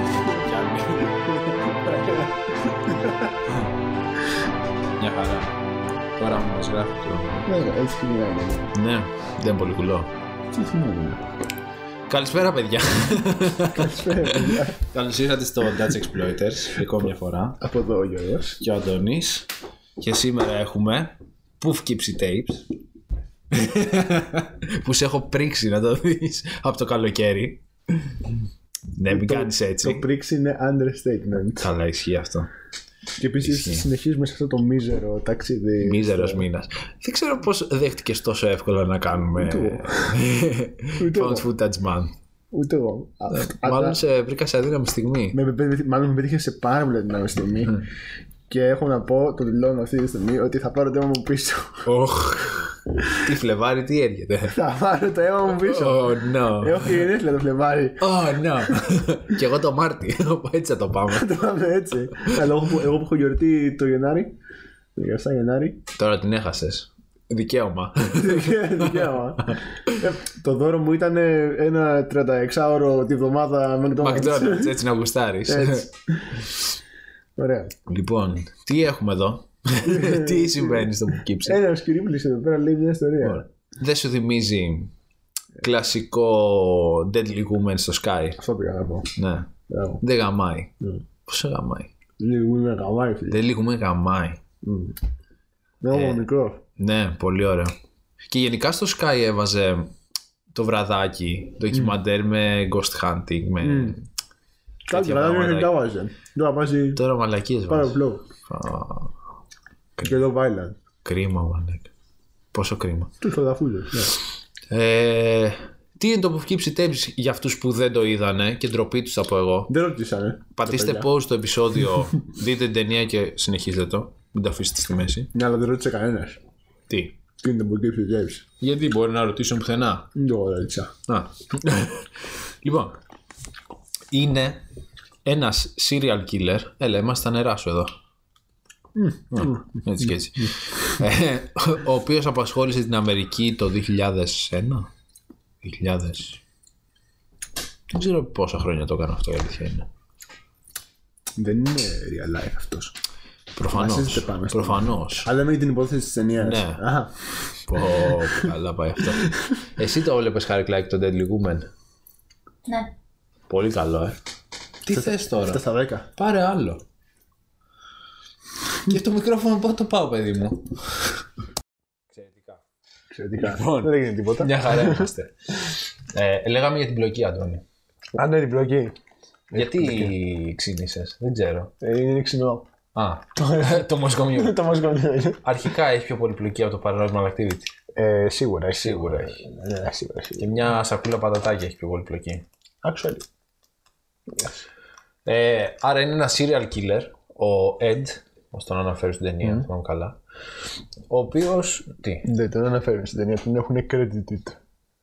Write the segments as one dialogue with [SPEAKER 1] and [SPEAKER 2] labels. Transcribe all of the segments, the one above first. [SPEAKER 1] γράφει το.
[SPEAKER 2] Ναι, έτσι ξεκινάμε.
[SPEAKER 1] Ναι, δεν είναι πολύ κουλό.
[SPEAKER 2] Τι θυμάμαι.
[SPEAKER 1] Καλησπέρα, παιδιά.
[SPEAKER 2] Καλησπέρα. παιδιά.
[SPEAKER 1] Καλώς ήρθατε στο Dutch Exploiters. Ακόμα μια φορά.
[SPEAKER 2] Από εδώ ο Γιώργος.
[SPEAKER 1] Και ο Αντώνης. Και σήμερα έχουμε. Πουφ Gypsy Tapes. που σε έχω πρίξει να το δεις από το καλοκαίρι. ναι, μην κάνει
[SPEAKER 2] Το
[SPEAKER 1] έτσι.
[SPEAKER 2] πρίξ είναι understatement.
[SPEAKER 1] Καλά, ισχύει αυτό.
[SPEAKER 2] Και
[SPEAKER 1] Ισχύει.
[SPEAKER 2] επίση συνεχίζουμε σε αυτό το μίζερο ταξίδι.
[SPEAKER 1] Μίζερος
[SPEAKER 2] Ναι.
[SPEAKER 1] μήνας. Δεν ξέρω πώς δέχτηκες τόσο εύκολα να κάνουμε.
[SPEAKER 2] εγώ. Ούτε εγώ.
[SPEAKER 1] Found footage man.
[SPEAKER 2] Ούτε εγώ. Α, αλλά
[SPEAKER 1] Ε, Μάλλον σε βρήκα σε αδύναμη στιγμή.
[SPEAKER 2] με πετύχε- Μάλλον με πετύχε σε πάρα πολύ δυνάμει στιγμή. Και έχω να πω, το δηλώνω αυτή τη στιγμή, ότι θα πάρω το αίμα μου πίσω.
[SPEAKER 1] Οχ. Τι Φλεβάρι, τι έρχεται.
[SPEAKER 2] θα πάρω το αίμα μου πίσω.
[SPEAKER 1] Oh no.
[SPEAKER 2] Έχω γενέθλια το Φλεβάρι.
[SPEAKER 1] Oh no. Και εγώ το Μάρτι. Έτσι θα το πάμε.
[SPEAKER 2] Το πάμε έτσι. Αλλά εγώ που, εγώ που έχω γιορτή το Γενάρη. Το 27 Γενάρη.
[SPEAKER 1] Τώρα την έχασες. Δικαίωμα.
[SPEAKER 2] Ναι. Δικαίωμα. Ε, το δώρο μου ήταν ε, ένα 36ωρο τη βδομάδα McDonald's.
[SPEAKER 1] McDonald's, έτσι να γουστάρεις.
[SPEAKER 2] Έτσι. Ωραία.
[SPEAKER 1] Λοιπόν, τι έχουμε εδώ.
[SPEAKER 2] Ναι.
[SPEAKER 1] Τι συμβαίνει στο Μπουκίψη.
[SPEAKER 2] Ένα κυρίμπλη εδώ πέρα λέει μια ιστορία.
[SPEAKER 1] Δεν σου θυμίζει κλασικό Deadly Woman στο Sky.
[SPEAKER 2] Αυτό πήγα να πω.
[SPEAKER 1] Ναι.
[SPEAKER 2] Μπράβο.
[SPEAKER 1] Δεν γαμάει.
[SPEAKER 2] Μμ.
[SPEAKER 1] Πώ σε γαμάει.
[SPEAKER 2] Λίγο είναι καμάρι, φίλε.
[SPEAKER 1] Deadly Woman γαμάει.
[SPEAKER 2] Μμ. Ναι, όμως μικρό.
[SPEAKER 1] Ναι, πολύ ωραίο. Και γενικά στο Sky έβαζε το βραδάκι, ντοκιμαντέρ με ghost hunting. Με...
[SPEAKER 2] Κάτι
[SPEAKER 1] τέτοια
[SPEAKER 2] βράδυ
[SPEAKER 1] πράγματα.
[SPEAKER 2] δεν τα βάζει. Τώρα βάζει
[SPEAKER 1] Τώρα μαλακίες
[SPEAKER 2] πάρα
[SPEAKER 1] βάζεις.
[SPEAKER 2] πλό. Και εδώ Island.
[SPEAKER 1] Κρίμα, μαλακ. Πόσο κρίμα.
[SPEAKER 2] Τους χορταφούλε. ναι.
[SPEAKER 1] Ε, τι είναι το που βγει Tapes για αυτούς που δεν το είδανε και ντροπή τους θα πω εγώ.
[SPEAKER 2] Δεν ρωτήσανε.
[SPEAKER 1] Πατήστε pause το επεισόδιο, δείτε την ταινία και συνεχίζετε το. Μην το αφήσετε στη μέση.
[SPEAKER 2] Ναι, αλλά δεν ρώτησε κανένας.
[SPEAKER 1] Τι.
[SPEAKER 2] Τι είναι το Μπουκίψι Τζέιμ.
[SPEAKER 1] Γιατί μπορεί να ρωτήσουν πουθενά.
[SPEAKER 2] Δεν το ρώτησα.
[SPEAKER 1] Α. λοιπόν, είναι ένας serial killer. Έλα, είμαστε στα νερά σου εδώ. Α, Έτσι και έτσι. Ε, ο οποίος απασχόλησε την Αμερική το 2001. 2000. Δεν ξέρω πόσα χρόνια το έκανε αυτό η αλήθεια είναι.
[SPEAKER 2] Δεν είναι real life αυτός.
[SPEAKER 1] Προφανώς.
[SPEAKER 2] Βασίζεται πάνω στο-
[SPEAKER 1] Προφανώς.
[SPEAKER 2] Αλλά με την υπόθεση της ταινίας.
[SPEAKER 1] Ναι.
[SPEAKER 2] Α,
[SPEAKER 1] Πω, καλά πάει αυτό. Εσύ το βλέπεις Χαρικλάκη το Deadly Woman.
[SPEAKER 3] Ναι.
[SPEAKER 1] Πολύ καλό, ε. Τι θες τώρα.
[SPEAKER 2] τα στα 10.
[SPEAKER 1] Πάρε άλλο. Και το μικρόφωνο πού το πάω, παιδί μου. Εξαιρετικά.
[SPEAKER 2] Εξαιρετικά.
[SPEAKER 1] Λοιπόν.
[SPEAKER 2] Δεν έγινε τίποτα.
[SPEAKER 1] Μια χαρά είμαστε. ε, λέγαμε για την πλοκή, Αντώνη.
[SPEAKER 2] Αν είναι διπλοκή.
[SPEAKER 1] Ε, Γιατί ξύνησε, δεν ξέρω.
[SPEAKER 2] Ε, Είναι ξινό.
[SPEAKER 1] Α, το μοσκομιού.
[SPEAKER 2] Το μας είναι.
[SPEAKER 1] Αρχικά έχει πιο πολύ πλοκή από το Paranormal Activity.
[SPEAKER 2] Ε, Σίγουρα, έχει.
[SPEAKER 1] Σίγουρα έχει.
[SPEAKER 2] Ναι, ναι, σίγουρα. έχει.
[SPEAKER 1] Και μια σακούλα πατατάκια έχει πιο πολύ πλοκή.
[SPEAKER 2] Actually.
[SPEAKER 1] Ε, άρα είναι ένα serial killer, ο Ed, ως τον αναφέρεις στην ταινία, θυμάμαι καλά. Ο οποίος, τι,
[SPEAKER 2] Ναι, Δεν τον αναφέρουν στην ταινία, τον έχουν credited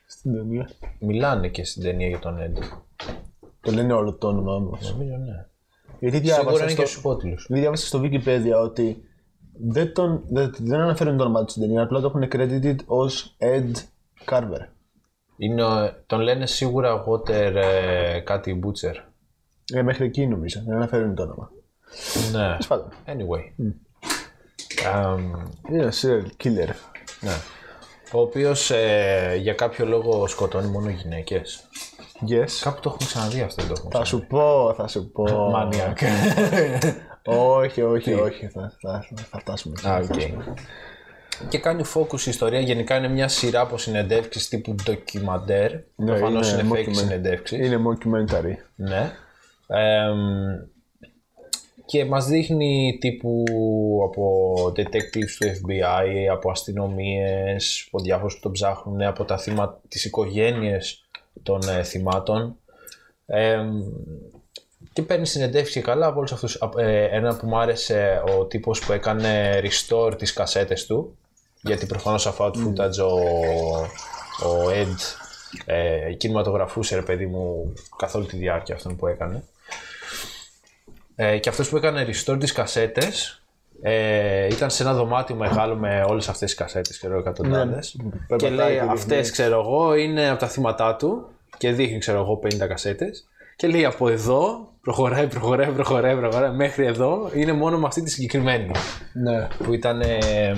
[SPEAKER 2] στην ταινία.
[SPEAKER 1] μιλάνε και στην ταινία για τον Ed.
[SPEAKER 2] Το λένε όλο το όνομα όμως.
[SPEAKER 1] Νομίζω ναι.
[SPEAKER 2] Γιατί
[SPEAKER 1] Σίγουρα
[SPEAKER 2] διάβασα
[SPEAKER 1] είναι και ο
[SPEAKER 2] στο,
[SPEAKER 1] Σουπότιλος.
[SPEAKER 2] γιατί διάβασα στο Wikipedia ότι δεν, τον, δεν, δεν αναφέρουν το όνομα του στην ταινία, απλά το έχουν credited ως Ed Carver.
[SPEAKER 1] Είναι, ο- τον λένε σίγουρα Water ε, κάτι Butcher.
[SPEAKER 2] Ε, μέχρι εκεί νομίζω, δεν αναφέρουν το όνομα.
[SPEAKER 1] Ναι.
[SPEAKER 2] Πάντων,
[SPEAKER 1] Anyway. Αμ,
[SPEAKER 2] είναι ένας serial killer.
[SPEAKER 1] ναι. Ο οποίος για κάποιο λόγο σκοτώνει μόνο γυναίκες.
[SPEAKER 2] Yes.
[SPEAKER 1] Κάπου το έχουμε ξαναδεί αυτό το έχουμε.
[SPEAKER 2] Θα σου πω, θα σου πω.
[SPEAKER 1] Μανιακ.
[SPEAKER 2] όχι, όχι, όχι. Θα, θα, θα, θα φτάσουμε.
[SPEAKER 1] Α, οκ. Και κάνει focus η ιστορία. Γενικά είναι μια σειρά από συνεντεύξεις τύπου ντοκιμαντέρ. Προφανώ Ναι,
[SPEAKER 2] είναι
[SPEAKER 1] είναι, fake
[SPEAKER 2] mockumentary.
[SPEAKER 1] συνεντεύξεις.
[SPEAKER 2] Είναι mockumentary.
[SPEAKER 1] Ναι. Εμ, και μας δείχνει τύπου από detectives του FBI, από αστυνομίες, από διάφορους που τον ψάχνουν, από τα θύμα, τις οικογένειες των ε, θυμάτων. Εμ, και παίρνει συνεντεύξεις και καλά από όλους αυτούς. Α, ε, ένα που μου άρεσε ο τύπος που έκανε restore τις κασέτες του, γιατί προφανώς αφού out footage ο, ο Ed ε, κινηματογραφούσε, ρε παιδί μου, καθ' όλη τη διάρκεια αυτών που έκανε. Ε, και αυτός που έκανε restore τις κασέτες ε, ήταν σε ένα δωμάτιο μεγάλο με όλες αυτές τις κασέτες, ξέρω, εκατοντάδες. και
[SPEAKER 2] Περπατάει
[SPEAKER 1] λέει
[SPEAKER 2] και δείχνει.
[SPEAKER 1] αυτές, ξέρω εγώ, είναι από τα θύματά του και δείχνει, ξέρω εγώ, 50 κασέτες. Και λέει από εδώ, προχωράει, προχωράει, προχωράει, προχωράει, μέχρι εδώ, είναι μόνο με αυτή τη συγκεκριμένη
[SPEAKER 2] Ναι.
[SPEAKER 1] που ήταν ε,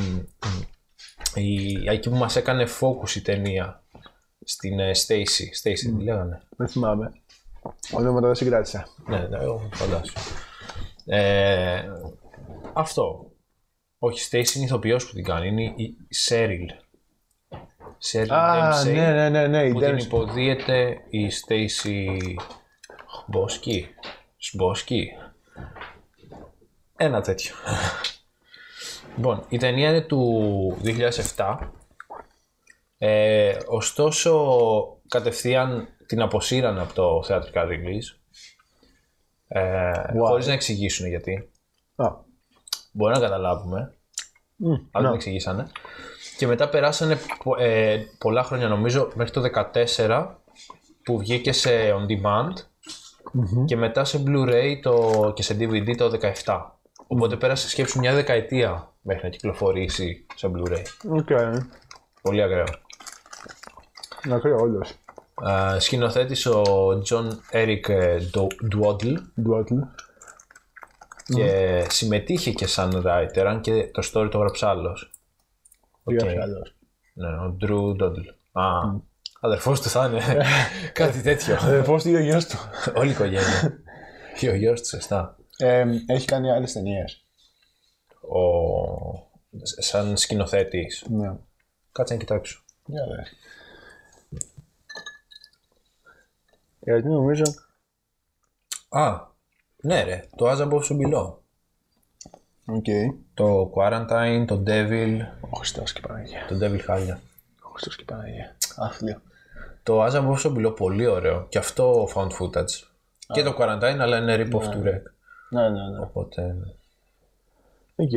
[SPEAKER 1] η, εκεί που μας έκανε focus η ταινία στην ε, Stacy. Stacy τη λέγανε.
[SPEAKER 2] Δεν θυμάμαι. Ονόματα δεν συγκράτησα.
[SPEAKER 1] Ναι, ναι, εγώ φαντάζομαι. Ε, αυτό. Όχι, η Stacy είναι ηθοποιός που την κάνει. Είναι η Σέριλ. Σέριλ
[SPEAKER 2] Α, ναι, ναι, ναι, ναι. Η
[SPEAKER 1] που την
[SPEAKER 2] Dennis-
[SPEAKER 1] υποδίεται η Stacy Χμπόσκι. Σμπόσκι. Ένα τέτοιο. λοιπόν, η ταινία είναι του 2007. Ε, ωστόσο, κατευθείαν την αποσύραν από το θεατρικά release. Ε, Χωρίς να εξηγήσουν γιατί.
[SPEAKER 2] Α,
[SPEAKER 1] Μπορεί να καταλάβουμε. Αλλά
[SPEAKER 2] Ναι.
[SPEAKER 1] δεν εξηγήσανε. Και μετά περάσανε πο- ε, πολλά χρόνια νομίζω μέχρι το 2014 που βγήκε σε on demand και μετά σε Blu-ray το, και σε DVD το 2017. Οπότε πέρασε σκέψου μια δεκαετία μέχρι να κυκλοφορήσει σε Blu-ray.
[SPEAKER 2] οκ.
[SPEAKER 1] Πολύ ακραίο.
[SPEAKER 2] Να κρύω, όντως.
[SPEAKER 1] Ε, σκηνοθέτης ο John Eric ε, Do- Dwaddle
[SPEAKER 2] Ντουάτλ.
[SPEAKER 1] και συμμετείχε και σαν writer αν και το story το έγραψε άλλος. Οκ.
[SPEAKER 2] Γράφει άλλος.
[SPEAKER 1] Ναι, ο Ντρου Ντόντλ. Α, αδερφός του θα είναι. Κάτι τέτοιο.
[SPEAKER 2] Ε, Πώς τι είναι ο γιος του.
[SPEAKER 1] Όλη η οικογένεια. και ο γιος του, σωστά.
[SPEAKER 2] Ε, Έχει κάνει άλλες ταινίες.
[SPEAKER 1] Ο... σ- Σαν σκηνοθέτης.
[SPEAKER 2] Ναι.
[SPEAKER 1] Κάτσε να κοιτάξω.
[SPEAKER 2] Για δες. Γιατί νομίζω.
[SPEAKER 1] Α, ναι ρε, το As Above So Below.
[SPEAKER 2] Οκ.
[SPEAKER 1] Το Quarantine, το Devil,
[SPEAKER 2] Ο Χριστός και η Παναγία.
[SPEAKER 1] το Devil Χάλια.
[SPEAKER 2] Ο Χριστός και η Παναγία. Άθλιο.
[SPEAKER 1] Το As Above So Below πολύ ωραίο. Και αυτό found footage. Και το Quarantine, αλλά είναι rip-off του Rec.
[SPEAKER 2] Ναι, ναι, ναι.
[SPEAKER 1] Οπότε...
[SPEAKER 2] Οκ.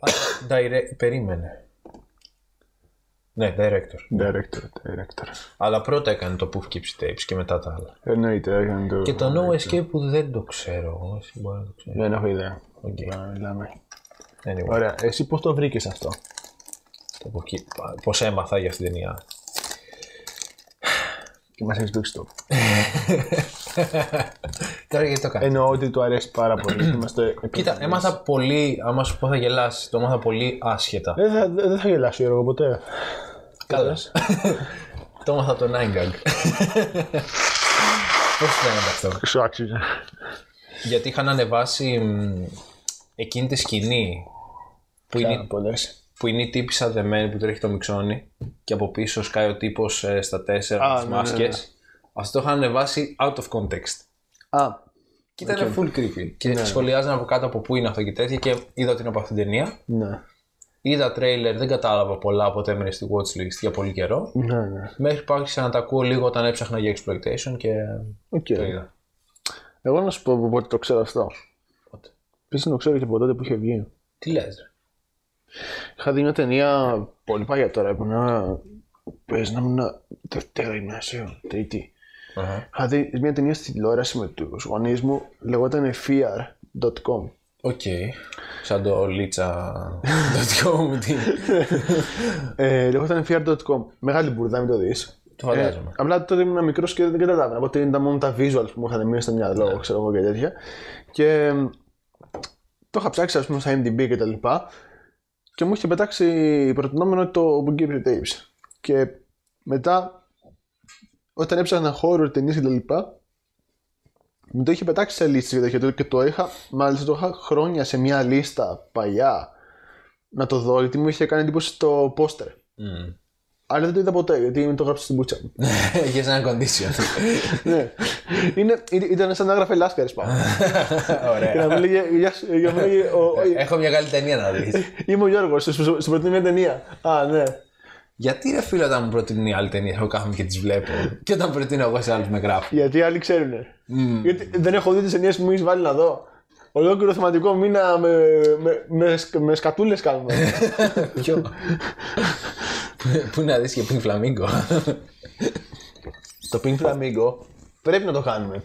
[SPEAKER 1] Α, direct... Περίμενε. Ναι, director.
[SPEAKER 2] Director, director.
[SPEAKER 1] Αλλά πρώτα έκανε το Poof Keeps Tapes και μετά τα άλλα.
[SPEAKER 2] Εννοείται, έκανε το...
[SPEAKER 1] Και το No Escape που δεν το ξέρω εγώ, εσύ μπορεί να το ξέρεις.
[SPEAKER 2] Δεν έχω ιδέα.
[SPEAKER 1] Οκ.
[SPEAKER 2] Να μιλάμε.
[SPEAKER 1] Anyway,
[SPEAKER 2] Ωραία, εσύ πώς το βρήκες αυτό.
[SPEAKER 1] το από εκεί, πώς έμαθα για αυτήν την ταινία.
[SPEAKER 2] Και μας έχεις δείξει το.
[SPEAKER 1] Τώρα γιατί το κάνω.
[SPEAKER 2] Εννοώ ότι του αρέσει πάρα πολύ. Είμαστε...
[SPEAKER 1] Ε, Κοίτα, έμαθα πολύ, άμα σου πω θα γελάσει, το έμαθα πολύ άσχετα.
[SPEAKER 2] Δεν θα, δεν θα γελάσω Γιώργο ποτέ.
[SPEAKER 1] Καλώς. το έμαθα από τον Άγκαγκ. Πώς φαίνεται αυτό.
[SPEAKER 2] Σου άξιζε.
[SPEAKER 1] Γιατί είχαν ανεβάσει μ, εκείνη τη σκηνή που είναι,
[SPEAKER 2] πολλές.
[SPEAKER 1] που είναι η τύπησα δεμένη που τρέχει το μιξόνι και από πίσω σκάει ο τύπος ε, στα τέσσερα
[SPEAKER 2] Α,
[SPEAKER 1] με τις
[SPEAKER 2] ναι, ναι, ναι.
[SPEAKER 1] μάσκες. Αυτό το είχαν ανεβάσει out of context.
[SPEAKER 2] Α,
[SPEAKER 1] Και ήταν full creepy.
[SPEAKER 2] Ναι,
[SPEAKER 1] Και σχολιάζανε από κάτω από πού είναι αυτό και τέτοια και είδα την από αυτήν την ταινία.
[SPEAKER 2] ναι.
[SPEAKER 1] Είδα τρέιλερ, δεν κατάλαβα πολλά, οπότε έμεινε στη watchlist για πολύ καιρό.
[SPEAKER 2] Ναι, ναι.
[SPEAKER 1] Μέχρι που άρχισα να τα ακούω λίγο όταν έψαχνα για exploitation και
[SPEAKER 2] Οκ.
[SPEAKER 1] το είδα.
[SPEAKER 2] Εγώ να σου πω από πότε το ξέρω αυτό.
[SPEAKER 1] Οπότε.
[SPEAKER 2] Επίσης το ξέρω και από τότε που είχε βγει.
[SPEAKER 1] Τι λες ρε.
[SPEAKER 2] Είχα δει μια ταινία πολύ παλιά τώρα. Ήμουνα. Πες να ήμουν Δευτέρα γυμνασίου, Τρίτη. Είχα δει μια ταινία στη τηλεόραση με τους γονείς μου. Λεγόταν E fear.com.
[SPEAKER 1] Οκ. Σαν το λίτσα. το δικό μου τι.
[SPEAKER 2] Ε, λεγόταν fear.com. Μεγάλη μπουρδά, μην το δεις.
[SPEAKER 1] Το φαντάζομαι.
[SPEAKER 2] Ε, απλά τότε ήμουν μικρός και δεν καταλάβαινα. Οπότε ήταν μόνο τα visuals που μου είχαν μείνει στο μυαλό, ξέρω εγώ και τέτοια. Και ε, το είχα ψάξει, ας πούμε, στα MDB και τα λοιπά. Και μου είχε πετάξει προτινόμενο το Bulgaria Tapes. Και μετά, όταν έψαχνα horror ταινίες και τα λοιπά, μου το είχε πετάξει σε λίστες και τέτοια. το- Και το είχα, μάλιστα το είχα χρόνια σε μια λίστα παλιά να το δω, γιατί μου είχε κάνει εντύπωση το πόστερ.
[SPEAKER 1] Μμμ.
[SPEAKER 2] Αλλά δεν το είδα ποτέ, γιατί το γράψα στην πούτσα μου.
[SPEAKER 1] Έχεις ένα condition.
[SPEAKER 2] ναι. Είναι, ή- ήταν σαν να έγραφε λάσκαρες πάνω.
[SPEAKER 1] Ναι.
[SPEAKER 2] και
[SPEAKER 1] Ωραία.
[SPEAKER 2] να μου λέγε, «Γεια σου», ε, για να μου λέγε, «Ο- ο-
[SPEAKER 1] Έχω μια καλή ταινία να δεις.
[SPEAKER 2] είμαι ο Γιώργος, σου, σου, σου προτείνω μια ταινία. Α, ναι.
[SPEAKER 1] Γιατί ρε φίλε όταν μου προτείνει άλλη ταινία, εγώ κάθομαι και τις βλέπω. Και όταν προτείνω εγώ σε άλλους με γράφω.
[SPEAKER 2] Γιατί άλλοι ξέρουνε. Γιατί δεν έχω δει τις ταινίες που μου έχεις βάλει να δω. Ολόκληρο θεματικό μήνα με, με, με, σκ- με σκατούλες κάνουμε.
[SPEAKER 1] Ποιο. Πού να δεις και πού φλαμίγκο.
[SPEAKER 2] το Pink Flamingo πρέπει να το κάνουμε.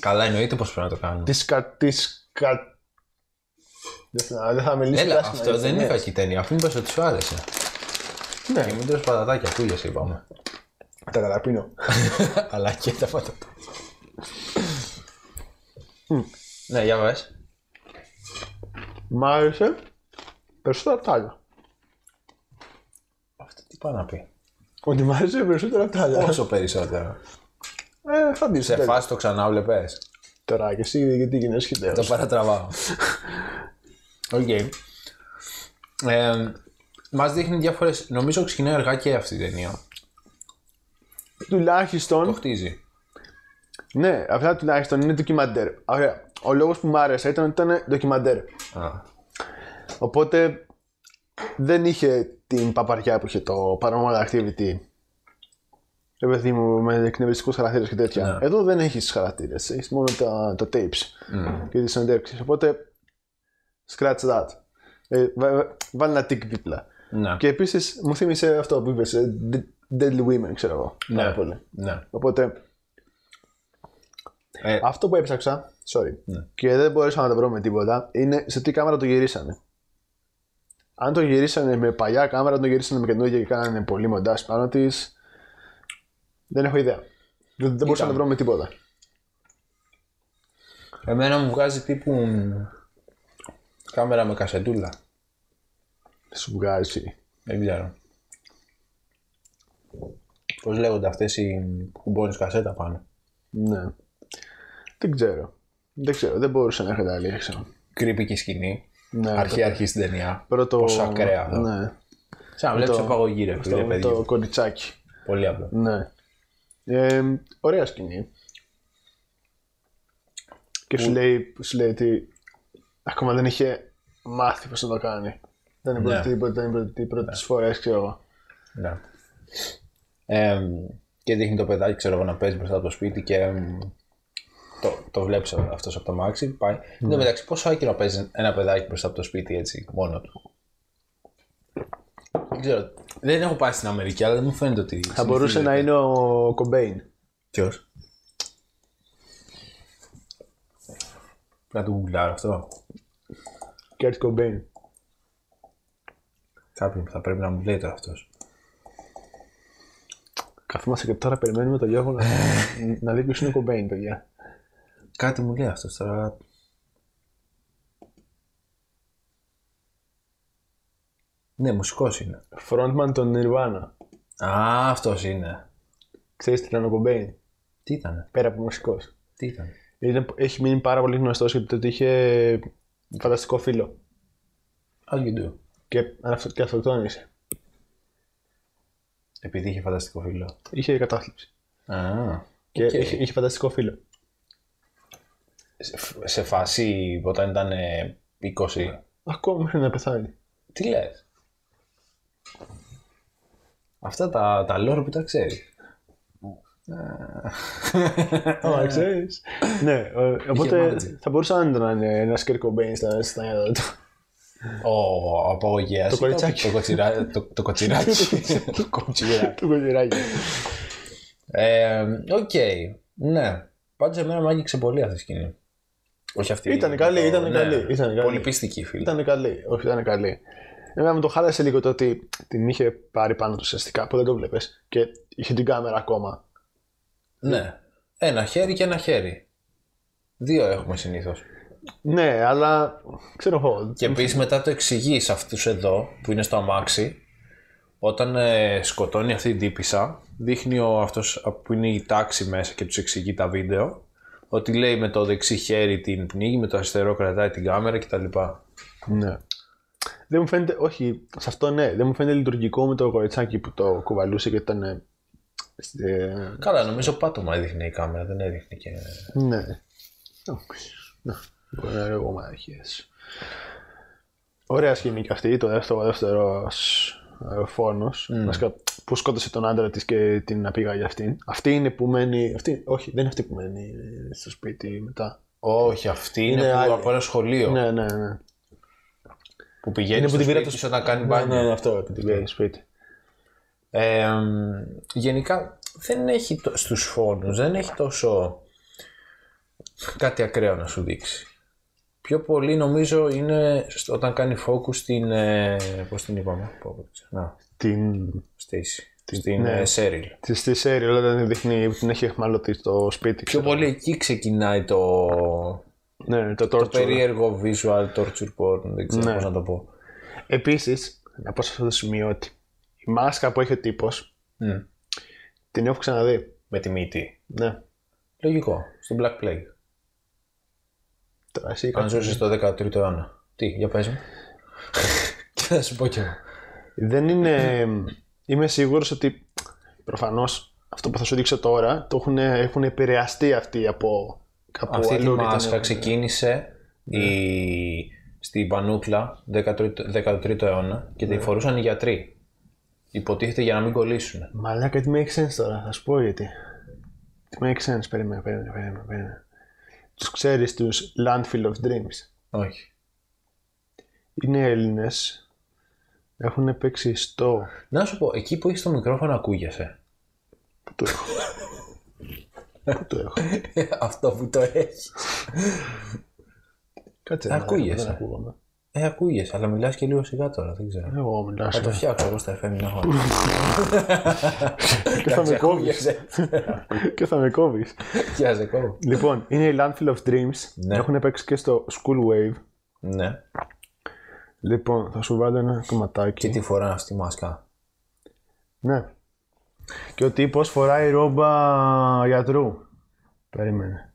[SPEAKER 1] Καλά εννοείται πως πρέπει να το κάνουμε.
[SPEAKER 2] Τις κα... Τις κα... Δεν θα, δεν θα μιλήσω
[SPEAKER 1] Έλα,
[SPEAKER 2] πράσινα
[SPEAKER 1] αυτό
[SPEAKER 2] για
[SPEAKER 1] δεν είναι ναι.
[SPEAKER 2] ταινίες.
[SPEAKER 1] κακή ταινία. Αφού μου είπες ότι σου άρεσε.
[SPEAKER 2] Ναι.
[SPEAKER 1] Και μην τρως πατατάκια, πουλιες είπαμε.
[SPEAKER 2] Τα καταπίνω.
[SPEAKER 1] Αλλά και τα πατατάκια. ναι, για βες.
[SPEAKER 2] Μ' άρεσε περισσότερο από τα άλλα.
[SPEAKER 1] Πάει να πει.
[SPEAKER 2] Ότι μου άρεσε περισσότερο από τα άλλα.
[SPEAKER 1] Όσο περισσότερο.
[SPEAKER 2] Ε, θα δεις.
[SPEAKER 1] Σε
[SPEAKER 2] εντάξει.
[SPEAKER 1] φάση το ξανά βλέπες.
[SPEAKER 2] Τώρα και εσύ γιατί γίνεσαι χιτέο.
[SPEAKER 1] Το παρατραβάω. Οκ. Ε, Μας δείχνει διάφορες. Νομίζω ξεκινάει αργά και αυτή η ταινία. Το
[SPEAKER 2] Τουλάχιστον.
[SPEAKER 1] χτίζει.
[SPEAKER 2] Ναι, αυτά τουλάχιστον είναι ντοκιμαντέρ. Ωραία. Ο λόγος που μου άρεσε ήταν ότι ήταν ντοκιμαντέρ.
[SPEAKER 1] Α,
[SPEAKER 2] Οπότε δεν είχε την παπαριά που είχε το Paranormal Activity. Ρε παιδί μου, με εκνευριστικούς χαρακτήρες και τέτοια.
[SPEAKER 1] Ναι.
[SPEAKER 2] Εδώ δεν έχεις χαρακτήρες. Έχεις μόνο τα, τα tapes
[SPEAKER 1] Mm.
[SPEAKER 2] και τις συνεντεύξεις. Οπότε scratch that. Ε, βα- βα- βάλει ένα tick δίπλα.
[SPEAKER 1] ναι.
[SPEAKER 2] Και επίσης μου θύμισε αυτό που είπες. Deadly Women, ξέρω εγώ. Πάρα
[SPEAKER 1] Ναι.
[SPEAKER 2] πολύ.
[SPEAKER 1] ναι.
[SPEAKER 2] Οπότε
[SPEAKER 1] Ε,
[SPEAKER 2] αυτό που έψαξα, sorry,
[SPEAKER 1] Ναι.
[SPEAKER 2] και δεν μπορούσα να το βρω με τίποτα, είναι σε τι κάμερα το γυρίσανε. Αν το γυρίσανε με παλιά κάμερα, αν το γυρίσανε με καινούργια και κάνανε πολύ μοντάζ πάνω της. Δεν έχω ιδέα. Δεν, δεν μπορούσα να το βρω με τίποτα.
[SPEAKER 1] εμένα μου βγάζει τύπου. κάμερα με κασετούλα.
[SPEAKER 2] Σου βγάζει.
[SPEAKER 1] Δεν ξέρω. Πώς λέγονται αυτές οι κουμπώνει κασέτα πάνω.
[SPEAKER 2] Ναι. Δεν ξέρω. Δεν ξέρω. Δεν μπορούσα να έχω τα άλλα, ξέρω.
[SPEAKER 1] Κρύπικη σκηνή.
[SPEAKER 2] Ναι,
[SPEAKER 1] Αρχή αρχής στην ταινία.
[SPEAKER 2] το πρώτο.
[SPEAKER 1] Πόσο ακραία αυτό.
[SPEAKER 2] Ναι.
[SPEAKER 1] Σαν να βλέπεις απαγωγή, ρε
[SPEAKER 2] Το,
[SPEAKER 1] φίλε, παιδί.
[SPEAKER 2] το κοριτσάκι.
[SPEAKER 1] Πολύ απλό.
[SPEAKER 2] Ναι. Ε, ωραία σκηνή. Και σου λέει, σου λέει ότι ακόμα δεν είχε μάθει πώς να το κάνει. Δεν είναι
[SPEAKER 1] Ναι.
[SPEAKER 2] πρώτη, δεν είναι πρώτη, πρώτη τις φορές, ξέρω εγώ.
[SPEAKER 1] Ναι. Ε, και δείχνει το παιδάκι, ξέρω εγώ, να παίζει μπροστά από το σπίτι και εμ, το, το βλέπεις αυτός από το μάξι. Πάει.
[SPEAKER 2] Ναι.
[SPEAKER 1] Εν τω μεταξύ, πόσο άκυρο παίζει ένα παιδάκι μπροστά από το σπίτι έτσι, μόνο του. Δεν ξέρω. Δεν έχω πάει στην Αμερική, αλλά δεν μου φαίνεται ότι.
[SPEAKER 2] Θα μπορούσε να είναι ο Κομπέιν.
[SPEAKER 1] Ποιος. Να του γκουγκλάρω αυτό.
[SPEAKER 2] Κέρτ Κομπέιν.
[SPEAKER 1] Κάποιον θα πρέπει να μου λέει τώρα αυτός.
[SPEAKER 2] Καθόμαστε και τώρα περιμένουμε τον Γιώργο να, να δει ποιος είναι ο Κομπέιν, παιδιά.
[SPEAKER 1] Κάτι μου λέει αυτός τώρα. Ναι, μουσικός είναι.
[SPEAKER 2] Frontman των Nirvana.
[SPEAKER 1] Α, αυτός είναι.
[SPEAKER 2] Ξέρεις τι ήταν ο Κομπέιν,
[SPEAKER 1] Τι ήταν,
[SPEAKER 2] πέρα από μουσικός.
[SPEAKER 1] τι ήταν.
[SPEAKER 2] Είναι, έχει μείνει πάρα πολύ γνωστός γιατί ότι είχε φανταστικό φίλο.
[SPEAKER 1] How you do.
[SPEAKER 2] Και, αναυτο- και αυτοκτόνησε.
[SPEAKER 1] Επειδή είχε φανταστικό φίλο.
[SPEAKER 2] Είχε κατάθλιψη.
[SPEAKER 1] Α,
[SPEAKER 2] Και
[SPEAKER 1] Οκ.
[SPEAKER 2] είχε, είχε φανταστικό φίλο.
[SPEAKER 1] σε- σε φάση όταν ήταν ε, 20.
[SPEAKER 2] Ακόμα μέχρι να πεθάνει.
[SPEAKER 1] Τι λες. Αυτά τα, τα lore που τα ξέρεις.
[SPEAKER 2] Α, ξέρεις. ναι, ε, οπότε
[SPEAKER 1] μάνατζερ.
[SPEAKER 2] θα μπορούσε άνετα να είναι ένας Kirk Cobain στα στα νιάτα του.
[SPEAKER 1] Ο απογοητεία. Το
[SPEAKER 2] κοριτσάκι.
[SPEAKER 1] Το, κοτσιρά, το, το κοτσιράκι. το κοτσιράκι.
[SPEAKER 2] του κολληράκι.
[SPEAKER 1] Ε, Οκ. Ναι. Πάντως εμένα με άγγιξε πολύ αυτή η σκηνή. Όχι αυτή.
[SPEAKER 2] Ήτανε καλή,
[SPEAKER 1] το-
[SPEAKER 2] ήτανε καλή, ήτανε καλή.
[SPEAKER 1] Πολύ πιστική φίλη.
[SPEAKER 2] Ήταν καλή. Όχι, ήταν καλή. Εμένα μου το χάλασε λίγο το ότι την είχε πάρει πάνω του ουσιαστικά που δεν το βλέπεις και είχε την κάμερα ακόμα.
[SPEAKER 1] Ναι. Ένα χέρι και ένα χέρι. Δύο έχουμε συνήθως.
[SPEAKER 2] Ναι, αλλά ξέρω εγώ.
[SPEAKER 1] Και επίσης μετά το εξηγείς σε αυτούς εδώ που είναι στο αμάξι. Όταν ε, σκοτώνει αυτή την τύπησα, δείχνει ο αυτός που είναι η τάξη μέσα και τους εξηγεί τα βίντεο ότι λέει με το δεξί χέρι την πνίγει, με το αριστερό κρατάει την κάμερα κτλ.
[SPEAKER 2] Ναι. Δεν μου φαίνεται, όχι, σε αυτό ναι, δεν μου φαίνεται λειτουργικό με το κοριτσάκι που το κουβαλούσε και ήταν. ε, ε,
[SPEAKER 1] Καλά, νομίζω πάτωμα έδειχνε η κάμερα, δεν έδειχνε και...
[SPEAKER 2] Ναι. Εντάξει. Ναι. Μπορεί να είναι εγώ μάχες. Ωραία σκηνή και αυτή, το δεύτερο, ο δεύτερος ε, φόνος, βασικά, που σκότωσε τον άντρα της και την απήγαγε για αυτήν. Αυτή είναι που μένει, αυτή, όχι, δεν είναι αυτή που μένει ε, στο σπίτι μετά.
[SPEAKER 1] Όχι, αυτή είναι,
[SPEAKER 2] Είναι
[SPEAKER 1] που,
[SPEAKER 2] άλλη.
[SPEAKER 1] από ένα σχολείο
[SPEAKER 2] Ναι, ναι, ναι.
[SPEAKER 1] που πηγαίνει
[SPEAKER 2] Είναι
[SPEAKER 1] στο
[SPEAKER 2] που την
[SPEAKER 1] σπίτι
[SPEAKER 2] πήρα το
[SPEAKER 1] της όταν κάνει
[SPEAKER 2] Ναι,
[SPEAKER 1] μπάνιο.
[SPEAKER 2] ναι, ναι, αυτό, που την πήρε στο σπίτι.
[SPEAKER 1] Ε, μ, γενικά δεν έχει το, στους φόνους, δεν έχει τόσο κάτι ακραίο να σου δείξει. Πιο πολύ νομίζω είναι στο- όταν κάνει focus στην, ε, πώς την είπαμε, πω, πω, πω, να,
[SPEAKER 2] Την,
[SPEAKER 1] Στέιση, στην
[SPEAKER 2] ναι.
[SPEAKER 1] ε, Σέριλ.
[SPEAKER 2] τη, στη σέρι, όλα δεν δείχνει, την έχει εχμαλωτή στο σπίτι.
[SPEAKER 1] Πιο
[SPEAKER 2] ξέρω.
[SPEAKER 1] πολύ εκεί ξεκινάει το,
[SPEAKER 2] Ναι, ναι, το
[SPEAKER 1] το
[SPEAKER 2] torture. Ναι.
[SPEAKER 1] περίεργο visual torture porn, δεν ξέρω πώς να το πω.
[SPEAKER 2] Επίσης, να πω σε αυτό το σημείο ότι η μάσκα που έχει ο τύπος,
[SPEAKER 1] Μμ.
[SPEAKER 2] την έχω ξαναδεί.
[SPEAKER 1] Με τη μύτη.
[SPEAKER 2] Ναι.
[SPEAKER 1] Λογικό. Στην Black Plague.
[SPEAKER 2] Τώρα εσύ
[SPEAKER 1] Αν ζούσες στο 13ο αιώνα. Τι, για πες μου. και θα σου πω κι εγώ.
[SPEAKER 2] Δεν είναι. Είμαι σίγουρος ότι προφανώς αυτό που θα σου δείξω τώρα το έχουν, έχουν επηρεαστεί αυτοί από κάπου
[SPEAKER 1] Αυτή Ναι. τη
[SPEAKER 2] αλλού και
[SPEAKER 1] μάσκα
[SPEAKER 2] την-
[SPEAKER 1] ξεκίνησε η... στην Πανούκλα 13ο 13ο αιώνα και τη φορούσαν οι γιατροί. Υποτίθεται για να μην κολλήσουν.
[SPEAKER 2] Μαλάκα, τι make sense τώρα, θα σου πω γιατί. Τι make sense, περίμενε, περίμενε, περίμενε. περίμενε. Τους ξέρεις τους Landfill of Dreams.
[SPEAKER 1] Όχι.
[SPEAKER 2] Είναι Έλληνες. Έχουν παίξει στο.
[SPEAKER 1] Να σου πω, εκεί που έχεις το μικρόφωνο ακούγεσαι.
[SPEAKER 2] Πού το έχω. Πού το έχω.
[SPEAKER 1] Αυτό που το έχεις.
[SPEAKER 2] Κάτσε. μαλάκα,
[SPEAKER 1] Ακούγεσαι.
[SPEAKER 2] Δεν ακούγομαι.
[SPEAKER 1] Ε, ακούγεσαι, αλλά μιλάς και λίγο σιγά τώρα, δεν ξέρω.
[SPEAKER 2] Εγώ μιλάω.
[SPEAKER 1] Θα το φτιάξω εγώ στα FM να έχω.
[SPEAKER 2] Και θα με κόβεις.
[SPEAKER 1] Ακούγεσαι.
[SPEAKER 2] Και θα με κόβεις.
[SPEAKER 1] Πιάζε, κόβω.
[SPEAKER 2] Λοιπόν, είναι η Landfill of Dreams.
[SPEAKER 1] Ναι.
[SPEAKER 2] Έχουν παίξει και στο School Wave.
[SPEAKER 1] Ναι.
[SPEAKER 2] Λοιπόν, θα σου βάλω ένα κομματάκι.
[SPEAKER 1] Και τι φοράνε αυτή τη μάσκα.
[SPEAKER 2] Ναι. Και ο τύπος φοράει ρόμπα γιατρού. Περίμενε.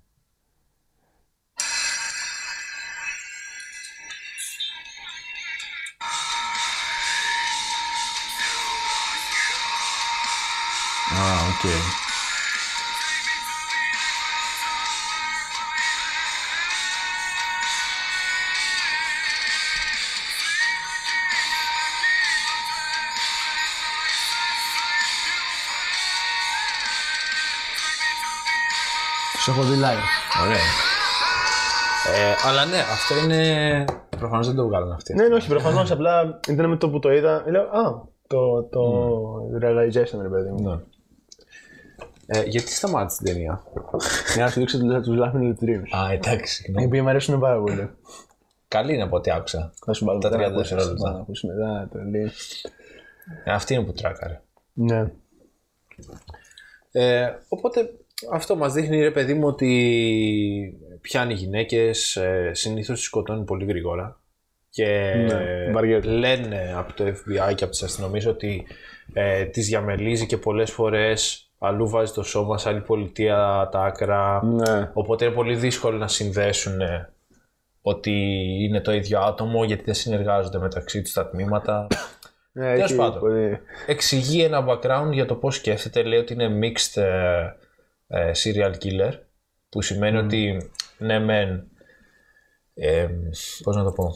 [SPEAKER 1] Α, οκ.
[SPEAKER 2] Τους έχω δει live.
[SPEAKER 1] Ωραία. Ε, αλλά ναι, αυτό είναι. Προφανώς δεν το βγάλανε αυτοί.
[SPEAKER 2] Ναι, ναι, όχι, προφανώς. Απλά ήταν με το που το είδα. Λέω, Α, το, το Ναι. realization, ρε παιδί μου.
[SPEAKER 1] Ναι. Ε, γιατί σταμάτησε την ταινία.
[SPEAKER 2] Για να σου δείξω του Laughing Little Dreams.
[SPEAKER 1] Α, εντάξει, συγγνώμη.
[SPEAKER 2] Οι οποίοι μου αρέσουν πάρα πολύ.
[SPEAKER 1] Καλή είναι από ό,τι άκουσα.
[SPEAKER 2] Θα σου βάλω
[SPEAKER 1] Τα
[SPEAKER 2] μετά να
[SPEAKER 1] 30
[SPEAKER 2] ακούσεις,
[SPEAKER 1] δευτερόλεπτα.
[SPEAKER 2] Να ακούσεις μετά, τρελή.
[SPEAKER 1] Ε, αυτή είναι που τράκαρε.
[SPEAKER 2] Ναι.
[SPEAKER 1] Ε, οπότε αυτό μας δείχνει ρε παιδί μου ότι πιάνει γυναίκες, ε, συνήθως τις σκοτώνει πολύ γρήγορα και
[SPEAKER 2] Ναι, βαριέται.
[SPEAKER 1] λένε από το FBI και από τις αστυνομίες ότι ε, τις διαμελίζει και πολλές φορές αλλού βάζει το σώμα σε άλλη πολιτεία τα άκρα
[SPEAKER 2] Ναι.
[SPEAKER 1] οπότε είναι πολύ δύσκολο να συνδέσουν ε, ότι είναι το ίδιο άτομο γιατί δεν συνεργάζονται μεταξύ τους τα τμήματα
[SPEAKER 2] Ναι,
[SPEAKER 1] Τέλος
[SPEAKER 2] έχει
[SPEAKER 1] πάντων.
[SPEAKER 2] πολύ-
[SPEAKER 1] εξηγεί ένα background για το πώς σκέφτεται. Λέει ότι είναι mixed ε, ε, serial killer, που σημαίνει ότι ναι μεν, ε, πώς να το πω,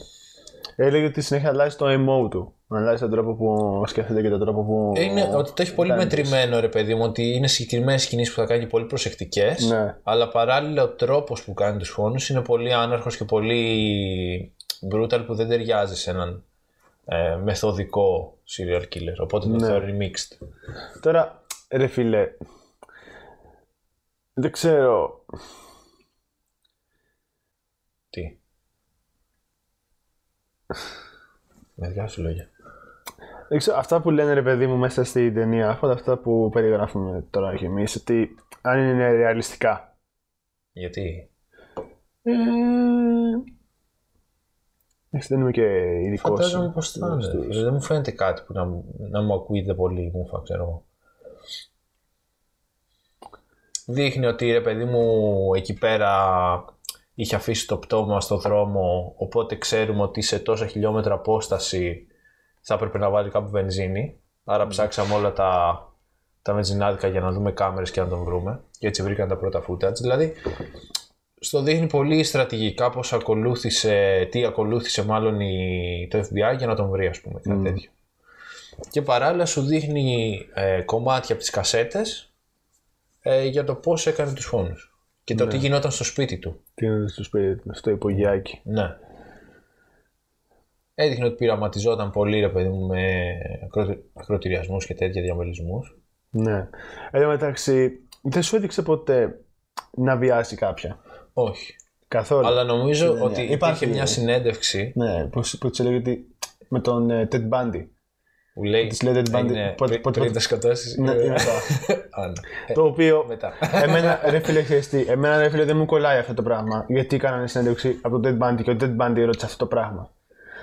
[SPEAKER 2] Έλεγε ότι συνέχεια αλλάζει το MO του. Αλλάζει τον τρόπο που σκέφτεται και τον τρόπο που.
[SPEAKER 1] Ε, είναι ότι το έχει πολύ
[SPEAKER 2] κάνεις
[SPEAKER 1] μετρημένο ρε παιδί μου, ότι είναι συγκεκριμένες κινήσεις που θα κάνει και πολύ προσεκτικές,
[SPEAKER 2] Ναι.
[SPEAKER 1] αλλά παράλληλα ο τρόπος που κάνει τους φόνους είναι πολύ άναρχος και πολύ brutal που δεν ταιριάζει σε έναν ε, μεθοδικό serial killer, οπότε το θεωρεί mixed.
[SPEAKER 2] Τώρα, ρε φίλε. Δεν ξέρω.
[SPEAKER 1] Τι. Με δικά σου λόγια.
[SPEAKER 2] Δεν ξέρω, αυτά που λένε ρε παιδί μου μέσα στην ταινία, αυτά, αυτά που περιγράφουμε τώρα κι εμείς, ότι αν είναι ρεαλιστικά.
[SPEAKER 1] Γιατί.
[SPEAKER 2] Ε, εντάξει, δεν είμαι και ειδικός.
[SPEAKER 1] Φαντάζομαι πως θα είναι. Δηλαδή, Δεν μου φαίνεται κάτι που να, μου- να μου ακούγεται πολύ μουφα, ξέρω εγώ. Δείχνει ότι ρε παιδί μου εκεί πέρα είχε αφήσει το πτώμα στο δρόμο οπότε ξέρουμε ότι σε τόσα χιλιόμετρα απόσταση θα έπρεπε να βάλει κάπου βενζίνη άρα ψάξαμε όλα τα, τα βενζινάδικα για να δούμε κάμερες και να τον βρούμε και έτσι βρήκαν τα πρώτα footage δηλαδή στο δείχνει πολύ στρατηγικά πώς ακολούθησε, τι ακολούθησε μάλλον η, το FBI για να τον βρει ας πούμε κάτι τέτοιο. Και παράλληλα σου δείχνει ε, κομμάτια από τις κασέτες ε, για το πώς έκανε τους φόνους και
[SPEAKER 2] Ναι.
[SPEAKER 1] το τι γινόταν στο σπίτι του.
[SPEAKER 2] Τι είναι στο σπίτι, στο υπογειάκι.
[SPEAKER 1] Ναι. Έδειχνε ότι πειραματιζόταν πολύ ρε παιδί μου με ακροτε- ακροτηριασμούς και τέτοια διαμελισμούς.
[SPEAKER 2] Ναι. Εν τω μεταξύ, δεν σου έδειξε ποτέ να βιάσει κάποια.
[SPEAKER 1] Όχι.
[SPEAKER 2] Καθόλου.
[SPEAKER 1] Αλλά νομίζω
[SPEAKER 2] ναι.
[SPEAKER 1] ότι
[SPEAKER 2] Υπάρχει-
[SPEAKER 1] υπάρχει μια συνέντευξη
[SPEAKER 2] Ναι, πώς, που της έλεγε ότι με τον ε, Ted Bundy.
[SPEAKER 1] που λέει.
[SPEAKER 2] Της λέει ότι πάντα-
[SPEAKER 1] είναι
[SPEAKER 2] πότε-
[SPEAKER 1] πρι-
[SPEAKER 2] πότε-
[SPEAKER 1] πριν τα σκοτώσεις.
[SPEAKER 2] Ναι, είναι αυτό. το οποίο.
[SPEAKER 1] Μετά.
[SPEAKER 2] εμένα, ρε φίλε, ξέρεις τι, εμένα ρε φίλε δεν μου κολλάει αυτό το πράγμα. Γιατί κάνανε συνέντευξη από τον Ted Bundy και ο Ted Bundy ρώτησε αυτό το πράγμα.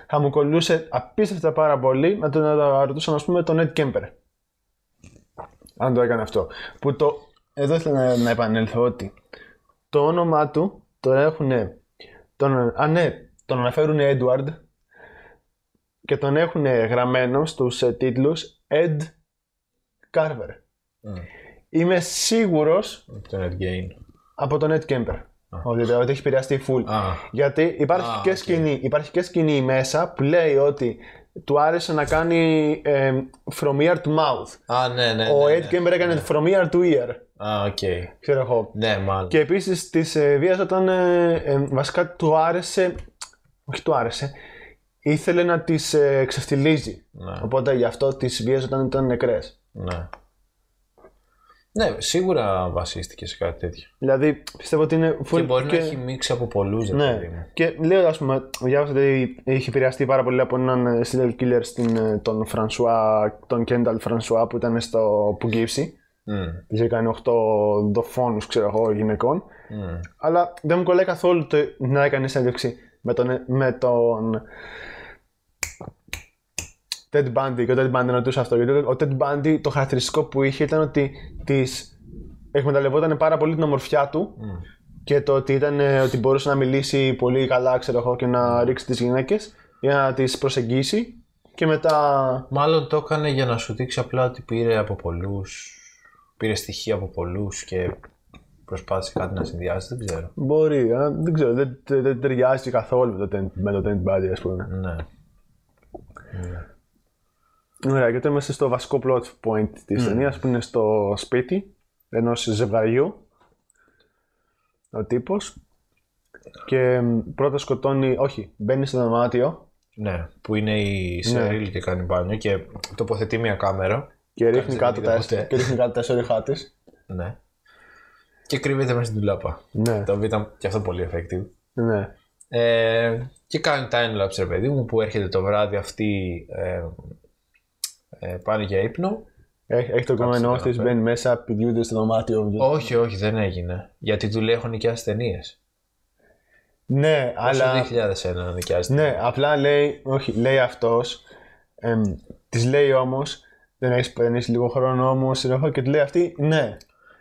[SPEAKER 2] θα μου κολλούσε απίστευτα πάρα πολύ να τον να το ρωτούσαν, α πούμε, τον Ed Kemper. Αν το έκανε αυτό. Που το. Εδώ ήθελα να, να επανέλθω ότι το όνομά του τώρα έχουν. Τον, α, ναι, τον αναφέρουν Edward και τον έχουν γραμμένο στους ε, τίτλους Ed Carver. Είμαι σίγουρος
[SPEAKER 1] Τον Ed Gain.
[SPEAKER 2] από τον Ed Kemper ότι, ότι έχει επηρεαστεί full.
[SPEAKER 1] Α,
[SPEAKER 2] Γιατί υπάρχει,
[SPEAKER 1] Α,
[SPEAKER 2] και
[SPEAKER 1] οκ.
[SPEAKER 2] σκηνή, υπάρχει και σκηνή μέσα που λέει ότι του άρεσε να κάνει ε, from ear to mouth.
[SPEAKER 1] α ναι, ναι.
[SPEAKER 2] Ο
[SPEAKER 1] ναι,
[SPEAKER 2] Ed Kemper έκανε from ear to ear.
[SPEAKER 1] Α, οκ.
[SPEAKER 2] Ξέρω εγώ.
[SPEAKER 1] Ναι, μάλλον.
[SPEAKER 2] Και επίσης της ε, βίας όταν ε, ε, βασικά του άρεσε. Όχι του άρεσε. Ήθελε να τι ε, ξεφτυλίζει.
[SPEAKER 1] Ναι.
[SPEAKER 2] Οπότε γι' αυτό τι βίαζε όταν ήταν νεκρές.
[SPEAKER 1] Ναι. Ναι, σίγουρα βασίστηκε σε κάτι τέτοιο.
[SPEAKER 2] Δηλαδή πιστεύω ότι είναι full.
[SPEAKER 1] Και μπορεί να έχει μίξει από πολλούς.
[SPEAKER 2] Ναι. Και λέω, ας πούμε, διάβασα ότι είχε επηρεαστεί πάρα πολύ από έναν ε, serial killer στην, ε, τον Φρανσουά, τον Κένταλ Φρανσουά που ήταν στο Πουγγίψη. Είχε κάνει 8 δοφόνους, ξέρω εγώ, γυναικών. Αλλά δεν μου κολλάει καθόλου το να έκανε συνέντευξη με τον, με τον Ted Bundy και ο Ted Bundy ρωτούσε αυτό. Γιατί ο Ted Bundy το χαρακτηριστικό που είχε ήταν ότι της εκμεταλλευόταν πάρα πολύ την ομορφιά του και το ότι, ήταν, ε, ότι μπορούσε να μιλήσει πολύ καλά, ξέρω εγώ, και να ρίξει τις γυναίκες για να τις προσεγγίσει και μετά...
[SPEAKER 1] Μάλλον το έκανε για να σου δείξει απλά ότι πήρε από πολλούς. Πήρε στοιχεία από πολλούς και προσπάθησε κάτι να συνδυάσει. Δεν ξέρω.
[SPEAKER 2] Μπορεί, αλλά δεν ξέρω, δεν, δεν, δεν ταιριάζει καθόλου με το Ted- με το Ted Bundy, ας πούμε.
[SPEAKER 1] Ναι.
[SPEAKER 2] Ωραία, και τότε είμαστε στο βασικό plot point της mm. ταινίας που είναι στο σπίτι ενός ζευγαριού ο τύπος και μ, πρώτα σκοτώνει, όχι, μπαίνει στο δωμάτιο
[SPEAKER 1] Ναι, που είναι η
[SPEAKER 2] Ναι.
[SPEAKER 1] Σερίλ και κάνει μπάνιο και τοποθετεί μια κάμερα.
[SPEAKER 2] και ρίχνει,
[SPEAKER 1] δεν
[SPEAKER 2] κάτω
[SPEAKER 1] είδε
[SPEAKER 2] τα,
[SPEAKER 1] ποτέ.
[SPEAKER 2] και ρίχνει κάτω τα σόριχά της.
[SPEAKER 1] Ναι. Και κρύβεται μέσα στην τουλάπα.
[SPEAKER 2] Ναι,
[SPEAKER 1] Το οποίο ήταν και αυτό πολύ effective.
[SPEAKER 2] ναι.
[SPEAKER 1] Ε, και κάνει time lapse ρε παιδί μου που έρχεται το βράδυ αυτή ε, ε, πάνε για ύπνο.
[SPEAKER 2] Έχει, έχει το κομμενό της, μπαίνει μέσα, πηδιούνται στο δωμάτιο.
[SPEAKER 1] Όχι, όχι, δεν έγινε. Γιατί του λέει έχω νοικιάσει ταινίες.
[SPEAKER 2] Ναι, αλλά...
[SPEAKER 1] Αλλά... Το 2001 να νοικιάζει.
[SPEAKER 2] Ναι, απλά λέει, όχι, λέει αυτός, εμ, της λέει όμως, δεν έχεις, δεν έχεις λίγο χρόνο όμως, συνεχώ, και τη λέει αυτή, ναι,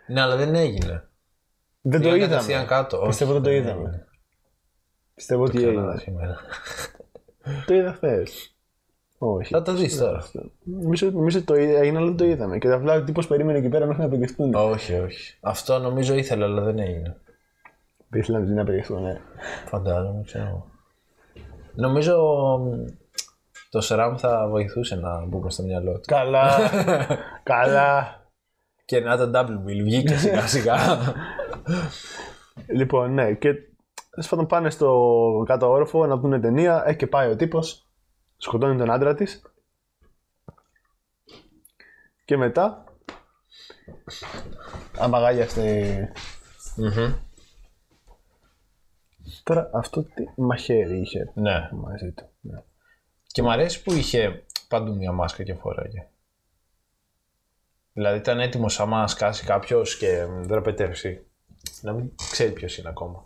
[SPEAKER 1] Ναι, αλλά δεν έγινε.
[SPEAKER 2] δεν το
[SPEAKER 1] Πήγαν
[SPEAKER 2] είδαμε.
[SPEAKER 1] κατευθείαν κάτω. Όχι, ναι.
[SPEAKER 2] Πιστεύω δεν το
[SPEAKER 1] έγινε.
[SPEAKER 2] είδαμε. Πιστεύω ότι
[SPEAKER 1] Καλά,
[SPEAKER 2] έγινε.
[SPEAKER 1] σήμερα.
[SPEAKER 2] Το είδα χθες. Όχι.
[SPEAKER 1] Θα το δει τώρα.
[SPEAKER 2] Νομίζω, νομίζω ότι το είδα, έγινε, αλλά δεν το είδαμε. Και απλά ο τύπος περίμενε εκεί πέρα μέχρι να παιδευτούν.
[SPEAKER 1] όχι, όχι. Αυτό νομίζω ήθελα, αλλά δεν έγινε.
[SPEAKER 2] Ήθελα να παιδευτούν, ναι.
[SPEAKER 1] Φαντάζομαι, ξέρω. εγώ. Νομίζω μ, το Σράμ θα βοηθούσε να μπούμε στο μυαλό του.
[SPEAKER 2] Καλά. Καλά.
[SPEAKER 1] Και να ήταν double bill, βγήκε σιγά σιγά.
[SPEAKER 2] Λοιπόν, ναι, και τέλος πάντων πάνε στο κάτω όροφο να δουν ταινία. Ε, και πάει ο τύπος, σκοτώνει τον άντρα της. Και μετά. Αμαγάλιαστε. Τώρα αυτό τι μαχαίρι είχε
[SPEAKER 1] ναι.
[SPEAKER 2] μαζί του. Ναι.
[SPEAKER 1] Και μου αρέσει που είχε παντού μια μάσκα και φοράγε. Δηλαδή ήταν έτοιμος άμα σκάσει κάποιος και δραπετεύσει. Να μην ξέρει ποιος είναι ακόμα.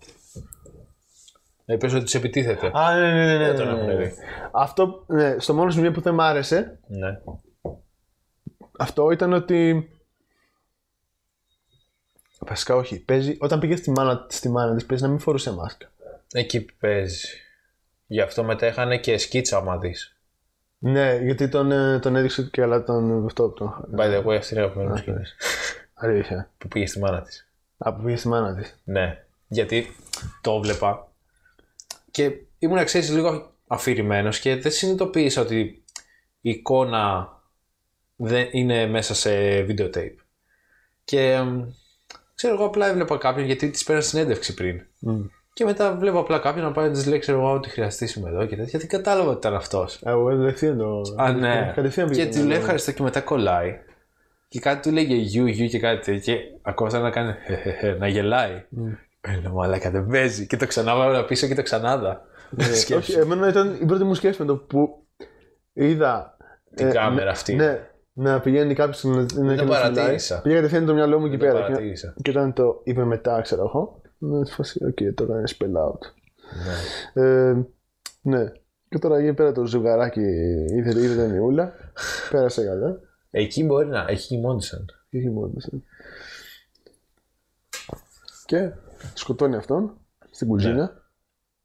[SPEAKER 1] Να είπες ότι του επιτίθεται.
[SPEAKER 2] Α, ναι, ναι, ναι. ναι,
[SPEAKER 1] τον
[SPEAKER 2] ναι,
[SPEAKER 1] έχουμε
[SPEAKER 2] ναι.
[SPEAKER 1] δει.
[SPEAKER 2] Αυτό, ναι, στο μόνο σημείο που δεν μ' άρεσε,
[SPEAKER 1] Ναι.
[SPEAKER 2] αυτό ήταν ότι. Βασικά όχι. Παίζει, όταν πήγες στη μάνα, στη μάνα της, παίζει να μην φορούσε μάσκα.
[SPEAKER 1] Εκεί παίζει. Γι' αυτό μετά είχαν και σκίτσα άμα δεις.
[SPEAKER 2] Ναι, γιατί τον, ε, τον έδειξε και καλά τον αυτό που τον.
[SPEAKER 1] By the way, αυτή είναι η αγαπημένη μου σκηνή.
[SPEAKER 2] Αλήθεια.
[SPEAKER 1] Που πήγε στη μάνα της.
[SPEAKER 2] Από πήγε στη μάνα της.
[SPEAKER 1] Ναι. Γιατί το βλέπα και ήμουν ξέρεις λίγο αφηρημένος και δεν συνειδητοποίησα ότι η εικόνα δεν είναι μέσα σε video tape. Και μ, ξέρω εγώ απλά έβλεπα κάποιον γιατί της πέρασε συνέντευξη πριν. Και μετά βλέπω απλά κάποιον να πάει να της λέει: Ξέρω εγώ, ό,τι χρειαστεί είμαι εδώ και τέτοια. Γιατί κατάλαβα ότι ήταν αυτός.
[SPEAKER 2] Εγώ κατευθείαν το.
[SPEAKER 1] Α, ναι.
[SPEAKER 2] Κατευθείαν πήγε.
[SPEAKER 1] Και
[SPEAKER 2] στη
[SPEAKER 1] του
[SPEAKER 2] μάνα
[SPEAKER 1] λέει ευχαριστώ και μετά κολλάει. Και κάτι του λέει για γιου, γιου και κάτι τέτοιο. Και ακόμα σαν να κάνει «Χεχεχε», να γελάει.
[SPEAKER 2] Ναι.
[SPEAKER 1] Ε, λέω, μαλάκα δεν παίζει. Και το ξανά βάλα πίσω και το ξανάδα.
[SPEAKER 2] της. Ε,
[SPEAKER 1] Σκέψου
[SPEAKER 2] Όχι, εμένα ήταν η πρώτη μου σκέψη με το που είδα.
[SPEAKER 1] την
[SPEAKER 2] ε,
[SPEAKER 1] κάμερα αυτή.
[SPEAKER 2] Ναι, να πηγαίνει κάποιος να δεν
[SPEAKER 1] παρατήρησα.
[SPEAKER 2] Πήγα κατευθείαν το μυαλό μου εκεί πέρα. και-
[SPEAKER 1] Παρατήρησα.
[SPEAKER 2] Και όταν το είπε μετά, ξέρω εγώ, να σου φασί, οκ, τώρα είναι spell out. Ε, ναι. Και τώρα εκεί πέρα το ζευγαράκι ήθελε, ήθελε μιούλα. Πέρασε καλά.
[SPEAKER 1] Εκεί μπορεί να. Εκεί κοιμόντουσαν.
[SPEAKER 2] Και χυμόντασε. ε. Και σκοτώνει αυτόν στην κουζίνα.
[SPEAKER 1] Ναι.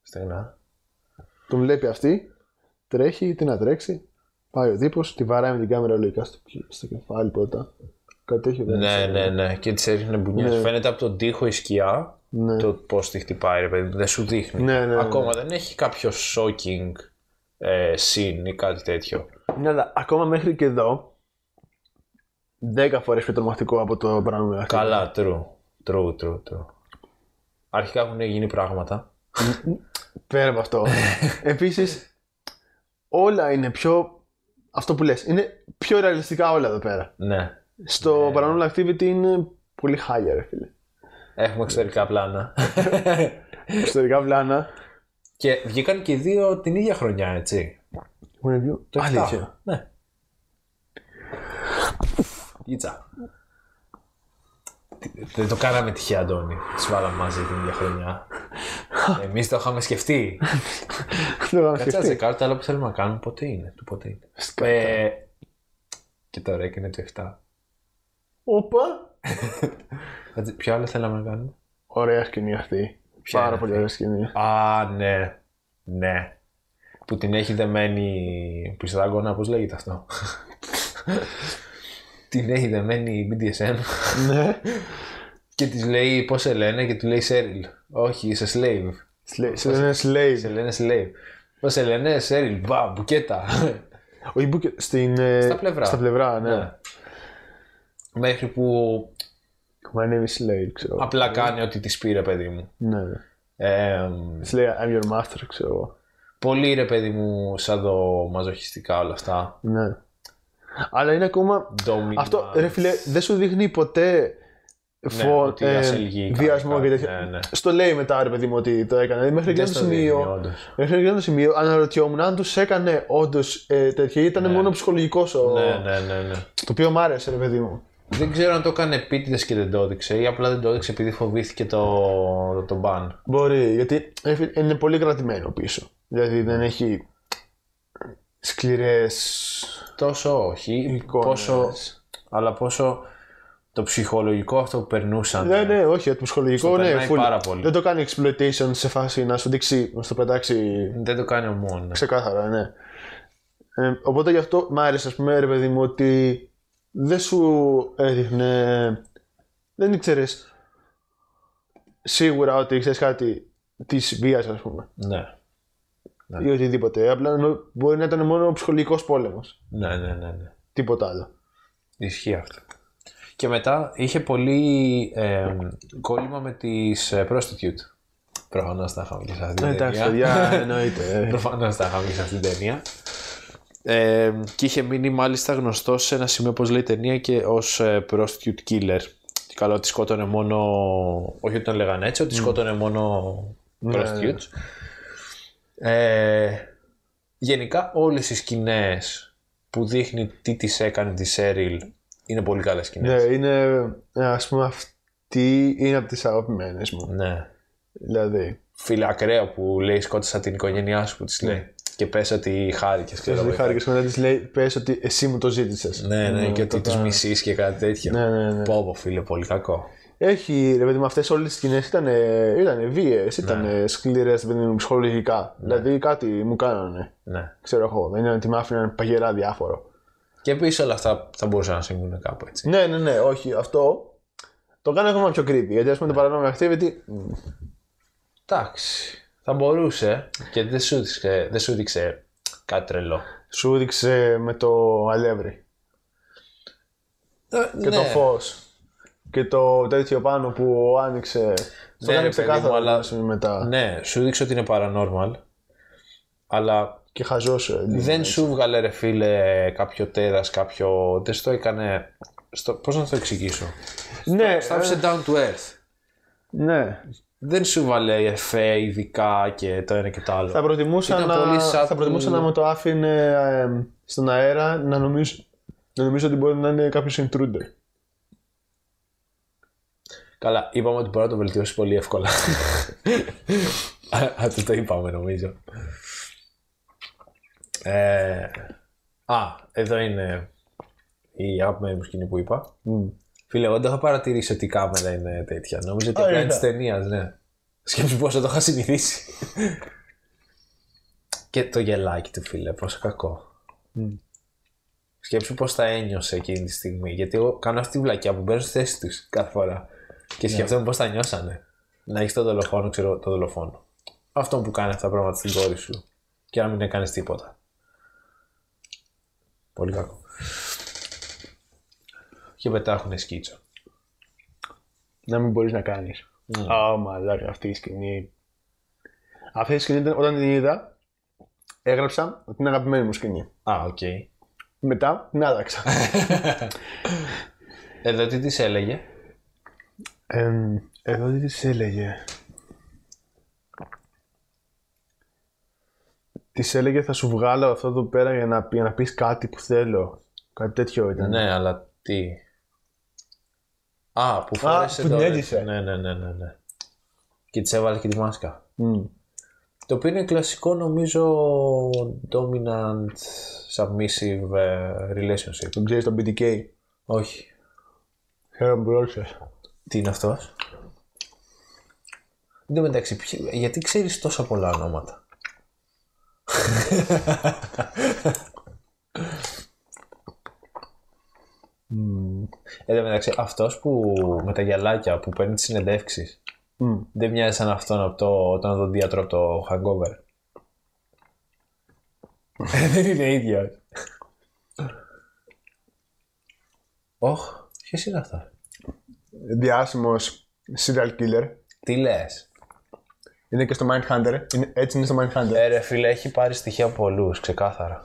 [SPEAKER 1] Στεγνά.
[SPEAKER 2] Τον βλέπει αυτή. Τρέχει, τι να τρέξει. Πάει ο τύπος, τη βαράει με την κάμερα λογικά στο, στο κεφάλι πρώτα. Κάτι τέτοιο δεν
[SPEAKER 1] Ναι,
[SPEAKER 2] ξέρω.
[SPEAKER 1] ναι, ναι. Και της έριχνε μπουνιά.
[SPEAKER 2] Ναι.
[SPEAKER 1] Φαίνεται από τον τοίχο η σκιά
[SPEAKER 2] Ναι.
[SPEAKER 1] το πώς τη χτυπάει, ρε παιδί. Δεν σου δείχνει.
[SPEAKER 2] Ναι, ναι, ναι.
[SPEAKER 1] Ακόμα δεν έχει κάποιο shocking ε, scene ή κάτι τέτοιο.
[SPEAKER 2] Ναι, αλλά ακόμα μέχρι και εδώ. 10 φορές πιο τρομακτικό από το πράγμα. αυτό.
[SPEAKER 1] Καλά, true. True, true, true. Αρχικά έχουν γίνει πράγματα.
[SPEAKER 2] Πέρα από αυτό. Επίσης, όλα είναι πιο. Αυτό που λες, είναι πιο ρεαλιστικά όλα εδώ πέρα.
[SPEAKER 1] Ναι.
[SPEAKER 2] Στο Paranormal Activity είναι πολύ χάλια, ρε φίλε.
[SPEAKER 1] Έχουμε εξωτερικά πλάνα.
[SPEAKER 2] Ιστορικά πλάνα.
[SPEAKER 1] και βγήκαν και οι δύο την ίδια χρονιά, έτσι.
[SPEAKER 2] Έχουν δύο.
[SPEAKER 1] Το 7.
[SPEAKER 2] Αλήθεια.
[SPEAKER 1] Ναι. Γίτσα. Τι- Δεν το κάναμε τυχαία, Αντώνη. Τις βάλαμε μαζί την ίδια χρονιά. Εμείς το είχαμε σκεφτεί.
[SPEAKER 2] Δεν το είχαμε
[SPEAKER 1] Κάτσε να
[SPEAKER 2] σκεφτεί.
[SPEAKER 1] τσεκάρω τα άλλα που θέλουμε να κάνουμε. Ποτέ είναι. Του ποτέ είναι.
[SPEAKER 2] Φυσικά.
[SPEAKER 1] Ε, και τώρα έκανε το 7.
[SPEAKER 2] Όπα!
[SPEAKER 1] Κάτσε, Ποιο άλλο θέλαμε να κάνουμε.
[SPEAKER 2] Ωραία σκηνή αυτή.
[SPEAKER 1] Ποια
[SPEAKER 2] Πάρα
[SPEAKER 1] είναι
[SPEAKER 2] πολύ ωραία σκηνή.
[SPEAKER 1] Α, ναι. Ναι. Που την έχει δεμένη πιστράγωνα, πώς λέγεται αυτό. την έχει δεμένη η BDSM
[SPEAKER 2] ναι.
[SPEAKER 1] και της λέει πώς σε λένε και του λέει Σέριλ. Όχι, είσαι slave.
[SPEAKER 2] Σλέ- Σε λένε Slave.
[SPEAKER 1] Σε λένε slave. Πώς σε λένε Σέριλ, μπα, μπουκέτα.
[SPEAKER 2] Όχι, μπουκε- στην, ε,
[SPEAKER 1] Στα πλευρά.
[SPEAKER 2] Στα πλευρά, ναι.
[SPEAKER 1] Ναι. Μέχρι που
[SPEAKER 2] My name is Slave, ξέρω. εγώ.
[SPEAKER 1] απλά κάνει ό,τι της πήρε παιδί μου.
[SPEAKER 2] Ναι, ναι.
[SPEAKER 1] Ε,
[SPEAKER 2] Της λέει I'm your master, ξέρω εγώ.
[SPEAKER 1] πολύ ρε παιδί μου σαν το μαζοχιστικά όλα αυτά.
[SPEAKER 2] Ναι. Αλλά είναι ακόμα
[SPEAKER 1] Dominant.
[SPEAKER 2] Αυτό, ρε φίλε, δεν σου δείχνει ποτέ φω...
[SPEAKER 1] Ναι,
[SPEAKER 2] ε,
[SPEAKER 1] ότι ασελγεί κάτι,
[SPEAKER 2] βιασμό
[SPEAKER 1] κάτι,
[SPEAKER 2] και τέτοια.
[SPEAKER 1] ναι, ναι.
[SPEAKER 2] Στο λέει μετά, ρε παιδί μου, ότι το έκανε. Δηλαδή, Μέχρι εκείνο
[SPEAKER 1] Δεν
[SPEAKER 2] το
[SPEAKER 1] στο δίνει,
[SPEAKER 2] σημείο.
[SPEAKER 1] όντως.
[SPEAKER 2] Μέχρι εκείνο το σημείο αναρωτιόμουν αν τους έκανε όντως ε, τέτοια ή ήταν μόνο ψυχολογικός ο.
[SPEAKER 1] Ναι, ναι, ναι, ναι.
[SPEAKER 2] Το οποίο μ' άρεσε, ρε παιδί μου.
[SPEAKER 1] Δεν ξέρω αν το έκανε επίτηδες και δεν το έδειξε ή απλά δεν το έδειξε επειδή φοβήθηκε το, το ban.
[SPEAKER 2] Μπορεί, γιατί ρε φίλε, είναι πολύ κρατημένο πίσω. Δηλαδή δεν έχει σκληρές.
[SPEAKER 1] Τόσο όχι,
[SPEAKER 2] Εικόνες.
[SPEAKER 1] πόσο, αλλά πόσο το ψυχολογικό αυτό που περνούσαν.
[SPEAKER 2] Ναι, ναι, όχι, το ψυχολογικό ναι,
[SPEAKER 1] περνάει
[SPEAKER 2] full.
[SPEAKER 1] πάρα πολύ.
[SPEAKER 2] Δεν το κάνει exploitation σε φάση να σου δείξει, να σου το πετάξει
[SPEAKER 1] Δεν το κάνει ο μόνο.
[SPEAKER 2] Ξεκάθαρα, ναι. Ε, οπότε γι' αυτό μ' άρεσε, ας πούμε, ρε παιδί μου, ότι δεν σου έδειχνε. Δεν ήξερες σίγουρα ότι ξέρεις κάτι της βίας, ας πούμε,
[SPEAKER 1] Ναι.
[SPEAKER 2] ή οτιδήποτε. Απλά ενώ μπορεί να ήταν μόνο ψυχολογικός πόλεμος.
[SPEAKER 1] ναι, ναι, ναι, ναι.
[SPEAKER 2] Τίποτα άλλο.
[SPEAKER 1] Ισχύει αυτό. Και μετά είχε πολύ ε, κόλλημα με τις ε, prostitute. Προφανώς τα είχαμε και σε αυτή την ταινία.
[SPEAKER 2] εννοείται.
[SPEAKER 1] Προφανώς τα είχαμε και σε αυτήν την ταινία. Ε, και είχε μείνει μάλιστα γνωστό σε ένα σημείο, όπως λέει η ταινία, και ως prostitute killer. Και καλό ότι σκότωνε μόνο. Όχι ότι τον λέγανε έτσι, ότι σκότωνε μόνο prostitutes. Ε, γενικά όλες οι σκηνές που δείχνει τι της έκανε τη Σέριλ είναι πολύ καλές σκηνές.
[SPEAKER 2] ναι, είναι ας πούμε αυτή είναι από τις αγαπημένες μου.
[SPEAKER 1] Ναι.
[SPEAKER 2] Δηλαδή.
[SPEAKER 1] Φίλε ακραίο που λέει σκότωσα την οικογένειά σου που της λέει.
[SPEAKER 2] Ναι.
[SPEAKER 1] Και πες ότι χάρηκες. ξέρω εγώ,
[SPEAKER 2] Δηλαδή, χάρη και μετά της λέει: Πες ότι εσύ μου το ζήτησες.
[SPEAKER 1] Ναι, ναι, και ότι του μισείς και κάτι τέτοιο.
[SPEAKER 2] Ναι, ναι, ναι.
[SPEAKER 1] Πόβο, φίλε, πολύ κακό.
[SPEAKER 2] Έχει, ρε παιδί μου, αυτές όλες τις σκηνές ήταν ήτανε βίαιες, ήταν ναι. σκληρές, ρε παιδί μου, ψυχολογικά. Δηλαδή κάτι μου κάνανε.
[SPEAKER 1] Ναι.
[SPEAKER 2] Ξέρω εγώ, δεν είναι ότι με άφηναν παγερά διάφορο.
[SPEAKER 1] Και επίσης όλα αυτά θα μπορούσαν να συμβούν κάπου έτσι.
[SPEAKER 2] Ναι, ναι, ναι, όχι, αυτό το κάνω ακόμα πιο creepy. Γιατί ας πούμε
[SPEAKER 1] Ναι.
[SPEAKER 2] το Paranormal Activity.
[SPEAKER 1] Εντάξει. Θα μπορούσε και δεν σου δείξε, δεν σου δείξε κάτι τρελό.
[SPEAKER 2] Σου έδειξε με το αλεύρι Ε,
[SPEAKER 1] Ε,
[SPEAKER 2] και
[SPEAKER 1] Ναι.
[SPEAKER 2] το φως. Και το τέτοιο πάνω που άνοιξε. Το
[SPEAKER 1] Ναι, ρε
[SPEAKER 2] έκανε
[SPEAKER 1] παιδί
[SPEAKER 2] ξεκάθαρο
[SPEAKER 1] μου, αλλά-
[SPEAKER 2] ας πούμε, μετά.
[SPEAKER 1] Ναι, σου δείξε ότι είναι paranormal. Αλλά
[SPEAKER 2] Και ε, χαζό.
[SPEAKER 1] δεν
[SPEAKER 2] ναι.
[SPEAKER 1] σου βγάλε ρε φίλε κάποιο τέρας, κάποιο. Δεν στο έκανε. Στο... Πώς να το εξηγήσω.
[SPEAKER 2] Ναι,
[SPEAKER 1] Στα άφησε down to earth.
[SPEAKER 2] ναι.
[SPEAKER 1] Δεν σου βάλε εφέ ειδικά και το ένα και το άλλο.
[SPEAKER 2] Θα προτιμούσα,
[SPEAKER 1] Ήταν
[SPEAKER 2] να,
[SPEAKER 1] πολύ σαν
[SPEAKER 2] θα προτιμούσα
[SPEAKER 1] που-
[SPEAKER 2] να με το άφηνε ε, στον αέρα να νομίζω, να νομίζω ότι μπορεί να είναι κάποιος intruder.
[SPEAKER 1] Καλά, είπαμε ότι μπορεί να το βελτιώσει πολύ εύκολα. Α, Αυτό το είπαμε νομίζω. Ε, α, εδώ είναι η αγαπημένη μου σκηνή που είπα. Φίλε, εγώ δεν έχω παρατηρήσει ότι η κάμερα είναι τέτοια. Νομίζω ότι
[SPEAKER 2] Ωραία.
[SPEAKER 1] απλά είναι τη ταινίας, ναι. Σκέψου πόσο το είχα συνηθίσει. και το γελάκι του, φίλε, πόσο κακό. Σκέψου πώς τα ένιωσε εκείνη τη στιγμή. Γιατί εγώ κάνω αυτή τη βλακιά που μπαίνω στη θέση του κάθε φορά. Και σκεφτόμουν πώ τα νιώσανε. Να έχεις τον δολοφόνο, ξέρω τον δολοφόνο. Αυτό που κάνεις αυτά τα πράγματα στην κόρη σου. Και να μην έκανες τίποτα. Πολύ κακό. Και πετάχουνε σκίτσο.
[SPEAKER 2] Να μην μπορείς να κάνεις.
[SPEAKER 1] Ναι.
[SPEAKER 2] Α, μαλάκα, αυτή η σκηνή. Αυτή η σκηνή ήταν- όταν την είδα, έγραψα ότι είναι αγαπημένη μου σκηνή.
[SPEAKER 1] Α, οκ.
[SPEAKER 2] Μετά την άλλαξα.
[SPEAKER 1] Εδώ Ε, τι της έλεγε.
[SPEAKER 2] Εμ, εδώ τι της έλεγε. Της έλεγε θα σου βγάλω αυτό εδώ πέρα για να, πει- για να πεις κάτι που θέλω. Κάτι τέτοιο ήταν.
[SPEAKER 1] Ναι, αλλά τι. Α, που φόρεσε
[SPEAKER 2] που
[SPEAKER 1] το-
[SPEAKER 2] νιέγησε.
[SPEAKER 1] Ναι, ναι, ναι, ναι, ναι. Και της έβαλε και τη μάσκα.
[SPEAKER 2] Μμ.
[SPEAKER 1] Το οποίο είναι κλασικό νομίζω dominant submissive ε, relationship.
[SPEAKER 2] Τον ξέρεις τον BTK.
[SPEAKER 1] Όχι.
[SPEAKER 2] Χαίρομαι που ρώτησες.
[SPEAKER 1] Τι είναι αυτός. Εν τω μεταξύ, ποιοι- γιατί ξέρεις τόσα πολλά ονόματα. Εν τω μεταξύ, αυτός που με τα γυαλάκια που παίρνει τις συνεντεύξεις
[SPEAKER 2] Μμ.
[SPEAKER 1] δεν μοιάζει σαν αυτόν από το, τον οδοντίατρο από το Hangover. Ε, δεν είναι ίδιος. Όχ, ποιος είναι αυτός.
[SPEAKER 2] Διάσημος serial killer.
[SPEAKER 1] Τι λες.
[SPEAKER 2] Είναι και στο Mindhunter. Είναι, έτσι είναι στο Mindhunter.
[SPEAKER 1] Ε, ρε φίλε, έχει πάρει στοιχεία από πολλούς, ξεκάθαρα.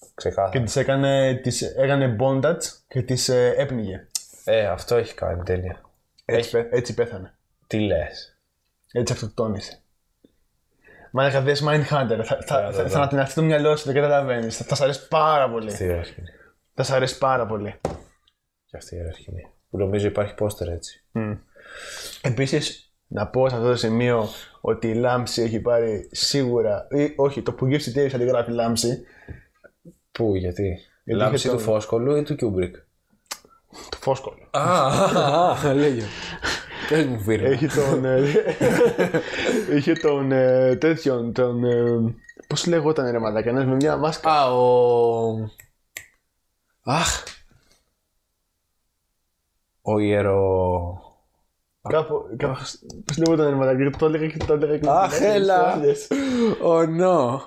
[SPEAKER 2] Και
[SPEAKER 1] Ξεκάθαρα.
[SPEAKER 2] της έκανε, της έκανε bondage και της ε, έπνιγε.
[SPEAKER 1] Ε, αυτό έχει κάνει τέλεια.
[SPEAKER 2] Έτσι, πέ- έτσι πέθανε.
[SPEAKER 1] Τι λες.
[SPEAKER 2] Έτσι αυτοκτόνησε. Μαλάκα, δες Mindhunter. Θα, θα, θα, θα ανατιναχθεί το μυαλό σου, δεν καταλαβαίνεις. Θα, θα σ' αρέσει πάρα πολύ.
[SPEAKER 1] Τι ωραία σκηνή.
[SPEAKER 2] Θα σ' αρέσει πάρα πολύ.
[SPEAKER 1] Και αυτή η ωραία σκηνή. Που νομίζω υπάρχει πόστερ έτσι.
[SPEAKER 2] Επίσης, να πω σε αυτό το σημείο ότι η Λάμψη έχει πάρει σίγουρα, ή όχι, το που γύψει τέρι αντιγράφει Λάμψη,
[SPEAKER 1] Πού, γιατί.
[SPEAKER 2] είχε
[SPEAKER 1] Λάμψη
[SPEAKER 2] το-
[SPEAKER 1] του Φόσκολου ή του Κιούμπρικ.
[SPEAKER 2] το φόσκολο.
[SPEAKER 1] Α, λέγε. Πες μου φίλε.
[SPEAKER 2] Έχει τον. ε, είχε τον ε, τέτοιον, τον. Ε, πώς λεγόταν ρε μαλάκα, ένας με μια μάσκα.
[SPEAKER 1] Α, ο... Αχ! Ο ιερό...
[SPEAKER 2] Κάπου, κάπου, πώς λεγόταν ρε μαλάκα, το έλεγα και το έλεγα και.
[SPEAKER 1] Αχ, έλα.
[SPEAKER 2] Άλλες.
[SPEAKER 1] Ο νο!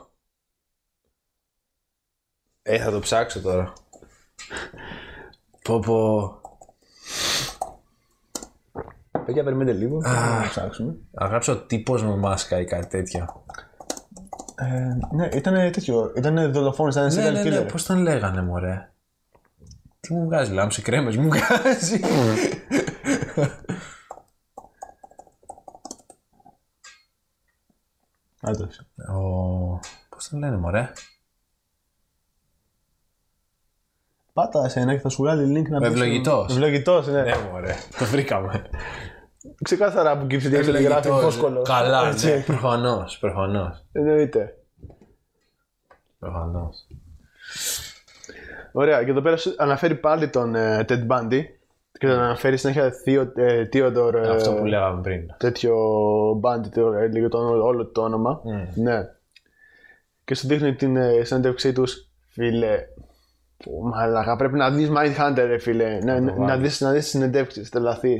[SPEAKER 1] Ε, θα το ψάξω τώρα. Πω πω.
[SPEAKER 2] Παιδιά, περιμένετε λίγο, θα το ψάξουμε.
[SPEAKER 1] Να γράψω τύπος με μάσκα ή κάτι τέτοια.
[SPEAKER 2] Ε, ναι, ήταν τέτοιο. Ήταν δολοφόνο, ήταν serial
[SPEAKER 1] Ναι, ναι,
[SPEAKER 2] killer.
[SPEAKER 1] ναι, πώς τον λέγανε μωρέ. Τι μου βγάζει λάμψη, κρέμες μου βγάζει.
[SPEAKER 2] Άντως.
[SPEAKER 1] ο... Πώς τον λένε μωρέ.
[SPEAKER 2] Πάτα σε ένα και θα σου βγάλει link να πεις- ε,
[SPEAKER 1] Ευλογητός.
[SPEAKER 2] Ευλογητός, ναι.
[SPEAKER 1] Ναι μωρέ, το βρήκαμε.
[SPEAKER 2] Ξεκάθαρα που κύψε τη γράφει
[SPEAKER 1] Ευλογητός.
[SPEAKER 2] φόσκολος.
[SPEAKER 1] Καλά,
[SPEAKER 2] Έτσι,
[SPEAKER 1] ναι, προφανώς, προφανώς.
[SPEAKER 2] Εννοείται.
[SPEAKER 1] Προφανώς.
[SPEAKER 2] Ωραία, και εδώ πέρα σου αναφέρει πάλι τον ε, Ted Bundy και τον αναφέρει συνέχεια Theo- ε, Theodore. ε,
[SPEAKER 1] Αυτό που λέγαμε πριν.
[SPEAKER 2] Τέτοιο Bundy, το- ε, λίγο το, όλο το όνομα.
[SPEAKER 1] Mm.
[SPEAKER 2] Ναι. Και σου δείχνει την ε, συνέντευξή τους, φίλε. Πω, Μαλάκα, πρέπει να δεις Mindhunter, ρε φίλε. Να, να, να δεις να δεις συνεντεύξεις, τρελαθείς.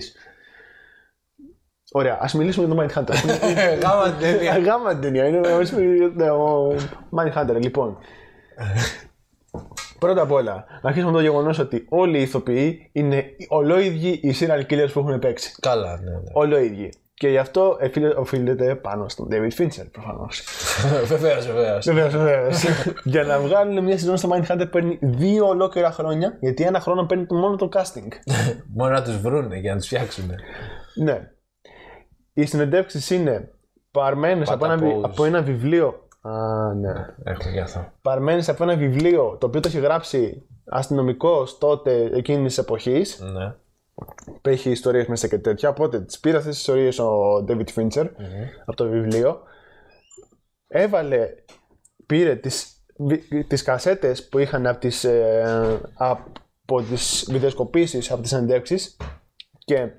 [SPEAKER 2] Ωραία, ας μιλήσουμε για το Mindhunter.
[SPEAKER 1] Γάμα τέλεια.
[SPEAKER 2] ε, Γάμα την ταινία. Είναι ας πούμε, ναι, ο Mindhunter, λοιπόν. Πρώτα απ' όλα, να αρχίσουμε με το γεγονός ότι όλοι οι ηθοποιοί είναι ολόιδιοι οι serial killers που έχουν παίξει.
[SPEAKER 1] Καλά, ναι, ναι.
[SPEAKER 2] Ολόιδιοι. Και γι' αυτό οφείλε- οφείλεται πάνω στον David Fincher προφανώς.
[SPEAKER 1] Βεβαίως, βεβαίως.
[SPEAKER 2] Βεβαίως, βεβαίως. Για να βγάλουν μια σεζόν στο Mindhunter παίρνει δύο ολόκληρα χρόνια, γιατί ένα χρόνο παίρνει το- μόνο το casting.
[SPEAKER 1] Μόνο να τους βρούνε για να τους φτιάξουν.
[SPEAKER 2] Ναι. Οι συνεντεύξεις είναι παρμένες από, ένα βι-
[SPEAKER 1] Παταπόους.
[SPEAKER 2] από ένα βιβλίο. Α, ναι.
[SPEAKER 1] Έχουμε και αυτό.
[SPEAKER 2] παρμένει από ένα βιβλίο το οποίο το έχει γράψει αστυνομικός τότε εκείνης τη εποχής.
[SPEAKER 1] Ναι.
[SPEAKER 2] Που έχει ιστορίες μέσα και τέτοια. Οπότε τις πήρε αυτές τις ιστορίες ο David Fincher από το βιβλίο. Έβαλε, πήρε τις βι- τις κασέτες που είχαν από τις, ε, από τις βιντεοσκοπήσεις, από τις συνεντεύξεις και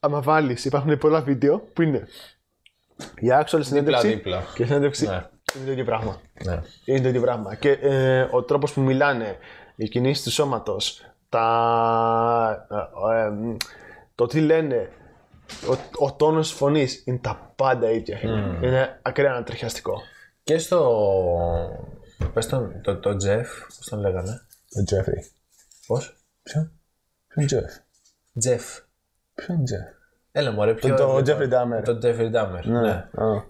[SPEAKER 2] άμα βάλεις, υπάρχουν πολλά βίντεο που είναι η actual συνέντευξη
[SPEAKER 1] δίπλα.
[SPEAKER 2] και η συνέντευξη
[SPEAKER 1] Ναι.
[SPEAKER 2] είναι το ίδιο πράγμα.
[SPEAKER 1] Ναι.
[SPEAKER 2] Είναι το ίδιο πράγμα. Και ε, ο τρόπος που μιλάνε, οι κινήσεις του σώματος, τα. ε, ε, το τι λένε, ο, ο τόνος τη φωνής είναι τα πάντα ίδια. Είναι ακραία ανατριχιαστικό.
[SPEAKER 1] Και στο. Πες τον το, το Jeff, πώς τον λέγανε.
[SPEAKER 3] Ο Τζέφρι.
[SPEAKER 1] Πώς.
[SPEAKER 3] Ποιον. Ποιον Τζεφ.
[SPEAKER 1] Jeff.
[SPEAKER 3] Ποιον Τζεφ.
[SPEAKER 1] Έλα μωρέ, ποιο
[SPEAKER 2] Το
[SPEAKER 1] έβλεπα.
[SPEAKER 2] Jeffrey Dahmer.
[SPEAKER 1] Το Jeffrey Dahmer. Ναι.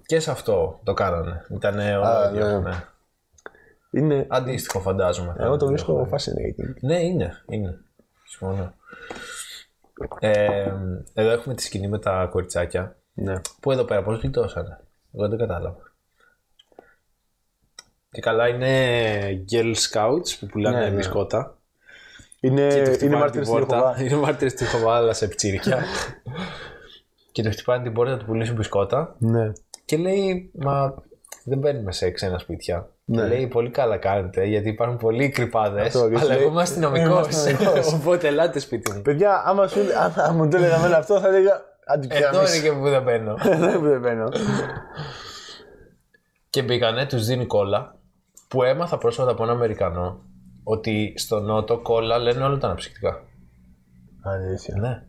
[SPEAKER 1] Και σε αυτό το κάνανε. Ήταν ωραίο.
[SPEAKER 3] ναι.
[SPEAKER 1] ναι.
[SPEAKER 2] Είναι.
[SPEAKER 1] Αντίστοιχο φαντάζομαι.
[SPEAKER 3] Εγώ το βρίσκω fascinating.
[SPEAKER 1] Ναι, είναι. είναι. Συμφωνώ. Ε, εδώ έχουμε τη σκηνή με τα κοριτσάκια.
[SPEAKER 2] Ναι.
[SPEAKER 1] Που εδώ πέρα πώς γλιτώσανε. Εγώ δεν κατάλαβα. Και καλά είναι Girl Scouts που πουλάνε
[SPEAKER 2] Ναι, ναι.
[SPEAKER 1] μπισκότα.
[SPEAKER 2] Είναι,
[SPEAKER 1] Και το
[SPEAKER 2] είναι
[SPEAKER 1] χτυπάνε την
[SPEAKER 2] μάρτυρα στην
[SPEAKER 1] πόρτα.
[SPEAKER 2] Ιεχωβά.
[SPEAKER 1] Είναι μάρτυρες στη Ιεχωβά, αλλά σε πτύρικια. και το χτυπάνε την πόρτα να του πουλήσουν μπισκότα.
[SPEAKER 2] Ναι.
[SPEAKER 1] Και λέει, μα δεν μπαίνουμε σε ξένα σπίτια. Και λέει, πολύ καλά κάνετε, γιατί υπάρχουν πολλοί κρυπάδες.
[SPEAKER 2] Ναι. Αυτό, και σου
[SPEAKER 1] Αλλά
[SPEAKER 2] λέει,
[SPEAKER 1] εγώ είμαι αστυνομικό. Οπότε ελάτε σπίτι μου.
[SPEAKER 2] Παιδιά, άμα, σου, άμα- άμα μου το έλεγα εμένα αυτό, θα έλεγα.
[SPEAKER 1] Εδώ Ε, είναι
[SPEAKER 2] Αντικεραμίσει.
[SPEAKER 1] και που δεν μπαίνω.
[SPEAKER 2] Δεν δεν μπαίνω.
[SPEAKER 1] και μπήκανε, τους δίνει κόλλα. Που έμαθα πρόσφατα από ένα Αμερικανό ότι στο Νότο κόλλα λένε όλα τα αναψυκτικά.
[SPEAKER 2] Αλήθεια.
[SPEAKER 1] Ναι.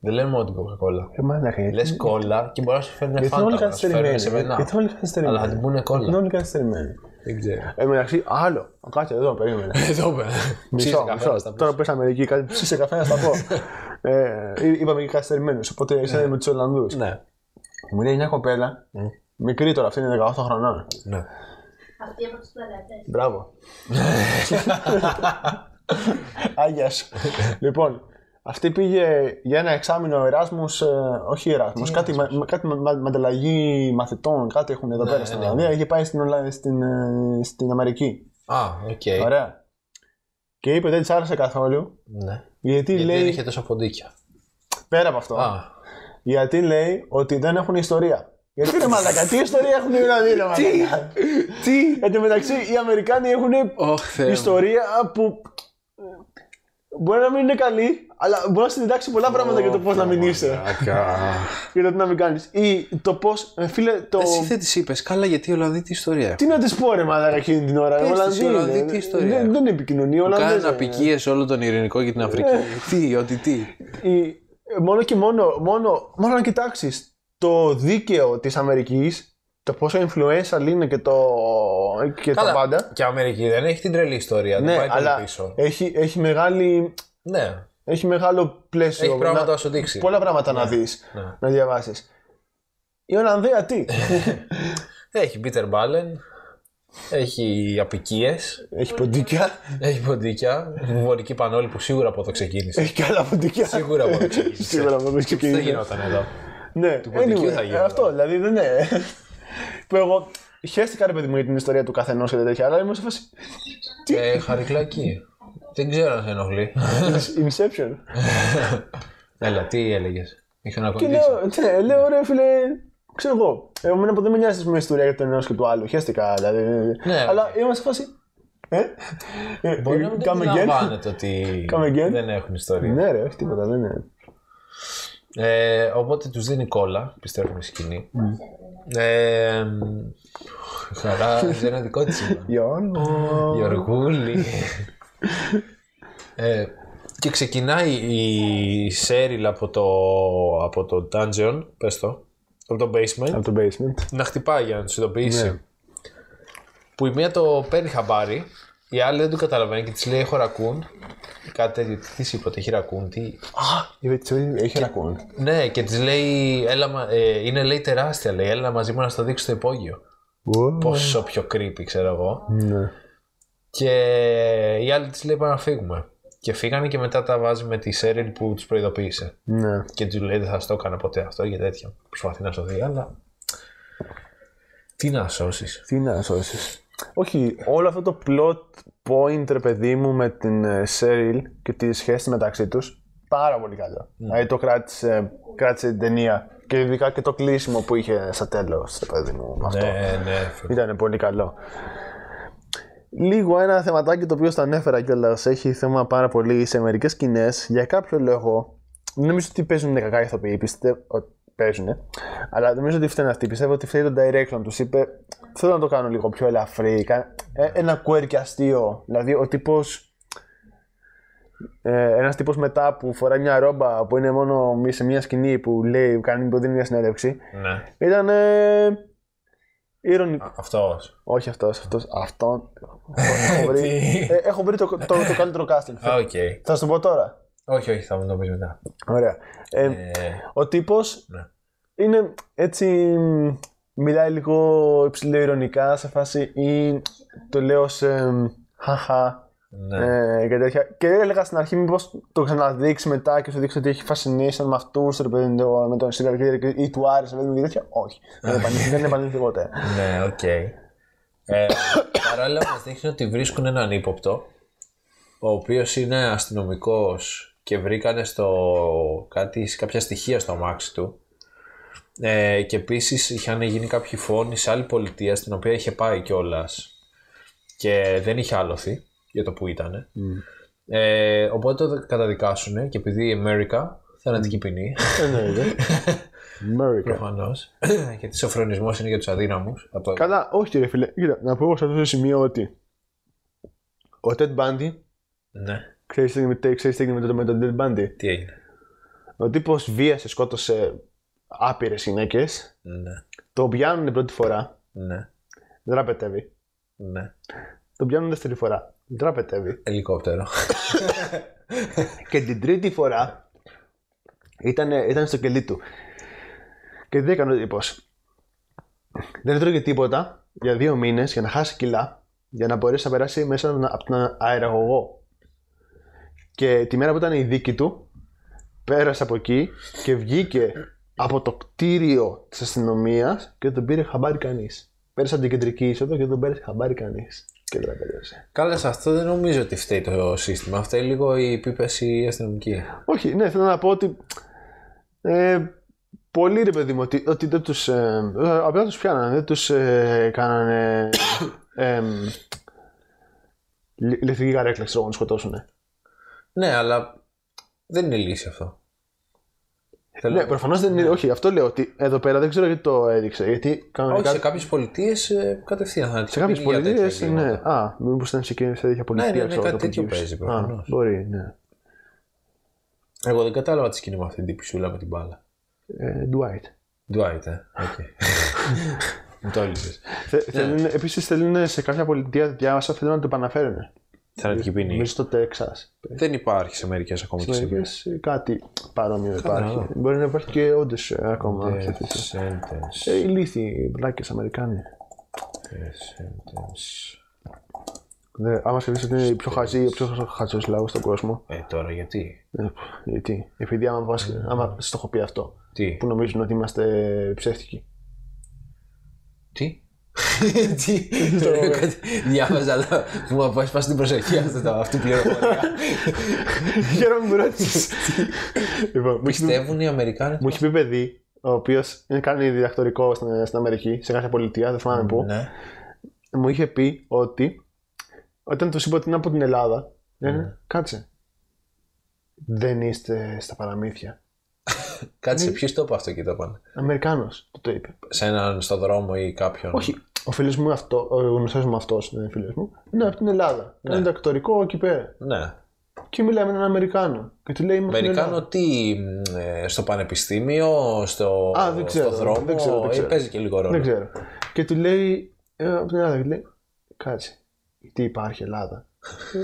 [SPEAKER 1] Δεν λένε μόνο την κοκακόλα.
[SPEAKER 2] Ε, μάλακα, γιατί-
[SPEAKER 1] Λες κόλλα και μπορεί να σου φέρνουν
[SPEAKER 2] γιατί είναι όλοι
[SPEAKER 1] φάντα, να σου φέρνουν
[SPEAKER 2] καθυστερημένοι.
[SPEAKER 1] σε
[SPEAKER 2] Γιατί είναι όλοι Ναι. καθυστερημένοι.
[SPEAKER 1] Αλλά θα την πούνε
[SPEAKER 2] Γιατί είναι
[SPEAKER 1] κόλλα.
[SPEAKER 2] όλοι καθυστερημένοι.
[SPEAKER 1] Δεν ξέρω.
[SPEAKER 2] Ε, μεταξύ, άλλο. Κάτσε εδώ, περίμενε.
[SPEAKER 1] Εδώ πέρα.
[SPEAKER 2] Μισό, μισό. Τώρα πες Αμερική, κάτι ψήσε καφέ να στα πω. ε, είπαμε και καθυστερημένου, οπότε είσαι με τους Ολλανδούς.
[SPEAKER 1] Ναι.
[SPEAKER 2] Μου λέει μια κοπέλα, μικρή τώρα, αυτή είναι 18 χρονών.
[SPEAKER 1] ναι.
[SPEAKER 4] Αυτή από τους πλανήτες.
[SPEAKER 2] Μπράβο. Άγιας σου. λοιπόν, αυτή πήγε για ένα εξάμεινο Εράσμου, όχι Εράσμου, κάτι, μα, μα- κάτι με, με, με ανταλλαγή μαθητών, κάτι έχουν
[SPEAKER 1] Ναι,
[SPEAKER 2] εδώ πέρα στην Ολλανδία. Είχε πάει στην, Ολλα- στην, ε, στην Αμερική.
[SPEAKER 1] Α, οκ.
[SPEAKER 2] Ωραία. Και είπε δεν της άρεσε καθόλου,
[SPEAKER 1] Ναι.
[SPEAKER 2] γιατί,
[SPEAKER 1] Γιατί
[SPEAKER 2] λέει.
[SPEAKER 1] δεν είχε τόσα ποντίκια.
[SPEAKER 2] Πέρα από αυτό.
[SPEAKER 1] Α,
[SPEAKER 2] Γιατί λέει ότι δεν έχουν ιστορία. Γιατί ρε μαλακα, τι ιστορία έχουν οι Ιρλανδοί, ρε μαλακα.
[SPEAKER 1] Τι!
[SPEAKER 2] Εν τω μεταξύ, οι Αμερικάνοι έχουν
[SPEAKER 1] Ωχ, Θεέ μου.
[SPEAKER 2] ιστορία που ε, μπορεί να μην είναι καλή, αλλά μπορεί να σου διδάξει πολλά πράγματα για το πώς να μην είσαι. Για το τι να μην κάνεις. Ή το πώς. Φίλε, το.
[SPEAKER 1] Ε, Εσύ δεν τη είπες, καλά γιατί οι Ολλανδοί τι ιστορία.
[SPEAKER 2] Τι να τη πω, ρε μαλακα, εκείνη την ώρα.
[SPEAKER 1] Πες
[SPEAKER 2] Ολλανδοί
[SPEAKER 1] της, Ολλανδοί,
[SPEAKER 2] είναι.
[SPEAKER 1] τι ιστορία
[SPEAKER 2] Δεν- Δεν επικοινωνεί, ε. Ολλανδοί.
[SPEAKER 1] Κάνουν απικίες όλο τον Ειρηνικό και την Αφρική.
[SPEAKER 2] Ε.
[SPEAKER 1] τι, ότι τι.
[SPEAKER 2] η- ε, μόνο και μόνο, μόνο, μόνο να κοιτάξεις το δίκαιο της Αμερικής, το πόσο influential είναι και, το, και τα πάντα.
[SPEAKER 1] Και η Αμερική δεν έχει την τρελή ιστορία.
[SPEAKER 2] Ναι,
[SPEAKER 1] δεν πάει
[SPEAKER 2] αλλά
[SPEAKER 1] πολύ πίσω.
[SPEAKER 2] έχει, έχει, μεγάλη,
[SPEAKER 1] Ναι,
[SPEAKER 2] έχει μεγάλο πλαίσιο.
[SPEAKER 1] έχει πράγματα να
[SPEAKER 2] να,
[SPEAKER 1] σου δείξει.
[SPEAKER 2] πολλά πράγματα
[SPEAKER 1] Ναι.
[SPEAKER 2] να δεις, να διαβάσεις. Η Ολλανδία τι,
[SPEAKER 1] Έχει Peter Ballen, έχει απικίες,
[SPEAKER 2] έχει ποντίκια,
[SPEAKER 1] έχει ποντίκια, βορική πανόλη που σίγουρα από εδώ ξεκίνησε.
[SPEAKER 2] έχει και άλλα ποντίκια.
[SPEAKER 1] Σίγουρα από εδώ ξεκίνησε.
[SPEAKER 2] Σίγουρα από εδώ
[SPEAKER 1] Τι δεν
[SPEAKER 2] ξεκίνησε.
[SPEAKER 1] γινόταν εδώ.
[SPEAKER 2] Ναι,
[SPEAKER 1] ποντικού
[SPEAKER 2] anyway,
[SPEAKER 1] θα γίνει.
[SPEAKER 2] αυτό δηλαδή δεν είναι. που εγώ χαίστηκα ρε παιδί μου για την ιστορία του καθενός και τέτοια, αλλά ήμουν σε φάση.
[SPEAKER 1] ε, χαρικλακή. Δεν ξέρω αν σε ενοχλεί.
[SPEAKER 2] Inception.
[SPEAKER 1] Έλα, τι έλεγες. Είχε να
[SPEAKER 2] Και
[SPEAKER 1] κοντήσει.
[SPEAKER 2] λέω, ναι, λέω ρε φίλε, ξέρω εγώ. Εμένα που δεν με νοιάζει πούμε, η ιστορία για τον ενό και του άλλου. Χαίστηκα, δηλαδή.
[SPEAKER 1] Ναι,
[SPEAKER 2] αλλά είμαστε σε φάση. Ε, ε,
[SPEAKER 1] Μπορεί να μην το
[SPEAKER 2] come again.
[SPEAKER 1] αντιλαμβάνεται ότι
[SPEAKER 2] Come again.
[SPEAKER 1] δεν έχουν ιστορία.
[SPEAKER 2] Ναι, ρε, όχι τίποτα, δεν είναι.
[SPEAKER 1] Ε, οπότε τους δίνει κόλλα, πιστεύουμε στη σκηνή. Ε, μ, χαρά, δεν είναι δικό της σύμπαν.
[SPEAKER 2] Γιώργο.
[SPEAKER 1] Γιωργούλη. ε, και ξεκινάει η Σέριλ από το, από το dungeon, πες το, από το basement,
[SPEAKER 2] Από Ναι. το basement.
[SPEAKER 1] να χτυπάει για να τους ειδοποιήσει. Που η μία το παίρνει χαμπάρι, η άλλη δεν το καταλαβαίνει και της λέει έχω ρακούν. Κάτι τέτοιο, τι της είπε, ότι έχει ρακούν, τι...
[SPEAKER 2] Γιατί της λέει, έχει ένα κόν.
[SPEAKER 1] Ναι, και της λέει, έλα, μα- ε, είναι λέει τεράστια, λέει, έλα μαζί μου να στο δείξω στο υπόγειο. Πόσο πιο creepy, ξέρω εγώ.
[SPEAKER 2] Ναι.
[SPEAKER 1] Και η άλλη της λέει πάμε να φύγουμε. Και φύγανε και μετά τα βάζει με τη Σέριλ που τους προειδοποίησε.
[SPEAKER 2] Ναι.
[SPEAKER 1] Και τους λέει δεν θα στο έκανα ποτέ αυτό και τέτοια. Προσπαθεί να σωθεί, αλλά. Τι να σώσεις.
[SPEAKER 2] Τι να σώσεις. Όχι, όλο αυτό ε, το plot point, ρε παιδί μου, με την Σέριλ και τη σχέση μεταξύ τους πάρα πολύ καλό. Δηλαδή το κράτησε, κράτησε την ταινία. Και ειδικά και το κλείσιμο που είχε στο τέλο, το παιδί μου. με Αυτό.
[SPEAKER 1] Ναι, ναι. φίλε.
[SPEAKER 2] Ήταν πολύ καλό. Λίγο ένα θεματάκι το οποίο στα ανέφερα κιόλας έχει θέμα πάρα πολύ σε μερικές σκηνές. Για κάποιο λόγο, δεν νομίζω ότι παίζουν κακά ηθοποιοί, πιστεύω ότι παίζουν, αλλά νομίζω ότι φταίνε αυτοί. Πιστεύω ότι φταίει το direction τους. Είπε, θέλω να το κάνω λίγο πιο ελαφρύ, κα- ε, ένα quirky αστείο. Δηλαδή, ο τύπος. Ε, ένας τύπος μετά που φοράει μια ρόμπα που είναι μόνο μη- σε μια σκηνή που λέει, κάνει, που δίνει μια συνέντευξη.
[SPEAKER 1] ναι.
[SPEAKER 2] Ήταν. Ε, ηρωνικό.
[SPEAKER 1] Αυτός.
[SPEAKER 2] Όχι αυτός, αυτός. Αυτόν. έχω βρει,
[SPEAKER 1] Τι?
[SPEAKER 2] ε, έχω βρει το, το, το καλύτερο casting.
[SPEAKER 1] Οκ.
[SPEAKER 2] θα σου το πω τώρα.
[SPEAKER 1] Όχι, όχι, θα μου το πεις μετά.
[SPEAKER 2] Ωραία. Ε,
[SPEAKER 1] Ε,
[SPEAKER 2] ο τύπος
[SPEAKER 1] ναι.
[SPEAKER 2] είναι έτσι. μ, Μιλάει λίγο υψηλοειρωνικά σε φάση ή το λέω σε μ, χαχα
[SPEAKER 1] ναι.
[SPEAKER 2] ε, και τέτοια. Και έλεγα στην αρχή μήπως το ξαναδείξει μετά και σου δείξει ότι έχει fascination με αυτούς, ρε παιδί, με το- με τον serial killer και- ή του άρεσε ρε παιδί μου, και τέτοια. Όχι. Δεν επανήλθε- δεν επανήλθε ποτέ.
[SPEAKER 1] Ναι, οκ. Ε, παράλληλα μας δείχνει ότι βρίσκουν έναν ύποπτο, ο οποίος είναι αστυνομικός και βρήκανε στο, κάτι, κάποια στοιχεία στο αμάξι του. Ε, και επίσης είχαν γίνει κάποιοι φόνοι σε άλλη πολιτεία στην οποία είχε πάει κιόλας και δεν είχε άλοθη για το που ήταν. Ε, οπότε το καταδικάσουνε και επειδή η America θανατική ποινή
[SPEAKER 2] Εννοείται. America.
[SPEAKER 1] προφανώς γιατί σοφρονισμός είναι για τους αδύναμους από το-
[SPEAKER 2] Καλά, όχι ρε φίλε. Κοίτα, να πω εγώ σε αυτό το σημείο ότι ο Ted Bundy,
[SPEAKER 1] ναι,
[SPEAKER 2] ξέρεις τι έγινε με- ξέρεις τι έγινε με το- με τον Ted Bundy.
[SPEAKER 1] τι έγινε
[SPEAKER 2] Ο τύπος βίασε, σκότωσε άπειρες γυναίκες,
[SPEAKER 1] ναι.
[SPEAKER 2] το πιάνουν πρώτη φορά,
[SPEAKER 1] Ναι,
[SPEAKER 2] δραπετεύει.
[SPEAKER 1] ναι.
[SPEAKER 2] Το πιάνουν δεύτερη φορά, δραπετεύει.
[SPEAKER 1] Ελικόπτερο.
[SPEAKER 2] Και την τρίτη φορά ήταν, ήταν στο κελί του. Και τι έκανε ο τύπος. Δεν έτρωγε τίποτα για δύο μήνες για να χάσει κιλά, για να μπορέσει να περάσει μέσα από τον αεραγωγό. Και τη μέρα που ήταν η δίκη του, πέρασε από εκεί και βγήκε από το κτίριο της αστυνομίας και δεν τον πήρε χαμπάρι κανείς. Πέρασε από την κεντρική είσοδο και δεν τον πέρασε χαμπάρι κανείς. Και τραπέζασε.
[SPEAKER 1] Καλά, σε αυτό δεν νομίζω ότι φταίει το σύστημα. Φταίει λίγο η επίπεση αστυνομική.
[SPEAKER 2] Όχι, ναι, θέλω να πω ότι. Ε, πολύ ρε παιδί μου, ότι, ότι δεν τους. Ε, ε, απλά τους πιάνανε, δεν τους ε, κάνανε. Ε, ε, λι- ηλεκτρική καρέκλα, ξέρω εγώ, να τους σκοτώσουν.
[SPEAKER 1] Ναι, αλλά δεν είναι λύση αυτό. Θέλω...
[SPEAKER 2] Ναι, προφανώς δεν είναι. Όχι, αυτό λέω ότι εδώ πέρα δεν ξέρω γιατί το έδειξε. Γιατί
[SPEAKER 1] Όχι,
[SPEAKER 2] κανονικά.
[SPEAKER 1] σε κάποιες πολιτείες κατευθείαν θα
[SPEAKER 2] σε κάποιε πολιτείε. Ναι, α, μήπως ήταν σε εκείνη- σε τέτοια πολιτεία.
[SPEAKER 1] ναι, ναι,
[SPEAKER 2] ξέρω,
[SPEAKER 1] κάτι
[SPEAKER 2] το που
[SPEAKER 1] τέτοιο
[SPEAKER 2] κύβησε.
[SPEAKER 1] παίζει,
[SPEAKER 2] Α,
[SPEAKER 1] προφανώς.
[SPEAKER 2] Μπορεί, ναι.
[SPEAKER 1] Εγώ δεν κατάλαβα τι σκηνή με αυτή την πισούλα με την μπάλα.
[SPEAKER 2] Ε, Dwight.
[SPEAKER 1] Dwight, ε. Okay. Μου το έλυσες.
[SPEAKER 2] Επίση θέλουν σε κάποια πολιτεία, διάβασα, θέλουν να το επαναφέρουν.
[SPEAKER 1] Θανατική ποινή.
[SPEAKER 2] Νομίζω στο Τέξας.
[SPEAKER 1] Δεν υπάρχει σε μερικές ακόμα και σήμερα.
[SPEAKER 2] Μερικές, ε, κάτι παρόμοιο υπάρχει.
[SPEAKER 1] άλλο.
[SPEAKER 2] Μπορεί να υπάρχει και όντως ακόμα.
[SPEAKER 1] Death
[SPEAKER 2] τέτοιο.
[SPEAKER 1] sentence.
[SPEAKER 2] Ε, Ηλίθιοι οι μπλάκε Αμερικάνοι.
[SPEAKER 1] Death sentence.
[SPEAKER 2] Δες, Ναι, άμα σκεφτείς ότι είναι οι πιο χαζοί, οι πιο χαζός λαός στον κόσμο.
[SPEAKER 1] Ε, τώρα γιατί.
[SPEAKER 2] Ε, πφ, Γιατί, επειδή άμα, πας- άμα σας το έχω πει αυτό,
[SPEAKER 1] Τι.
[SPEAKER 2] που νομίζουν ότι είμαστε ψεύτικοι.
[SPEAKER 1] Τι. Τι. Κάτι Διάβαζα, αλλά μου απέσπασε την προσοχή αυτό το- αυτή η πληροφορία.
[SPEAKER 2] Χαίρομαι που ρώτησες. λοιπόν, μου έχει πει-
[SPEAKER 1] Πιστεύουν οι Αμερικάνοι.
[SPEAKER 2] μου έχει πει παιδί, ο οποίος κάνει διδακτορικό στην, στην Αμερική, σε κάποια πολιτεία, δεν θυμάμαι πού.
[SPEAKER 1] Ναι.
[SPEAKER 2] μου είχε πει ότι όταν τους είπα ότι είναι από την Ελλάδα, λένε κάτσε. Δεν είστε στα παραμύθια. Ναι.
[SPEAKER 1] Κάτσε, ποιος το είπε αυτό και το είπαν.
[SPEAKER 2] Αμερικάνος το, το είπε.
[SPEAKER 1] Σε έναν στον δρόμο ή κάποιον.
[SPEAKER 2] Όχι, ο φίλος μου αυτό, ο γνωστός μου αυτός, δεν είναι φίλος μου, είναι από την Ελλάδα. Είναι διδακτορικό εκεί πέρα.
[SPEAKER 1] Ναι.
[SPEAKER 2] Και μιλάει με έναν Αμερικάνο. Και του λέει: «Είμαι από την Ελλάδα».
[SPEAKER 1] Αμερικάνο τι. μ, ε, Στο πανεπιστήμιο, στο,
[SPEAKER 2] Α, δεν ξέρω,
[SPEAKER 1] στο δρόμο.
[SPEAKER 2] δεν ξέρω, δεν
[SPEAKER 1] ε,
[SPEAKER 2] ξέρω.
[SPEAKER 1] Παίζει και λίγο ρόλο.
[SPEAKER 2] Δεν ξέρω. Και του λέει: ε, Από την Ελλάδα. Και λέει: Κάτσε. Τι υπάρχει Ελλάδα. Ε,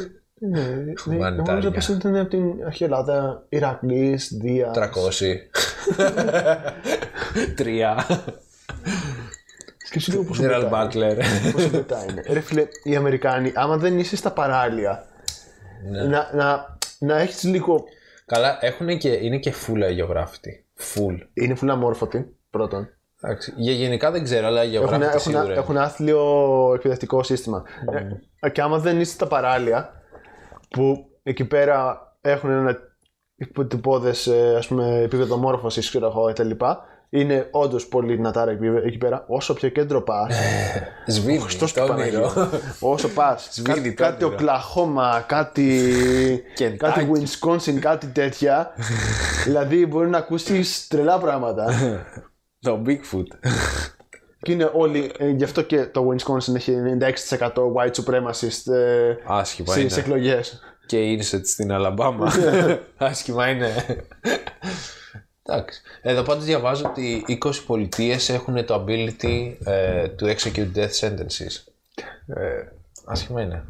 [SPEAKER 2] ναι, ναι,
[SPEAKER 1] Βάνε τα
[SPEAKER 2] νομίζω
[SPEAKER 1] άρια.
[SPEAKER 2] πως ήταν από την αρχή Ελλάδα, Ηρακλής, Δίας.
[SPEAKER 1] 300. Τρία.
[SPEAKER 2] Σκέψου λίγο πόσο
[SPEAKER 1] Gerald
[SPEAKER 2] πετάει.
[SPEAKER 1] Butler.
[SPEAKER 2] Πόσο μετά είναι. Ρε φίλε, οι Αμερικάνοι, άμα δεν είσαι στα παράλια, να, να, να έχεις λίγο...
[SPEAKER 1] Καλά, έχουν και, είναι και full αγιογράφητοι. Full.
[SPEAKER 2] Είναι φουλά μόρφωτοι, πρώτον.
[SPEAKER 1] Εντάξει, Για γενικά δεν ξέρω, αλλά
[SPEAKER 2] Έχουν,
[SPEAKER 1] αγιογράφητοι
[SPEAKER 2] έχουν,
[SPEAKER 1] σίγουρα.
[SPEAKER 2] έχουν άθλιο εκπαιδευτικό σύστημα. Ε, και άμα δεν είσαι στα παράλια, που εκεί πέρα έχουν ένα υποτυπώδες επίπεδο μόρφωσης, ξέρω εγώ, κτλ. Είναι όντως πολύ δυνατά ρε, εκεί- εκεί πέρα. Όσο πιο κέντρο πας,
[SPEAKER 1] Σβήνει
[SPEAKER 2] Χριστός
[SPEAKER 1] το
[SPEAKER 2] του
[SPEAKER 1] όνειρο.
[SPEAKER 2] Παναγίου. Όσο πας,
[SPEAKER 1] Σβήνει
[SPEAKER 2] κάτι,
[SPEAKER 1] το
[SPEAKER 2] κάτι
[SPEAKER 1] όνειρο.
[SPEAKER 2] Οκλαχώμα, κάτι.
[SPEAKER 1] Κεντάκι.
[SPEAKER 2] κάτι Wisconsin, κάτι τέτοια. δηλαδή μπορεί να ακούσεις τρελά πράγματα.
[SPEAKER 1] το Bigfoot.
[SPEAKER 2] και είναι όλοι. ε, γι' αυτό και το Wisconsin έχει 96% white supremacist ε,
[SPEAKER 1] Άσχημα
[SPEAKER 2] στις
[SPEAKER 1] είναι.
[SPEAKER 2] εκλογές.
[SPEAKER 1] Και ήρθε στην Αλαμπάμα. Άσχημα είναι. Εντάξει. Εδώ πάντως διαβάζω ότι 20 πολιτείες έχουν το ability ε, to execute death sentences. Ε, άσχημα είναι.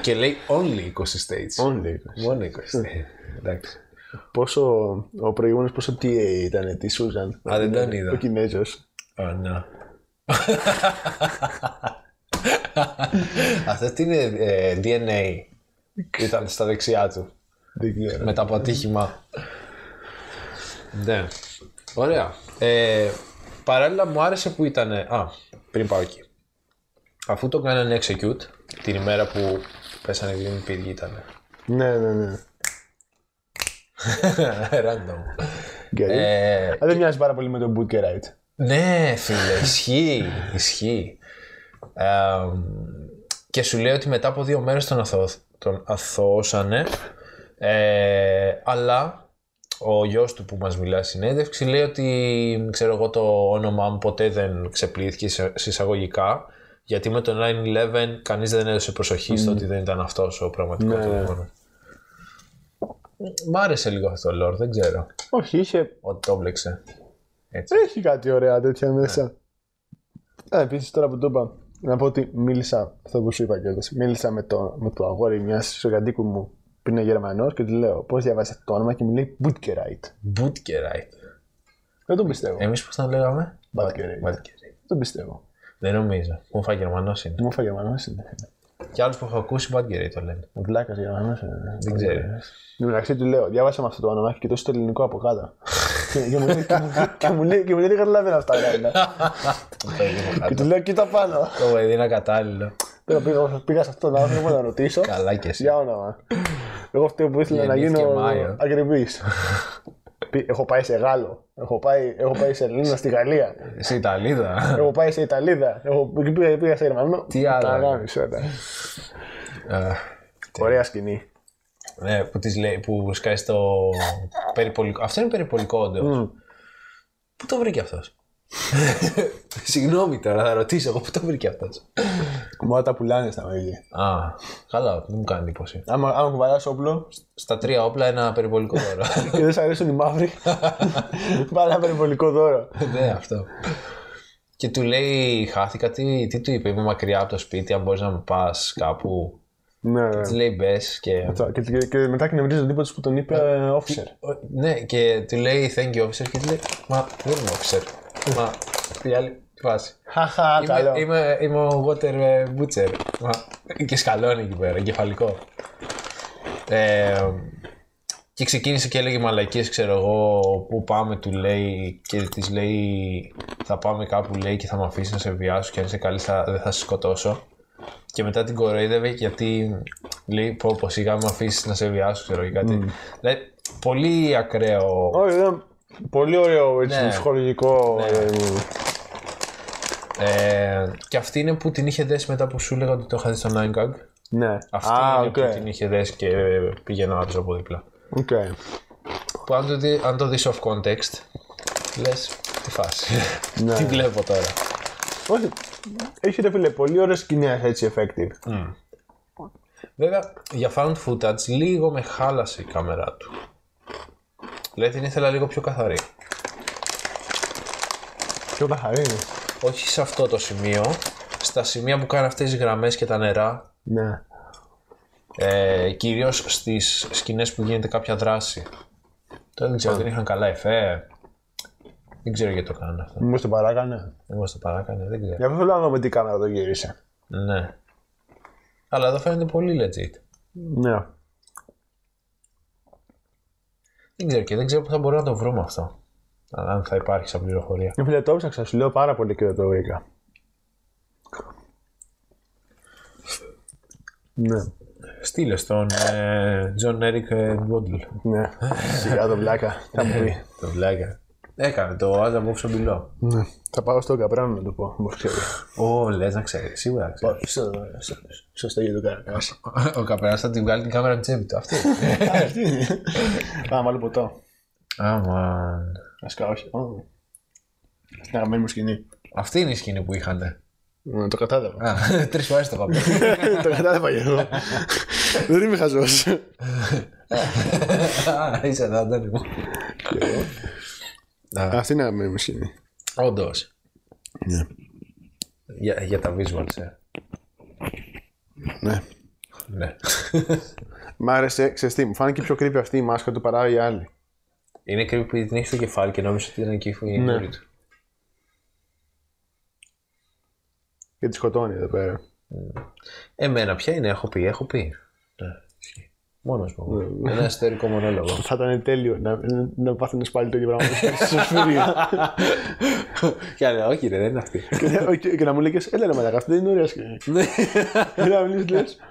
[SPEAKER 1] Και λέει only 20 states. Μόνο 20 states. Εντάξει.
[SPEAKER 2] Πόσο. Ο προηγούμενος πόσο TA ήταν, τη Σούζαν.
[SPEAKER 1] Α, δεν τον είδα.
[SPEAKER 2] Ο Κινέζος.
[SPEAKER 1] Α, ναι. να. Αυτό τι είναι ε, DNA. Ήταν στα δεξιά του.
[SPEAKER 3] Δεν ξέρω.
[SPEAKER 1] μετά από ατύχημα. ναι. Ωραία. Ε, παράλληλα μου άρεσε που ήταν. Α, πριν πάω εκεί. Αφού το κάνανε execute την ημέρα που πέσανε οι Green Pig ήταν.
[SPEAKER 2] Ναι, ναι, ναι.
[SPEAKER 1] Random.
[SPEAKER 2] Γκαρί.
[SPEAKER 1] Ε,
[SPEAKER 2] Α, δεν μοιάζει πάρα πολύ με τον Booker Right.
[SPEAKER 1] ναι, φίλε, ισχύει. ισχύει. Ε, και σου λέει ότι μετά από δύο μέρες τον, αθω, τον αθώσανε. Ε, αλλά ο γιος του που μας μιλά στην συνέντευξη λέει ότι ξέρω εγώ το όνομά μου ποτέ δεν ξεπλήθηκε σε- σε εισαγωγικά γιατί με το 9-11 κανείς δεν έδωσε προσοχή στο ότι δεν ήταν αυτός ο πραγματικός ναι. Μ' άρεσε λίγο αυτό το lore, δεν ξέρω
[SPEAKER 2] Όχι, είχε.
[SPEAKER 1] ότι το έμπλεξε. Έτσι.
[SPEAKER 2] Έχει κάτι ωραία τέτοια μέσα. Α, επίσης τώρα που το είπα, να πω ότι μίλησα, αυτό που σου είπα κιόλας. Μίλησα με το, με το αγόρι μιας σογαντίκου μου που είναι Γερμανός και του λέω πώς διαβάσατε το όνομα και μου λέει Butkerite.
[SPEAKER 1] Μπουτκεράιτ.
[SPEAKER 2] Δεν τον πιστεύω.
[SPEAKER 1] Εμείς πώς τα λέγαμε?
[SPEAKER 2] Butkerite. Δεν
[SPEAKER 1] Μπουτκεράιτ.
[SPEAKER 2] τον πιστεύω.
[SPEAKER 1] Δεν νομίζω. Μου φάει Γερμανός είναι.
[SPEAKER 2] Μου έφαγε Γερμανός είναι.
[SPEAKER 1] Και άλλους που έχω ακούσει Μπουτκεράιτ το λένε.
[SPEAKER 2] Βλάκας Γερμανός είναι.
[SPEAKER 1] Δεν ξέρω.
[SPEAKER 2] ε. Εν τω μεταξύ του λέω, διάβασα με αυτό το όνομα και κοιτώσει το ελληνικό από κάτω. και, και μου λέει- και μου- και μου λέει, και μου λέει, δεν καταλαβαίνω αυτά. λέει.
[SPEAKER 1] Το παιδί μου
[SPEAKER 2] και
[SPEAKER 1] κάτω.
[SPEAKER 2] του λέω, κοίτα πάνω.
[SPEAKER 1] Το παιδί είναι κατάλληλο.
[SPEAKER 2] Τώρα πήγα, πήγα σε αυτόν τον άνθρωπο να ρωτήσω.
[SPEAKER 1] Καλά κι εσύ.
[SPEAKER 2] Για όνομα. Εγώ αυτό που ήθελα να
[SPEAKER 1] Γεννήθηκε
[SPEAKER 2] γίνω
[SPEAKER 1] Μάιο.
[SPEAKER 2] ακριβή. έχω πάει σε Γάλλο. Έχω πάει, έχω πάει σε Ελλήνα στη Γαλλία.
[SPEAKER 1] Είσαι Ιταλίδα.
[SPEAKER 2] έχω πάει σε Ιταλίδα. Έχω, εκεί πήγα, πήγα σε Γερμανό.
[SPEAKER 1] Τι άλλο,
[SPEAKER 2] Τα
[SPEAKER 1] ρε.
[SPEAKER 2] γάμισα, τα.
[SPEAKER 1] Ε,
[SPEAKER 2] Ωραία σκηνή.
[SPEAKER 1] Ναι, που της λέει, που σκάει στο περιπολικό. Αυτό είναι περιπολικό όντως. Πού το βρήκε αυτός. Συγγνώμη τώρα, θα ρωτήσω εγώ πού το βρήκε αυτός.
[SPEAKER 2] Μόνο τα πουλάνε στα μέλη.
[SPEAKER 1] Α, καλά, δεν μου κάνει εντύπωση.
[SPEAKER 2] Άμα, άμα κουβαλάς όπλο
[SPEAKER 1] Στα τρία όπλα ένα περιπολικό δώρο.
[SPEAKER 2] και δεν σ' αρέσουν οι μαύροι, πάρε ένα περιβολικό δώρο.
[SPEAKER 1] ναι, αυτό. Και του λέει, χάθηκα, τι, τι του είπε, είμαι μακριά από το σπίτι, αν μπορείς να με πας κάπου.
[SPEAKER 2] ναι, ναι.
[SPEAKER 1] Της λέει, μπες και...
[SPEAKER 2] Αυτό. Και, και, και μετά κνευρίζει ο τύπος που τον είπε ε, officer.
[SPEAKER 1] Ο- Ναι, και του λέει, thank you officer, και του λέει, μα δεν είμαι officer. Μα, η άλλη φάση.
[SPEAKER 2] Χαχα,
[SPEAKER 1] Είμαι,
[SPEAKER 2] καλό.
[SPEAKER 1] είμαι, είμαι ο Water ε, Butcher. Μα, και σκαλώνει εκεί πέρα, εγκεφαλικό. Ε, και ξεκίνησε και έλεγε μαλακίες, ξέρω εγώ, πού πάμε, του λέει και της λέει θα πάμε κάπου, λέει, και θα με αφήσει να σε βιάσω και αν είσαι καλή θα, δεν θα σε σκοτώσω. Και μετά την κοροϊδεύε γιατί λέει πω πω σιγά με αφήσεις να σε βιάσω, ξέρω και κάτι. Δηλαδή, πολύ ακραίο.
[SPEAKER 2] Όχι, ήταν πολύ ωραίο έτσι,
[SPEAKER 1] Ναι.
[SPEAKER 2] ψυχολογικό. ε,
[SPEAKER 1] Ε, και αυτή είναι που την είχε δέσει μετά που σου έλεγα ότι το είχα δει στο 9gag.
[SPEAKER 2] Ναι.
[SPEAKER 1] Αυτή
[SPEAKER 2] Α,
[SPEAKER 1] είναι
[SPEAKER 2] οκ.
[SPEAKER 1] που την είχε δέσει και πήγαινε ο άλλος από δίπλα.
[SPEAKER 2] Οκ.
[SPEAKER 1] Που αν το, δει, αν το δεις off context, λες τι φάση,
[SPEAKER 2] Ναι.
[SPEAKER 1] τι βλέπω τώρα.
[SPEAKER 2] Όχι. Έχει ρε φίλε πολύ ωραίες σκηνές έτσι effective.
[SPEAKER 1] Βέβαια, για found footage λίγο με χάλασε η κάμερά του. Δηλαδή την ήθελα λίγο πιο καθαρή.
[SPEAKER 2] Πιο καθαρή είναι.
[SPEAKER 1] Όχι σε αυτό το σημείο, στα σημεία που κάνει αυτές τις γραμμές και τα νερά,
[SPEAKER 2] Ναι.
[SPEAKER 1] ε, κυρίως στις σκηνές που γίνεται κάποια δράση. Τώρα δεν
[SPEAKER 2] Ναι.
[SPEAKER 1] ξέρω, δεν είχαν καλά εφέ. Δεν ξέρω γιατί το κάνανε αυτό.
[SPEAKER 2] Μου το παράκανε.
[SPEAKER 1] Εγώ στο παράκανε, δεν ξέρω.
[SPEAKER 2] Γι' αυτό θέλω να δω με τι κάμερα το γύρισε.
[SPEAKER 1] Ναι. Αλλά εδώ φαίνεται πολύ legit.
[SPEAKER 2] Ναι.
[SPEAKER 1] Δεν ξέρω και δεν ξέρω πού θα μπορούμε να το βρούμε αυτό. Αλλά αν θα υπάρχει σαν πληροφορία.
[SPEAKER 2] Ρε Ε, φίλε, το ψάξα, σου λέω πάρα πολύ και δεν το βρήκα. Ναι.
[SPEAKER 1] Στείλε στον ε, John Eric ε, Waddle.
[SPEAKER 2] Ναι. Σιγά τον πλάκα. Θα μου πει.
[SPEAKER 1] Το βλάκα. Έκανε το άντρα μου ψωμπιλό.
[SPEAKER 2] Ναι. Θα πάω στο καπράνο να το πω. Μου ξέρεις.
[SPEAKER 1] Ω, λες να ξέρεις, σίγουρα να ξέρεις.
[SPEAKER 2] Πάω στο- στο- Σωστό για τον καρακά.
[SPEAKER 1] Ο καπέρα θα την βγάλει την κάμερα από την τσέπη του. Αυτή.
[SPEAKER 2] Ε, Α, βάλω ποτό.
[SPEAKER 1] Αμαν.
[SPEAKER 2] Βασικά όχι. Ω. Αγαπημένη μου σκηνή.
[SPEAKER 1] Αυτή είναι η σκηνή που είχαν.
[SPEAKER 2] Ναι, Το κατάλαβα.
[SPEAKER 1] Τρεις φορές το είπαμε.
[SPEAKER 2] Το κατάλαβα και εγώ. Δεν είμαι χαζός.
[SPEAKER 1] Α, Είσαι εδώ, Αντώνη μου.
[SPEAKER 2] Αυτή είναι η αγαπημένη μου σκηνή.
[SPEAKER 1] Όντως.
[SPEAKER 2] Ναι.
[SPEAKER 1] Για, για τα visuals, ε.
[SPEAKER 2] Ναι.
[SPEAKER 1] Ναι.
[SPEAKER 2] Μ' άρεσε, ξέρεις τι, μου φάνηκε πιο creepy αυτή η μάσκα του παρά η άλλη.
[SPEAKER 1] Είναι creepy που την έχει στο κεφάλι και νόμιζες ότι ήταν εκεί η
[SPEAKER 2] Ναι.
[SPEAKER 1] μούρη του.
[SPEAKER 2] Και τη σκοτώνει εδώ πέρα.
[SPEAKER 1] Εμένα ποια είναι, έχω πει, έχω πει. Ναι. Μόνος μου. Ένα εσωτερικό μονόλογο.
[SPEAKER 2] Θα ήταν τέλειο να, να πάθαινες πάλι το ίδιο πράγμα. Στο σφυρί.
[SPEAKER 1] Κι άλλα, όχι ρε, δεν είναι αυτή.
[SPEAKER 2] Και να- και, και να μου λέγες, έλα ρε μαλάκα, αυτή δεν είναι ωραία σκηνή. Και να μιλήσεις, λες,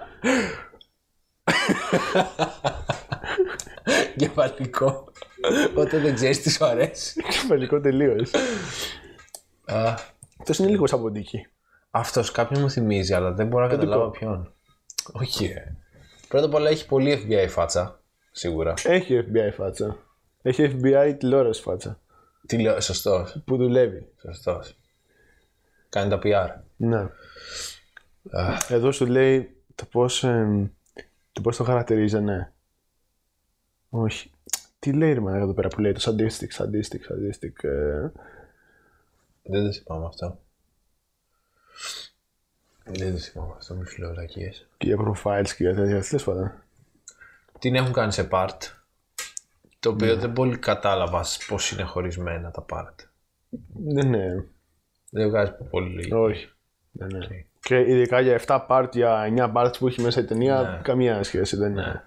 [SPEAKER 1] Κεφαλικό. Όταν δεν ξέρεις τι σου αρέσει.
[SPEAKER 2] κεφαλικό τελείως. Αυτός είναι λίγο σαμποντική.
[SPEAKER 1] Αυτός κάποιον μου θυμίζει, αλλά δεν μπορώ να καταλάβω ποιον. Όχι, ρε. Πρώτα απ' όλα έχει πολύ FBI φάτσα. Σίγουρα.
[SPEAKER 2] Έχει FBI φάτσα. Έχει FBI τηλεόραση φάτσα.
[SPEAKER 1] Τι λέω, σωστός.
[SPEAKER 2] Που δουλεύει.
[SPEAKER 1] Σωστός. Κάνει τα PR.
[SPEAKER 2] Ναι. Εδώ σου λέει το πώς, ε, το πώς το χαρακτηρίζανε. Όχι. Τι λέει ρε μαλάκα εδώ πέρα που λέει το sadistic, sadistic, sadistic. ε.
[SPEAKER 1] Δεν το θυμάμαι αυτό. Δεν το θυμάμαι αυτό, μη φιλοδακίε.
[SPEAKER 2] και για profiles και για τέτοια. Τέλος πάντων.
[SPEAKER 1] Την έχουν κάνει σε part. Το οποίο δεν πολύ κατάλαβα πώς είναι χωρισμένα τα part.
[SPEAKER 2] Ναι, ναι.
[SPEAKER 1] Δεν βγάζει πολύ.
[SPEAKER 2] Όχι. Ναι, ναι. Και ειδικά για 7 part, για 9 parts που έχει μέσα η ταινία,
[SPEAKER 1] Ναι.
[SPEAKER 2] καμία σχέση δεν είναι.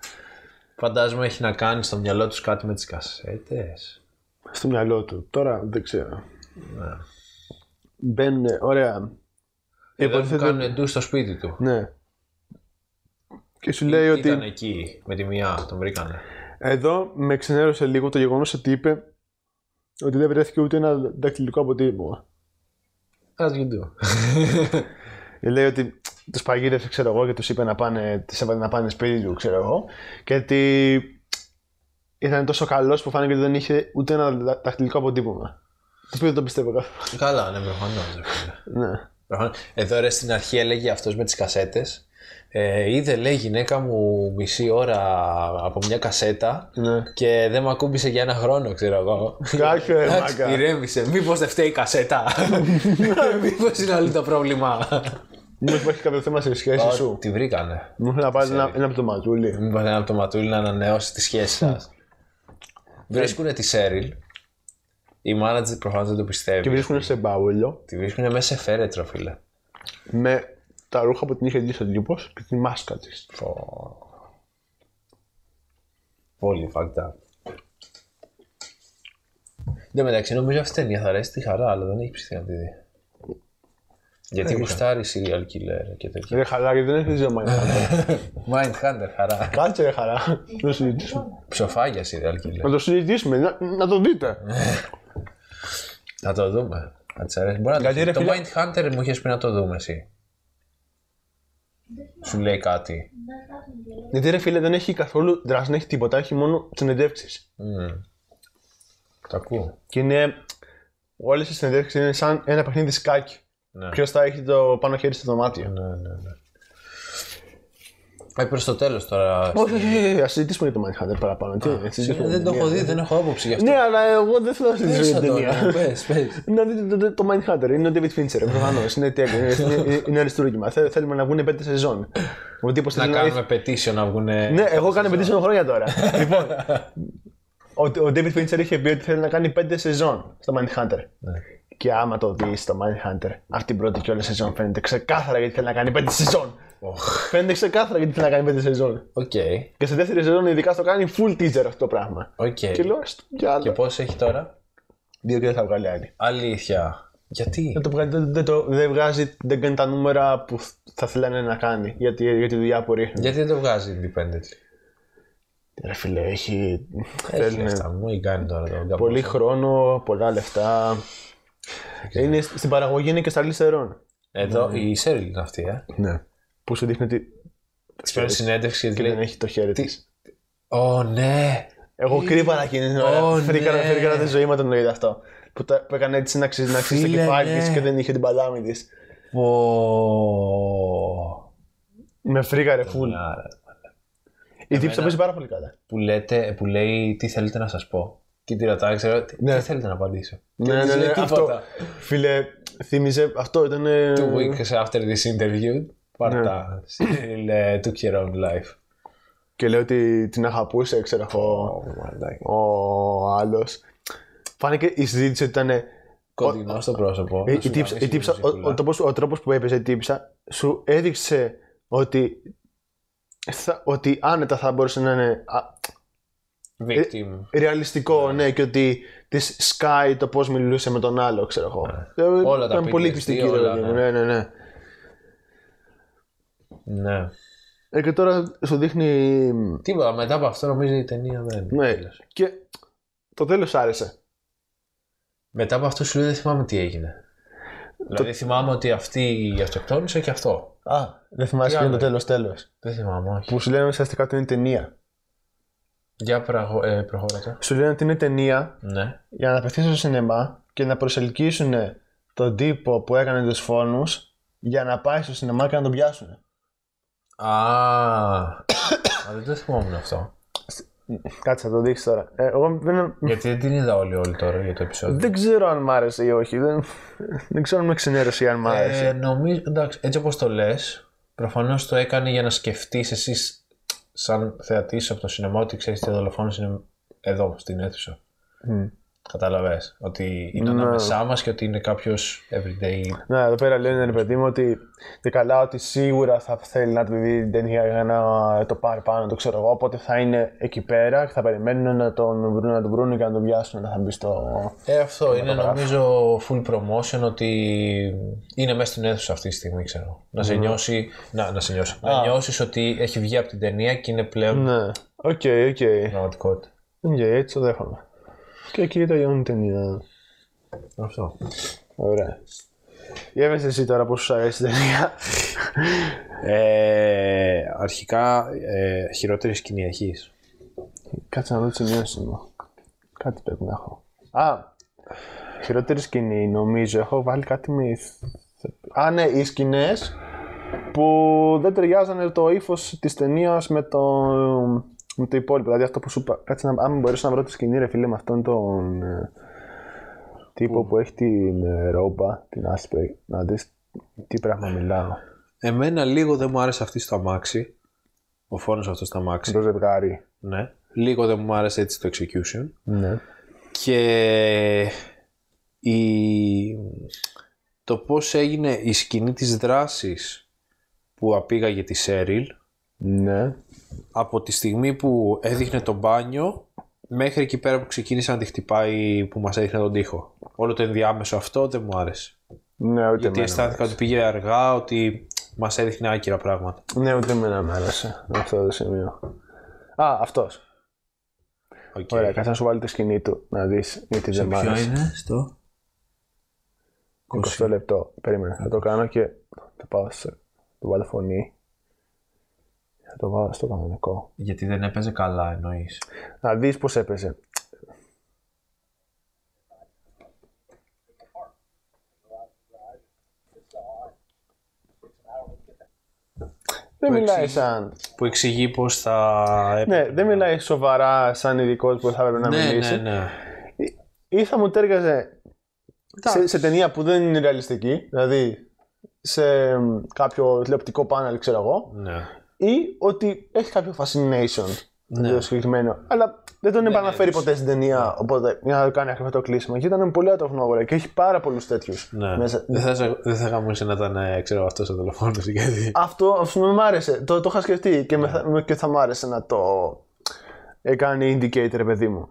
[SPEAKER 1] Φαντάζομαι έχει να κάνει στο μυαλό τους κάτι με τις κασέτες.
[SPEAKER 2] Στο μυαλό του. Τώρα δεν ξέρω.
[SPEAKER 1] Ναι.
[SPEAKER 2] Μπαίνουν, ε, ωραία.
[SPEAKER 1] Ε, Δεν του
[SPEAKER 2] Υποτίθεται-
[SPEAKER 1] κάνουν εντού στο σπίτι του.
[SPEAKER 2] Ναι. Και σου λέει ότι
[SPEAKER 1] Ήταν εκεί με τη μία, τον βρήκανε.
[SPEAKER 2] εδώ με ξενέρωσε λίγο το γεγονός ότι είπε ότι δεν βρέθηκε ούτε ένα δακτυλικό αποτύπωμα.
[SPEAKER 1] As you do.
[SPEAKER 2] Και λέει ότι τους παγίδευσε, ξέρω εγώ, και τους είπε να πάνε, τις έβαλε να πάνε σπίτι του, ξέρω εγώ. Και ότι ήταν τόσο καλός που φάνηκε ότι δεν είχε ούτε ένα δα- δακτυλικό αποτύπωμα. Το οποίο δεν το πιστεύω καθόλου.
[SPEAKER 1] Καλά, ναι, προφανώς.
[SPEAKER 2] Ναι.
[SPEAKER 1] Εδώ ρε στην αρχή έλεγε αυτός με τις κασέτες. Ε, είδε λέει γυναίκα μου μισή ώρα από μια κασέτα
[SPEAKER 2] Ναι.
[SPEAKER 1] και δεν με ακούμπησε για ένα χρόνο, ξέρω εγώ.
[SPEAKER 2] Κάκε, ρε,
[SPEAKER 1] Εντάξει,
[SPEAKER 2] ε, μάκα.
[SPEAKER 1] Ηρέμησε. Μήπως δεν φταίει η κασέτα. Μήπως είναι άλλο το πρόβλημα.
[SPEAKER 2] Μήπως υπάρχει κάποιο θέμα σε σχέση σου.
[SPEAKER 1] Τη βρήκανε.
[SPEAKER 2] Μου να πάρεις ένα, ένα από το ματούλι.
[SPEAKER 1] Μην πάνε από το ματούλι να ανανεώσει τη σχέση σα. Βρίσκουν τη Σέριλ. Η μάνατζερ προφανώς δεν το
[SPEAKER 2] Και
[SPEAKER 1] πιστεύει.
[SPEAKER 2] βρίσκουν σε μπάουλο
[SPEAKER 1] Τη βρίσκουν μέσα σε φέρετρο, φίλε.
[SPEAKER 2] με τα ρούχα που την είχε δει στον τύπος και τη μάσκα της.
[SPEAKER 1] Πω. Πολύ fucked up. Εν τω μεταξύ, νομίζω αυτή η ταινία θα αρέσει τη χαρά, αλλά δεν έχει ψηθεί να τη δει. Γιατί γουστάρει serial killer και τέτοια.
[SPEAKER 2] Ρε χαρά, γιατί δεν έχεις ζωή μαγικά.
[SPEAKER 1] Mindhunter, χαρά.
[SPEAKER 2] Κάτσε, ρε χαρά. Να το συζητήσουμε.
[SPEAKER 1] Ψοφάγια serial killer.
[SPEAKER 2] Να το συζητήσουμε, να, να το δείτε.
[SPEAKER 1] Θα το δούμε. Θα της αρέσει. Μπορεί να
[SPEAKER 2] Γιατί,
[SPEAKER 1] το,
[SPEAKER 2] ρε,
[SPEAKER 1] το
[SPEAKER 2] φίλε-
[SPEAKER 1] Mindhunter μου είχες πει να το δούμε εσύ. Σου λέει κάτι.
[SPEAKER 2] Γιατί ρε φίλε δεν έχει καθόλου δράση, δεν έχει τίποτα, έχει μόνο συνεντεύξεις.
[SPEAKER 1] Μμμ. Το ακούω.
[SPEAKER 2] Και είναι. Όλες οι συνεντεύξεις είναι σαν ένα παιχνίδι σκάκι.
[SPEAKER 1] Ναι.
[SPEAKER 2] Ποιος θα έχει το πάνω χέρι στο δωμάτιο.
[SPEAKER 1] Ναι, ναι, ναι. Ε, προς το τέλος τώρα.
[SPEAKER 2] Όχι, όχι, όχι, ας συζητήσουμε για το Mindhunter παραπάνω. Τι, είναι, συζητήσουμε
[SPEAKER 1] Δεν
[SPEAKER 2] για
[SPEAKER 1] το
[SPEAKER 2] την
[SPEAKER 1] έχω
[SPEAKER 2] ταινία.
[SPEAKER 1] δει, δεν έχω άποψη γι' αυτό.
[SPEAKER 2] Ναι, αλλά εγώ δεν θέλω να συζητήσω
[SPEAKER 1] Πες, ναι.
[SPEAKER 2] για την
[SPEAKER 1] Αντώνη,
[SPEAKER 2] ταινία.
[SPEAKER 1] πες, πες.
[SPEAKER 2] Να δείτε το- το, το Mindhunter, είναι ο David Fincher, προφανώς. Είναι τέλειο, είναι- είναι- είναι αριστούργημα. Θε- Θέλουμε να βγουν πέντε σεζόν. Ο τύπος
[SPEAKER 1] Να
[SPEAKER 2] θέλει να
[SPEAKER 1] κάνουμε petition να βγουν.
[SPEAKER 2] Δηλαδή- Ναι, εγώ κάνω petition χρόνια τώρα. λοιπόν, ο, ο David Fincher είχε πει ότι θέλει να κάνει 5 σεζόν στο Mindhunter. Και άμα το δεις στο Mindhunter, αυτή την πρώτη κιόλα σεζόν φαίνεται ξεκάθαρα γιατί θέλει να κάνει 5 σεζόν. Φαίνεται ξεκάθαρα γιατί θέλει να κάνει 5 σεζόν.
[SPEAKER 1] Οκ,
[SPEAKER 2] Και στη δεύτερη σεζόν ειδικά το κάνει full teaser αυτό το πράγμα.
[SPEAKER 1] οκ.
[SPEAKER 2] Και λέω, ας το κι άλλο.
[SPEAKER 1] Και πώς έχει τώρα.
[SPEAKER 2] Δύο και δεν θα βγάλει άλλη.
[SPEAKER 1] Αλήθεια. Γιατί.
[SPEAKER 2] Δεν, το, βγα- δεν, δεν, το, δεν βγάζει, δεν κάνει τα νούμερα που θα θέλανε να κάνει για τη, για τη δουλειά που ρίχνει.
[SPEAKER 1] Γιατί δεν το βγάζει independently.
[SPEAKER 2] Ρε φίλε, έχει,
[SPEAKER 1] Έχει
[SPEAKER 2] θέλει ναι.
[SPEAKER 1] λεφτά μου, ή κάνει τώρα το γκαμπό.
[SPEAKER 2] πολύ χρόνο, πολλά λεφτά. Είναι, σ- στην παραγωγή είναι και στα ληστερών.
[SPEAKER 1] Εδώ η Σέριλ είναι αυτή, ε.
[SPEAKER 2] Ναι. Που σου δείχνει ότι
[SPEAKER 1] Της παίρνει συνέντευξη
[SPEAKER 2] και
[SPEAKER 1] γιατί
[SPEAKER 2] δεν
[SPEAKER 1] λέει.
[SPEAKER 2] έχει το χέρι της.
[SPEAKER 1] Ω, ναι!
[SPEAKER 2] Εγώ κρύβανα εκείνη την
[SPEAKER 1] Ω,
[SPEAKER 2] ώρα.
[SPEAKER 1] ναι.
[SPEAKER 2] Φρίκαρα, φρίκαρα τη ζωή μου όταν το είδα αυτό. Που, τα, που έκανε έτσι να ξυ- να ξύσει το
[SPEAKER 1] Φίλε,
[SPEAKER 2] κεφάλι
[SPEAKER 1] ναι.
[SPEAKER 2] τη και δεν είχε την παλάμη της.
[SPEAKER 1] Πω.
[SPEAKER 2] Με φρίκαρε φουλ.
[SPEAKER 1] Άρα.
[SPEAKER 2] Η τύψη το παίζει πάρα πολύ καλά.
[SPEAKER 1] Που, λέτε, που λέει τι θέλετε να σας πω. Και τη ρωτάει, ξέρω, τι, τι θέλετε να απαντήσω.
[SPEAKER 2] Ναι, ναι,
[SPEAKER 1] της
[SPEAKER 2] ναι,
[SPEAKER 1] λέει
[SPEAKER 2] αυτό.
[SPEAKER 1] τίποτα.
[SPEAKER 2] Φίλε, θύμιζε αυτό ήταν. ε, Ναι.
[SPEAKER 1] Two weeks after this interview, πάρτα. Cyril, ε, took your own life.
[SPEAKER 2] Και λέει ότι την αγαπούσε, ξέρω εγώ, ο άλλος. Φάνηκε η συζήτηση ότι ήταν.
[SPEAKER 1] Κοντινό στο πρόσωπο.
[SPEAKER 2] Ε, Η,
[SPEAKER 1] να σου
[SPEAKER 2] η τύψα-
[SPEAKER 1] κάνει
[SPEAKER 2] η τύψα- ο,
[SPEAKER 1] σιγουλά.
[SPEAKER 2] ο, τρόπος, ο τρόπος που έπαιζε η τύψα σου έδειξε ότι, θα, ότι άνετα θα μπορούσε να είναι α,
[SPEAKER 1] Victim.
[SPEAKER 2] ρεαλιστικό, ναι, και ότι της σκάει το πώς μιλούσε με τον άλλο, ξέρω εγώ. Ε,
[SPEAKER 1] Όλα τα
[SPEAKER 2] Ήταν πολύ
[SPEAKER 1] PTSD,
[SPEAKER 2] πιστική,
[SPEAKER 1] όλα,
[SPEAKER 2] ρε παιδί μου,
[SPEAKER 1] ναι.
[SPEAKER 2] ναι, ναι, ναι.
[SPEAKER 1] Ναι.
[SPEAKER 2] Ε, και τώρα σου δείχνει.
[SPEAKER 1] Τίποτα, μετά από αυτό νομίζω η ταινία δεν.
[SPEAKER 2] Ναι, και το τέλος άρεσε.
[SPEAKER 1] Μετά από αυτό σου λέω δεν θυμάμαι τι έγινε. Δηλαδή θυμάμαι ότι αυτή η αυτοκτόνησε και αυτό.
[SPEAKER 2] Α, δεν θυμάσαι
[SPEAKER 1] ποιο είναι το
[SPEAKER 2] τέλος τέλος.
[SPEAKER 1] Δεν θυμάμαι, όχι.
[SPEAKER 2] Που σου λένε ουσιαστικά ότι είναι ταινία.
[SPEAKER 1] Για πραγω... ε, προχώρατε.
[SPEAKER 2] Σου λένε ότι είναι ταινία
[SPEAKER 1] Ναι.
[SPEAKER 2] για να απευθύνσουν στο σινεμά και να προσελκύσουν τον τύπο που έκανε τους φόνους για να πάει στο σινεμά και να τον πιάσουν.
[SPEAKER 1] Α, α, δεν το θυμόμουν αυτό.
[SPEAKER 2] Κάτσε, θα το δείξεις τώρα. Ε, εγώ δεν,
[SPEAKER 1] Γιατί δεν την είδα όλη όλη τώρα για το επεισόδιο.
[SPEAKER 2] δεν ξέρω αν μ' άρεσε ή όχι. Δεν, δεν ξέρω αν με ξενέρωσε ή αν μ' άρεσε.
[SPEAKER 1] Ε, νομίζω, εντάξει, έτσι όπως το λες, προφανώς το έκανε για να σκεφτείς εσείς σαν θεατής από το σινεμά ότι ξέρεις τι ο δολοφόνος είναι εδώ στην αίθουσα.
[SPEAKER 2] Μμ.
[SPEAKER 1] Καταλαβες, ότι είναι
[SPEAKER 2] Ναι.
[SPEAKER 1] ανάμεσά μας και ότι είναι κάποιος everyday.
[SPEAKER 2] Ναι, εδώ πέρα λένε ρε παιδί μου ότι και καλά ότι σίγουρα θα θέλει να τη δει την ταινία για να το πάρει πάνω, το ξέρω εγώ. Οπότε θα είναι εκεί πέρα και θα περιμένουν να τον βρουν, να τον βρουν και να τον πιάσουν να θα μπει στο.
[SPEAKER 1] Ε, αυτό είναι νομίζω full promotion ότι είναι μέσα στην αίθουσα αυτή τη στιγμή, ξέρω. Να σε νιώσει, να, να σε νιώσει, να νιώσεις ότι έχει βγει από την ταινία και είναι πλέον
[SPEAKER 2] Ναι. Οκ, οκ.
[SPEAKER 1] πραγματικότητα.
[SPEAKER 2] Οκ, έτσι το δέχομαι. Και εκεί τελειώνει η ταινία.
[SPEAKER 1] Αυτό.
[SPEAKER 2] Ωραία. Για πες εσύ τώρα πώς σου αρέσει η ταινία. Eh,
[SPEAKER 1] Ε, αρχικά ε, χειρότερη σκηνή έχεις.
[SPEAKER 2] Κάτσε να δω τις σημειώσεις μου. Κάτι πρέπει να έχω. Α, χειρότερη σκηνή νομίζω. Έχω βάλει κάτι με... ηθ- Α, ναι, οι σκηνές που δεν ταιριάζανε το ύφος της ταινίας με το, με το υπόλοιπο. Δηλαδή αυτό που σου είπα. Κάτσε να, αν μπορούσα να βρω τη σκηνή, ρε φίλε, με αυτόν τον ε, τύπο που έχει την ε, ρόμπα, την άσπρη. Να δεις τι πράγμα μιλάω.
[SPEAKER 1] Εμένα λίγο δεν μου άρεσε αυτή στο αμάξι. Ο φόνος αυτός στο αμάξι.
[SPEAKER 2] Το ζευγάρι.
[SPEAKER 1] Ναι. Λίγο δεν μου άρεσε έτσι το execution.
[SPEAKER 2] Ναι.
[SPEAKER 1] Και η... το πώς έγινε η σκηνή της δράσης που απήγαγε τη Σέριλ
[SPEAKER 2] Ναι.
[SPEAKER 1] από τη στιγμή που έδειχνε το μπάνιο μέχρι εκεί πέρα που ξεκίνησε να τη χτυπάει που μας έδειχνε τον τοίχο. Όλο το ενδιάμεσο αυτό δεν μου άρεσε.
[SPEAKER 2] Ναι, ούτε
[SPEAKER 1] Γιατί
[SPEAKER 2] εμένα.
[SPEAKER 1] αισθάνθηκα ότι πήγε αργά, ότι μας έδειχνε άκυρα πράγματα.
[SPEAKER 2] Ναι, ούτε εμένα με άρεσε αυτό το σημείο. Α, αυτός.
[SPEAKER 1] Οκ.
[SPEAKER 2] Ωραία, κάτσε να σου βάλει τη σκηνή του να δεις γιατί δεν μ' άρεσε.
[SPEAKER 1] είναι στο...
[SPEAKER 2] 20 λεπτό. Περίμενε. Θα το κάνω και θα πάω στο. Το βάλω φωνή. Θα το βάλω στο κανονικό.
[SPEAKER 1] Γιατί δεν έπαιζε καλά εννοείς.
[SPEAKER 2] Να δεις πώς έπαιζε. Δεν μιλάει σαν.
[SPEAKER 1] Που εξηγεί πώς θα
[SPEAKER 2] Ναι, δεν μιλάει σοβαρά σαν ειδικός που θα έπρεπε να
[SPEAKER 1] ναι,
[SPEAKER 2] μιλήσει.
[SPEAKER 1] ναι, ναι.
[SPEAKER 2] ή θα μου τέριαζε σε, σε ταινία που δεν είναι ρεαλιστική, δηλαδή σε μ, κάποιο τηλεοπτικό πάνελ, ξέρω εγώ,
[SPEAKER 1] ναι.
[SPEAKER 2] ή ότι έχει κάποιο fascination
[SPEAKER 1] Ναι.
[SPEAKER 2] το συγκεκριμένο. Αλλά δεν τον επαναφέρει ποτέ στην ταινία, οπότε για να το κάνει ακριβώ το κλείσιμο. Και ήταν πολύ ατοχνόγορα και έχει πάρα πολλούς τέτοιους
[SPEAKER 1] Ναι.
[SPEAKER 2] μέσα.
[SPEAKER 1] Δεν θα, σε- δεν θα γαμούσε να ήταν, ε, ξέρω, αυτός ο δολοφόνος γιατί...
[SPEAKER 2] Αυτό, α πούμε, μ' άρεσε. Το, το είχα σκεφτεί
[SPEAKER 1] Ναι.
[SPEAKER 2] και, με, θα- και θα μ' άρεσε να το ε, κάνει indicator, παιδί μου.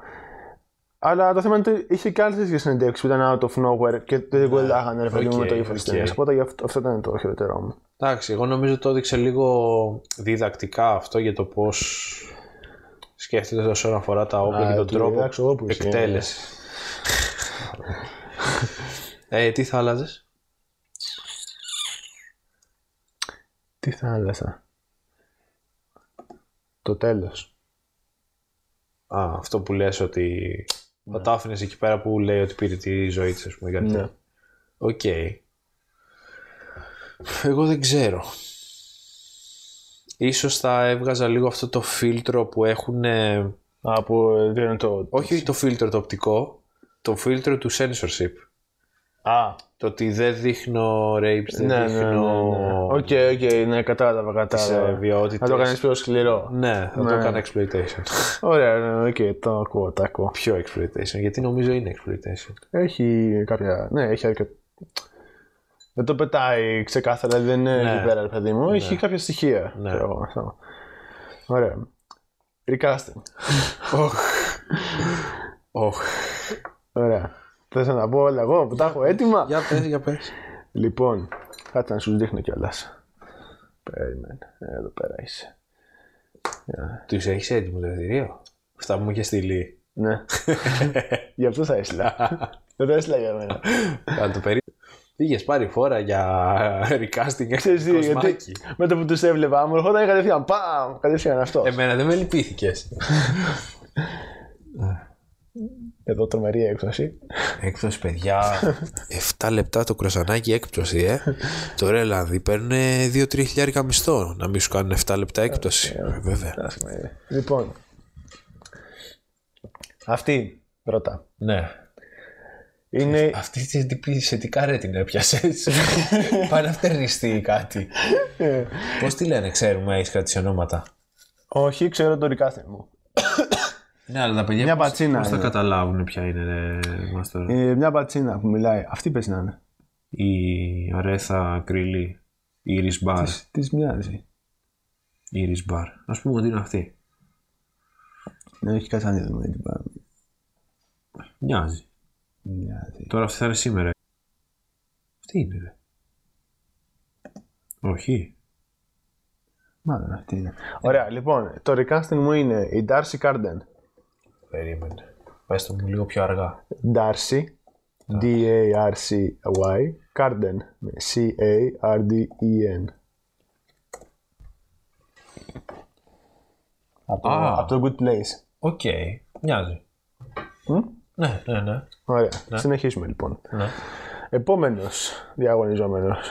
[SPEAKER 2] Αλλά το θέμα είναι ότι είχε και άλλες τέτοιες συνεντεύξεις που ήταν out of nowhere και δεν κολλάγανε ρε παιδί μου
[SPEAKER 1] Ναι. Οκ,
[SPEAKER 2] με το ύφο τη
[SPEAKER 1] οκ.
[SPEAKER 2] ταινία. Οπότε γι' αυτό, αυτό ήταν το χειρότερό μου.
[SPEAKER 1] Εντάξει, εγώ νομίζω το έδειξε λίγο διδακτικά αυτό για το πώς σκέφτεται όσον αφορά τα όπλα
[SPEAKER 3] Α,
[SPEAKER 1] και τον
[SPEAKER 3] του
[SPEAKER 1] τρόπο
[SPEAKER 3] διδάξω όπου
[SPEAKER 1] ναι.
[SPEAKER 3] είσαι.
[SPEAKER 1] εκτέλεσης. ε, τι θα άλλαζες.
[SPEAKER 2] Τι θα άλλαζα. Το τέλος.
[SPEAKER 1] Α, αυτό που λες ότι θα τα άφηνες εκεί πέρα που λέει ότι πήρε τη ζωή της, ας πούμε, γιατί.
[SPEAKER 2] Ναι.
[SPEAKER 1] Οκ. Εγώ δεν ξέρω. Ίσως θα έβγαζα λίγο αυτό το φίλτρο που έχουν... ε,
[SPEAKER 2] Από. ε, Δεν είναι το.
[SPEAKER 1] Όχι το φίλτρο το οπτικό, το φίλτρο του censorship.
[SPEAKER 2] Α,
[SPEAKER 1] Το ότι δεν δείχνω rapes, δεν
[SPEAKER 2] ναι, ναι, ναι.
[SPEAKER 1] δείχνω...
[SPEAKER 2] Οκ, οκ, ναι, κατάλαβα,
[SPEAKER 1] Σε
[SPEAKER 2] κατάλαβα.
[SPEAKER 1] ε, βιότητες.
[SPEAKER 2] Να το κάνεις πιο σκληρό.
[SPEAKER 1] Ναι, θα το έκανα exploitation.
[SPEAKER 2] Ωραία, ναι, οκ, το ακούω, το ακούω.
[SPEAKER 1] Πιο exploitation, γιατί νομίζω είναι exploitation.
[SPEAKER 2] Έχει κάποια. Ναι, έχει αρκετά. Δεν το πετάει ξεκάθαρα, δηλαδή δεν είναι
[SPEAKER 1] Ναι.
[SPEAKER 2] εκεί πέρα, ρε παιδί μου. Έχει κάποια στοιχεία.
[SPEAKER 1] Ναι.
[SPEAKER 2] ξέρω εγώ, αυτό. Ωραία. Recasting.
[SPEAKER 1] Οχ.
[SPEAKER 2] Ωραία. Θες να τα πω όλα εγώ που τα έχω έτοιμα.
[SPEAKER 1] Για πες, για πες.
[SPEAKER 2] Λοιπόν, κάτσε να σου δείχνω κιόλας. Περίμενε. Εδώ πέρα είσαι.
[SPEAKER 1] Τους έχεις έτοιμο το εθνικό. Αυτά που μου είχες στείλει.
[SPEAKER 2] Ναι. Γι' αυτό θα έστειλα. Δεν τα έστειλα για μένα.
[SPEAKER 1] Θα το περί... Είχε πάρει φόρα για recasting
[SPEAKER 2] Ξέρεις τι, γιατί
[SPEAKER 1] κοσμάκι.
[SPEAKER 2] με το που τους έβλεπα, μου ερχόταν κατευθείαν. Παμ! Κατευθείαν αυτό.
[SPEAKER 1] Εμένα δεν με λυπήθηκες.
[SPEAKER 2] Εδώ τρομερή έκπτωση.
[SPEAKER 1] Έκπτωση, παιδιά. 7 λεπτά το κροσανάκι έκπτωση, ε. το Ρέλανδι παίρνουν 2-3 χιλιάρικα μισθό. Να μην σου κάνουν 7 λεπτά έκπτωση. Ε, Βέβαια.
[SPEAKER 2] Λοιπόν. Αυτή πρώτα.
[SPEAKER 1] Ναι.
[SPEAKER 2] Είναι.
[SPEAKER 1] Αυτή τη αντιπλησιατικά ρε την έπιασε. Πάει να φτερνιστεί κάτι. Πώ τη λένε, ξέρουμε, έχει κρατήσει ονόματα.
[SPEAKER 2] Όχι, ξέρω το recasting μου.
[SPEAKER 1] Ναι, αλλά τα παιδιά
[SPEAKER 2] Μια
[SPEAKER 1] πώς-
[SPEAKER 2] πατσίνα
[SPEAKER 1] πώς θα
[SPEAKER 2] είναι.
[SPEAKER 1] καταλάβουν ποια είναι ρε, μας τώρα.
[SPEAKER 2] Ε, μια πατσίνα που μιλάει. Αυτή πες να είναι.
[SPEAKER 1] Η Ρέθα Κρυλή, η Iris Bar.
[SPEAKER 2] Της μοιάζει.
[SPEAKER 1] Η Iris Bar. Ας πούμε ότι είναι αυτή.
[SPEAKER 2] Ναι, έχει κάτι αντίδρομο την πάμε.
[SPEAKER 1] Μοιάζει.
[SPEAKER 2] Μοιάζει.
[SPEAKER 1] Τώρα αυτή θα είναι σήμερα. Αυτή είναι ρε. Όχι.
[SPEAKER 2] Μάλλον αυτή είναι. Ωραία, λοιπόν, το recasting μου είναι η Darcy Carden.
[SPEAKER 1] Περίμενε. Πες το μου λίγο πιο αργά.
[SPEAKER 2] Darcy, D-A-R-C-Y, Carden, με C-A-R-D-E-N. Από,
[SPEAKER 1] Α.
[SPEAKER 2] από το Good Place.
[SPEAKER 1] Οκ. Μοιάζει.
[SPEAKER 2] Μμ.
[SPEAKER 1] Ναι, ναι, ναι.
[SPEAKER 2] Ωραία, συνεχίζουμε λοιπόν.
[SPEAKER 1] ναι.
[SPEAKER 2] Επόμενος διαγωνιζόμενος.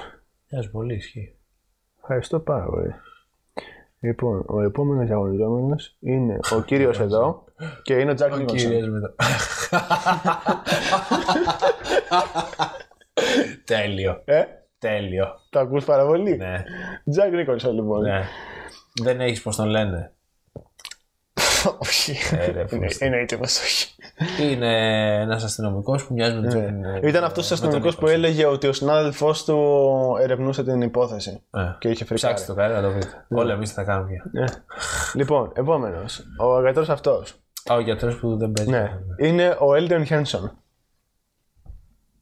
[SPEAKER 1] Μοιάζει πολύ ισχύει.
[SPEAKER 2] Ευχαριστώ πάρα πολύ. Λοιπόν, ο επόμενος διαγωνιζόμενος είναι ο κύριος εδώ και είναι ο Τζακ Νίκολσον.
[SPEAKER 1] Κυρίες μετά. Τέλειο.
[SPEAKER 2] Ε,
[SPEAKER 1] Τέλειο.
[SPEAKER 2] το ακούς πάρα πολύ.
[SPEAKER 1] Ναι.
[SPEAKER 2] Τζακ Νίκολσον λοιπόν.
[SPEAKER 1] Ναι. Δεν έχεις πώς τον λένε.
[SPEAKER 2] όχι.
[SPEAKER 1] Ε, ρε, φίλε.
[SPEAKER 2] Εννοείται πως όχι.
[SPEAKER 1] Είναι ένας αστυνομικός που μοιάζει με τον.
[SPEAKER 2] Ναι. Ήταν αυτός ο αστυνομικό που έλεγε ότι ο συνάδελφός του ερευνούσε την υπόθεση.
[SPEAKER 1] Ε.
[SPEAKER 2] Και Ναι. είχε φρικάρει.
[SPEAKER 1] Ψάξτε το καλά να το βρείτε. Όλα εμείς θα κάνουμε. πια.
[SPEAKER 2] Ναι. λοιπόν, επόμενος. Ο αγατό αυτός.
[SPEAKER 1] Α, ο γιατρός που δεν παίζει.
[SPEAKER 2] Ναι. Είναι ο Έλτον Χένσον.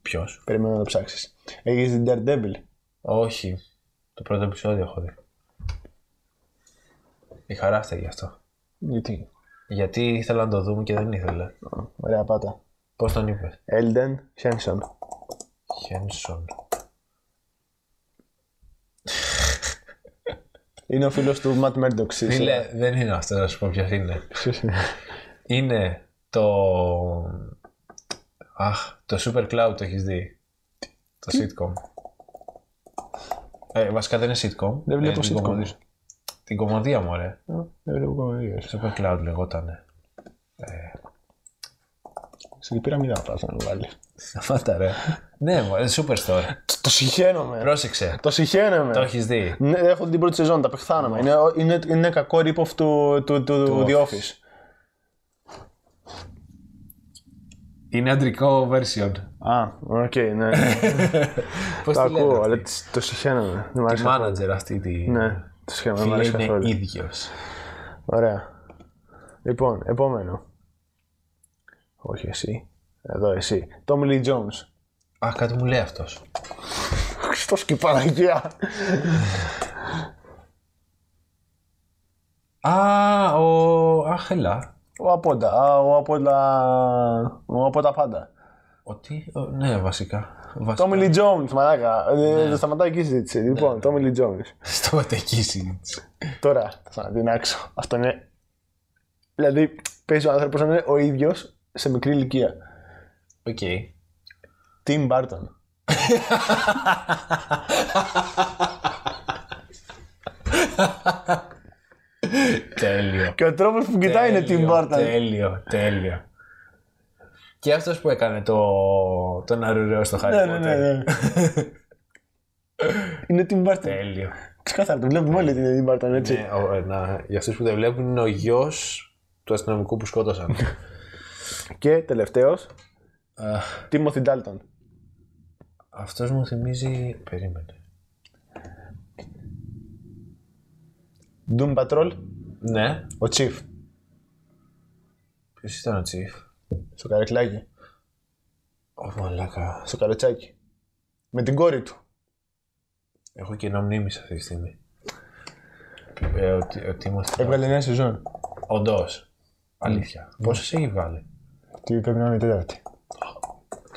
[SPEAKER 1] Ποιος.
[SPEAKER 2] Περιμένω να το ψάξεις. Έχεις την Daredevil.
[SPEAKER 1] Όχι. Το πρώτο επεισόδιο έχω δει. Η χαρά φταίει γι' αυτό.
[SPEAKER 2] Γιατί.
[SPEAKER 1] Γιατί ήθελα να το δούμε και δεν ήθελε.
[SPEAKER 2] Ωραία πάτα.
[SPEAKER 1] Πώς τον είπες.
[SPEAKER 2] Έλτον Χένσον.
[SPEAKER 1] Χένσον.
[SPEAKER 2] Είναι ο φίλος του Ματ Μέρντοξ.
[SPEAKER 1] Φίλε, δεν είναι αυτό να σου πω ποιο είναι. Είναι το. Αχ, το Super Cloud το έχεις δει. Το sitcom. Ε, βασικά δεν είναι sitcom.
[SPEAKER 2] Δεν βλέπω
[SPEAKER 1] Ε, την
[SPEAKER 2] sitcom.
[SPEAKER 1] κομμωδία- Την κομμωδία μου, ρε.
[SPEAKER 2] Δεν βλέπω κομμωδίε.
[SPEAKER 1] Super Cloud λεγότανε.
[SPEAKER 2] Στην πήρα μοιρά θα να βάλει.
[SPEAKER 1] Σταμάτα, ρε. ναι, μωρέ, Superstore.
[SPEAKER 2] Το συχαίνομαι.
[SPEAKER 1] Πρόσεξε.
[SPEAKER 2] Το συχαίνομαι.
[SPEAKER 1] το έχεις δει.
[SPEAKER 2] Ναι, έχω την πρώτη σεζόν, τα πεχθάνομαι. Είναι, είναι, είναι κακό rip-off του, του, του, The Office.
[SPEAKER 1] Είναι αντρικό version.
[SPEAKER 2] Α, οκ, ναι.
[SPEAKER 1] Πώς
[SPEAKER 2] το
[SPEAKER 1] τη λένε.
[SPEAKER 2] ακούω,
[SPEAKER 1] αυτή?
[SPEAKER 2] αλλά τις- το συχαίνομαι. Δεν μ'
[SPEAKER 1] Τη
[SPEAKER 2] αρέσει.
[SPEAKER 1] manager αυτή τη.
[SPEAKER 2] Ναι, το συχαίνομαι, δεν μ'
[SPEAKER 1] Φίλε,
[SPEAKER 2] αρέσει καθόλου.
[SPEAKER 1] είναι ίδιος.
[SPEAKER 2] Ωραία. Λοιπόν, επόμενο. Όχι εσύ. Εδώ εσύ. Tommy Lee Jones.
[SPEAKER 1] Α, κάτι μου λέει αυτός.
[SPEAKER 2] Χριστός και η Παναγία.
[SPEAKER 1] Α, ο. Αχελά.
[SPEAKER 2] Ο Απόντα. Α, ο Απόντα. Ο Απόντα πάντα.
[SPEAKER 1] Ότι. ο- Ναι, βασικά. βασικά.
[SPEAKER 2] Tommy Lee Jones, μαλάκα.
[SPEAKER 1] Ναι.
[SPEAKER 2] Ε, Σταματάει εκεί η συζήτηση. Λοιπόν, Tommy Lee Jones.
[SPEAKER 1] Σταματική συζήτηση.
[SPEAKER 2] Τώρα θα ξανατινάξω. Αυτό είναι. Δηλαδή, παίζει ο άνθρωπος να είναι ο ίδιος σε μικρή ηλικία.
[SPEAKER 1] Οκ.
[SPEAKER 2] Tim Burton.
[SPEAKER 1] Τέλειο.
[SPEAKER 2] Και ο τρόπος που κοιτάει είναι Tim
[SPEAKER 1] Τέλειο,
[SPEAKER 2] Burton.
[SPEAKER 1] Τέλειο, τέλειο. Και αυτός που έκανε το, τον αρουραίο στο Χάρι
[SPEAKER 2] Ναι, ναι, ναι. ναι. είναι Tim Burton.
[SPEAKER 1] Τέλειο.
[SPEAKER 2] Ξεκάθαρα, το βλέπουμε όλοι ότι είναι Tim Burton, έτσι.
[SPEAKER 1] Ναι, ο- ε, να- για αυτούς που δεν βλέπουν είναι ο γιος του αστυνομικού που σκότωσαν.
[SPEAKER 2] Και τελευταίος,
[SPEAKER 1] Α,
[SPEAKER 2] Timothy Dalton.
[SPEAKER 1] αυτός μου θυμίζει... Περίμενε.
[SPEAKER 2] Doom Patrol,
[SPEAKER 1] Ναι.
[SPEAKER 2] ο Chief.
[SPEAKER 1] Ποιος ήταν ο Τσίφ.
[SPEAKER 2] Στο καρεκλάκι.
[SPEAKER 1] Ω μαλάκα.
[SPEAKER 2] Στο καροτσάκι. Με την κόρη του.
[SPEAKER 1] Έχω κοινό μνήμη σε αυτή τη στιγμή. Ε, ο Τι- ο Τίμωθη.
[SPEAKER 2] Έβγαλε νέα σεζόν.
[SPEAKER 1] Όντως. Αλήθεια. Πόσες έχει βάλει.
[SPEAKER 2] Τι πρέπει να είναι η τέταρτη.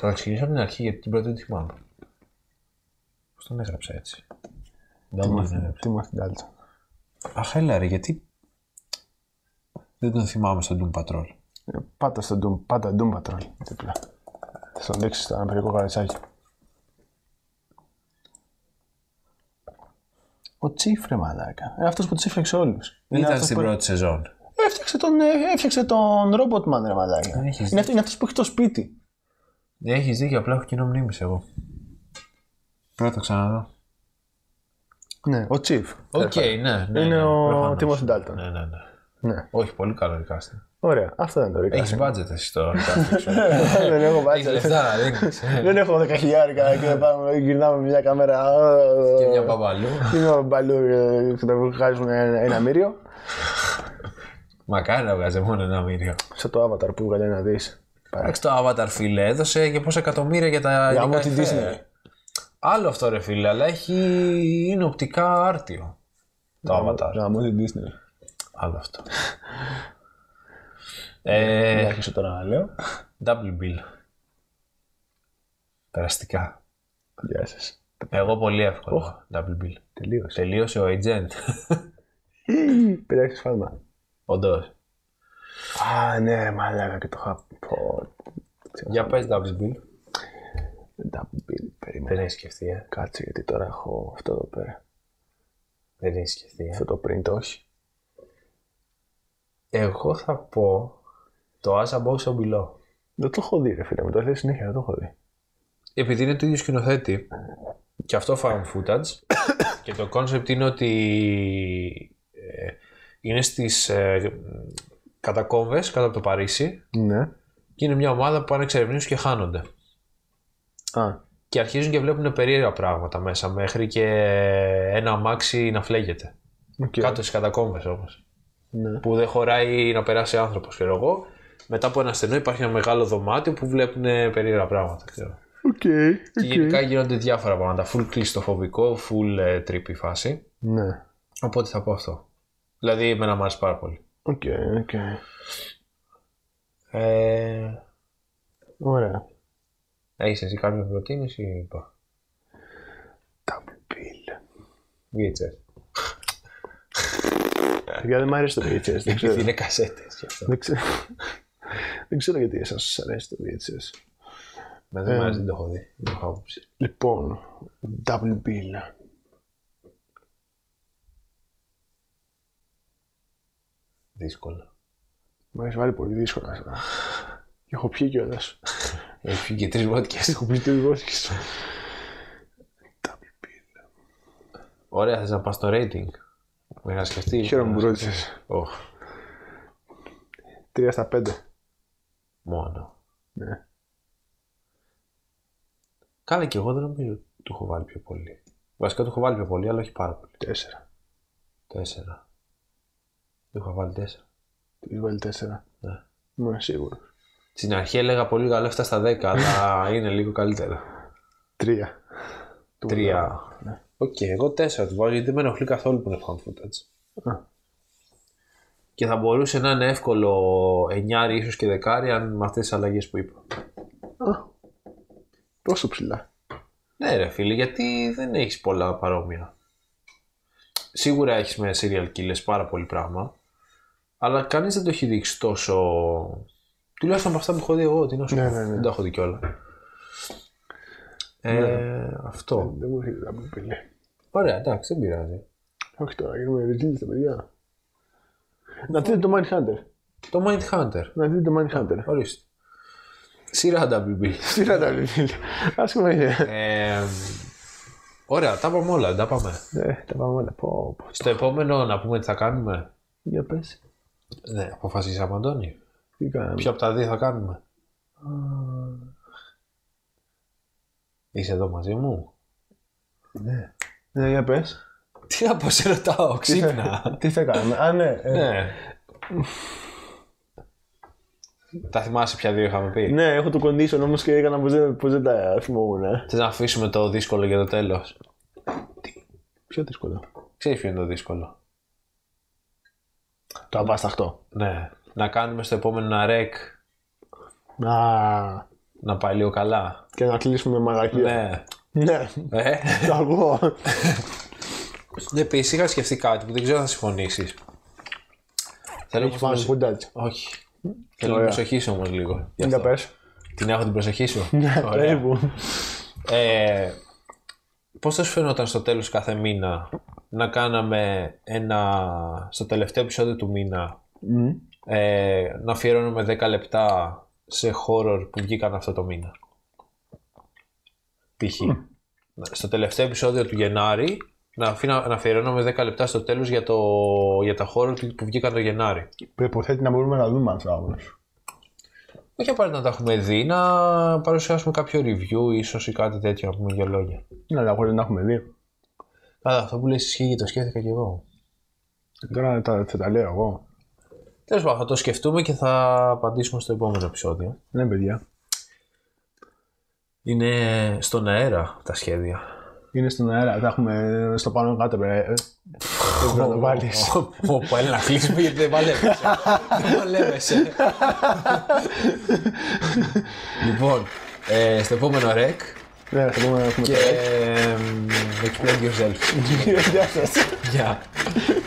[SPEAKER 1] Τώρα ξεκινήσω από την αρχή γιατί την πρώτη δεν τη θυμάμαι. Πώς τον έγραψα έτσι. Δεν μου έγραψε.
[SPEAKER 2] Timothy Dalton.
[SPEAKER 1] Αχ, έλα ρε, γιατί. Δεν τον θυμάμαι στον Doom Patrol.
[SPEAKER 2] Ε, Πάτα στον Doom, πάτα Doom Patrol. Τίπλα. Θα στον δείξει στο αναπηρικό καρατσάκι. Ο Τσίφ ρε μαλάκα. Είναι αυτός που τους έφτιαξε όλους.
[SPEAKER 1] Δεν ήταν
[SPEAKER 2] αυτός
[SPEAKER 1] στην
[SPEAKER 2] που...
[SPEAKER 1] πρώτη σεζόν.
[SPEAKER 2] Έφτιαξε τον, ε, έφτιαξε τον Robotman ρε μαλάκα.
[SPEAKER 1] Δεν έχεις
[SPEAKER 2] Είναι, αυτός, είναι αυτός που έχει το σπίτι.
[SPEAKER 1] Έχεις δίκιο, απλά έχω κοινό μνήμη σε εγώ. Πρώτα ξαναδώ.
[SPEAKER 2] Ναι, ο Τσίφ.
[SPEAKER 1] Οκ, ναι, ναι, ναι.
[SPEAKER 2] Είναι ο
[SPEAKER 1] προφανώς.
[SPEAKER 2] Timothy Dalton.
[SPEAKER 1] Ναι, ναι, ναι.
[SPEAKER 2] Ναι.
[SPEAKER 1] Όχι, πολύ καλό recasting.
[SPEAKER 2] Ωραία, αυτό ήταν το
[SPEAKER 1] Έχει
[SPEAKER 2] ρίκασμα.
[SPEAKER 1] budget εσύ τώρα. recasting, ξέρω.
[SPEAKER 2] Δεν έχω
[SPEAKER 1] Έχεις
[SPEAKER 2] budget.
[SPEAKER 1] λεφτά, δεν έχεις.
[SPEAKER 2] Δεν έχω 10 χιλιάρικα και πάμε, γυρνάμε με μια κάμερα.
[SPEAKER 1] Και μια παπαλού.
[SPEAKER 2] Είμαι ο Μπαλού ε, και τα βγάζουν ένα, ένα μύριο.
[SPEAKER 1] Μακάρι να βγάζει μόνο ένα μύριο.
[SPEAKER 2] Σε το avatar που βγάλε να δεις.
[SPEAKER 1] Εντάξει το Avatar φίλε, έδωσε και πόσα εκατομμύρια για τα
[SPEAKER 2] Για
[SPEAKER 1] ειδικά
[SPEAKER 2] μου την
[SPEAKER 1] εφέ.
[SPEAKER 2] Disney.
[SPEAKER 1] Άλλο αυτό ρε φίλε, αλλά έχει... είναι οπτικά άρτιο το Avatar.
[SPEAKER 2] Να μου την Disney.
[SPEAKER 1] Άλλο αυτό. ε,
[SPEAKER 2] Δεν άρχισε τώρα να λέω.
[SPEAKER 1] double bill. Περαστικά.
[SPEAKER 2] Γεια σας.
[SPEAKER 1] Εγώ πολύ εύκολα. Double bill.
[SPEAKER 2] Τελείωσε.
[SPEAKER 1] Τελείωσε ο agent.
[SPEAKER 2] Πειράξει φάλμα.
[SPEAKER 1] Όντως.
[SPEAKER 2] Α, ναι, ρε, μαλάκα και το είχα. Πω,
[SPEAKER 1] Για πες double bill.
[SPEAKER 2] Δεν τα πει, περίμενε.
[SPEAKER 1] Δεν έχει σκεφτεί, ε.
[SPEAKER 2] Κάτσε γιατί τώρα έχω αυτό εδώ πέρα.
[SPEAKER 1] Δεν έχει σκεφτεί, ε.
[SPEAKER 2] Αυτό το print, όχι.
[SPEAKER 1] Εγώ θα πω το as above so below.
[SPEAKER 2] Δεν το έχω δει, ρε φίλε μου. Το έλεγε συνέχεια, δεν το έχω δει.
[SPEAKER 1] επειδή είναι του ίδιου σκηνοθέτη και αυτό found footage και το concept είναι ότι ε, είναι στις ε, κατακόμβες κάτω από το Παρίσι
[SPEAKER 2] Ναι.
[SPEAKER 1] και είναι μια ομάδα που πάνε να εξερευνήσουν και χάνονται
[SPEAKER 2] Α,
[SPEAKER 1] και αρχίζουν και βλέπουν περίεργα πράγματα μέσα μέχρι και ένα αμάξι να φλέγεται
[SPEAKER 2] οκ.
[SPEAKER 1] κάτω στις κατακόμβες όμως
[SPEAKER 2] Ναι.
[SPEAKER 1] που δεν χωράει να περάσει άνθρωπος ξέρω εγώ μετά από ένα στενό υπάρχει ένα μεγάλο δωμάτιο που βλέπουν περίεργα πράγματα ξέρω.
[SPEAKER 2] Οκ.
[SPEAKER 1] Και γενικά γίνονται διάφορα πράγματα. Full κλειστοφοβικό, full ε, τρύπη φάση.
[SPEAKER 2] Ναι.
[SPEAKER 1] Οπότε θα πω αυτό. Δηλαδή, εμένα μου άρεσε πάρα πολύ.
[SPEAKER 2] Οκ, οκ.
[SPEAKER 1] Ε,
[SPEAKER 2] Ωραία.
[SPEAKER 1] έχεις εσύ κάποια προτίμηση ή είπα.
[SPEAKER 2] Double bill.
[SPEAKER 1] VHS.
[SPEAKER 2] Παιδιά, δεν μου αρέσει το VHS. Δεν
[SPEAKER 1] Επειδή
[SPEAKER 2] ξέρω.
[SPEAKER 1] είναι κασέτες και αυτό.
[SPEAKER 2] Δεν ξέρω. Δεν ξέρω γιατί εσάς σας αρέσει το VHS.
[SPEAKER 1] Με δεν μου αρέσει, δεν το έχω δει. Δεν έχω άποψη.
[SPEAKER 2] Λοιπόν, double bill.
[SPEAKER 1] Δύσκολο.
[SPEAKER 2] Μου έχει βάλει πολύ δύσκολα αυτά. Και έχω πιει κιόλας.
[SPEAKER 1] Έχει φύγει και τρεις βότκες.
[SPEAKER 2] Έχω πιει το βόσκης.
[SPEAKER 1] Ωραία, θες να πας στο rating. Με είχα σκεφτείς.
[SPEAKER 2] Χαίρομαι που ρώτησες.
[SPEAKER 1] Οχ,
[SPEAKER 2] Τρία στα πέντε.
[SPEAKER 1] μόνο.
[SPEAKER 2] Ναι.
[SPEAKER 1] Καλά και εγώ δεν νομίζω ότι του έχω βάλει πιο πολύ. Βασικά του έχω βάλει πιο πολύ, αλλά όχι πάρα πολύ.
[SPEAKER 2] Τέσσερα.
[SPEAKER 1] Τέσσερα. Του είχα βάλει τέσσερα.
[SPEAKER 2] Του έχεις βάλει τέσσερα.
[SPEAKER 1] Ναι.
[SPEAKER 2] Μου είναι σίγουρο.
[SPEAKER 1] Στην αρχή έλεγα πολύ καλό 7 στα 10, αλλά είναι λίγο καλύτερα.
[SPEAKER 2] Τρία.
[SPEAKER 1] Τρία. Οκ, εγώ τέσσερα του βάζω γιατί δεν με ενοχλεί καθόλου που είναι found footage.
[SPEAKER 2] Ναι.
[SPEAKER 1] Και θα μπορούσε να είναι εύκολο 9 ίσως και δεκάρι αν με αυτές τις αλλαγές που είπα.
[SPEAKER 2] Τόσο ψηλά.
[SPEAKER 1] Ναι, ρε φίλε, γιατί δεν έχεις πολλά παρόμοια. Σίγουρα έχεις με serial killers πάρα πολύ πράγμα. Αλλά κανείς δεν το έχει δείξει τόσο. Τουλάχιστον από αυτά που έχω δει εγώ, τι να σου
[SPEAKER 2] Ναι,
[SPEAKER 1] πω.
[SPEAKER 2] ναι, ναι.
[SPEAKER 1] Δεν τα έχω δει κιόλα. Ε, Αυτό.
[SPEAKER 2] Δεν μου έρχεται να μου πειλέ.
[SPEAKER 1] Ωραία, εντάξει, δεν πειράζει.
[SPEAKER 2] Όχι τώρα, γίνουμε ριτζίλι τα παιδιά. Να δείτε το Mindhunter.
[SPEAKER 1] Το Mindhunter.
[SPEAKER 2] Να δείτε το Mindhunter.
[SPEAKER 1] Ορίστε. Σειρά WB.
[SPEAKER 2] Σειρά τα βιβλία. Άσχημα είναι.
[SPEAKER 1] Ε, ωραία, τα πάμε όλα, τα πάμε.
[SPEAKER 2] Ναι, τα πάμε όλα. Πω, πω.
[SPEAKER 1] Στο επόμενο να πούμε τι θα κάνουμε.
[SPEAKER 2] Για πες.
[SPEAKER 1] Ναι, αποφασίσαμε, Αντώνη.
[SPEAKER 2] Τι κάναμε.
[SPEAKER 1] Ποια από τα δύο θα κάνουμε. Είσαι εδώ μαζί μου.
[SPEAKER 2] Ναι, για πες.
[SPEAKER 1] Τι να πω, σε ρωτάω, ξύπνα.
[SPEAKER 2] Τι θα κάνουμε. Α, ναι. ε,
[SPEAKER 1] ναι. Τα θυμάσαι ποια δύο είχαμε πει.
[SPEAKER 2] Ναι, έχω το condition όμως και έκανα πως δεν, πως δεν τα θυμόμουν. ε.
[SPEAKER 1] Θες να αφήσουμε το δύσκολο για το τέλος.
[SPEAKER 2] Πιο δύσκολο.
[SPEAKER 1] Ξέρεις ποιο είναι το δύσκολο.
[SPEAKER 2] Το απάσταχτο.
[SPEAKER 1] Ναι. Να κάνουμε στο επόμενο ένα ρεκ
[SPEAKER 2] Α,
[SPEAKER 1] να πάει λίγο καλά.
[SPEAKER 2] και να κλείσουμε με μαλακία.
[SPEAKER 1] Ναι.
[SPEAKER 2] Ναι.
[SPEAKER 1] Ε.
[SPEAKER 2] Το ακούω.
[SPEAKER 1] Επίση Ναι, είχα σκεφτεί κάτι που δεν ξέρω αν θα συμφωνήσεις. Θέλω όμως
[SPEAKER 2] Φαν
[SPEAKER 1] προσοχή-
[SPEAKER 2] φουντάτς.
[SPEAKER 1] Όχι. Θέλω την
[SPEAKER 2] Ωραία.
[SPEAKER 1] προσοχή όμως λίγο. γι'
[SPEAKER 2] Για
[SPEAKER 1] αυτό.
[SPEAKER 2] πες.
[SPEAKER 1] Την έχω την προσοχή σου.
[SPEAKER 2] Ναι,
[SPEAKER 1] Ωραία.
[SPEAKER 2] Περίπου.
[SPEAKER 1] Ε, Πώς θα σου φαινόταν στο τέλος κάθε μήνα να κάναμε ένα. στο τελευταίο επεισόδιο του μήνα
[SPEAKER 2] Μμμ.
[SPEAKER 1] ε, να αφιερώνουμε 10 λεπτά σε horror που βγήκαν αυτό το μήνα. Π.χ. Στο τελευταίο επεισόδιο του Γενάρη να, αφήνα- να αφιερώνουμε 10 λεπτά στο τέλος για, το, για τα horror του- που βγήκαν το Γενάρη.
[SPEAKER 3] Προποθέτει να μπορούμε να δούμε ανθρώπου.
[SPEAKER 1] Όχι απαραίτητα να τα έχουμε δει, να παρουσιάσουμε κάποιο review ίσως ή κάτι τέτοιο να πούμε δύο λόγια.
[SPEAKER 2] Ναι, αλλά χωρίς να έχουμε δει.
[SPEAKER 1] Καλά, αυτό που λες ισχύει, το σκέφτηκα κι εγώ.
[SPEAKER 3] Τώρα τα, θα τα λέω εγώ.
[SPEAKER 1] Τέλος πάντων, θα το σκεφτούμε και θα απαντήσουμε στο επόμενο επεισόδιο.
[SPEAKER 3] Ναι, παιδιά.
[SPEAKER 1] Είναι στον αέρα τα σχέδια.
[SPEAKER 3] Είναι στον αέρα. Τα έχουμε στο πάνω κάτω.
[SPEAKER 2] Ε,
[SPEAKER 3] Πρέπει να το βάλεις.
[SPEAKER 1] Όπου έλα να κλείσουμε γιατί δεν παλεύεσαι. Δεν παλεύεσαι. Λοιπόν, ε, στο επόμενο ρεκ
[SPEAKER 2] Ναι, θα πούμε να έχουμε
[SPEAKER 1] και ε, explain yourself.
[SPEAKER 2] Γεια σας.
[SPEAKER 1] Γεια.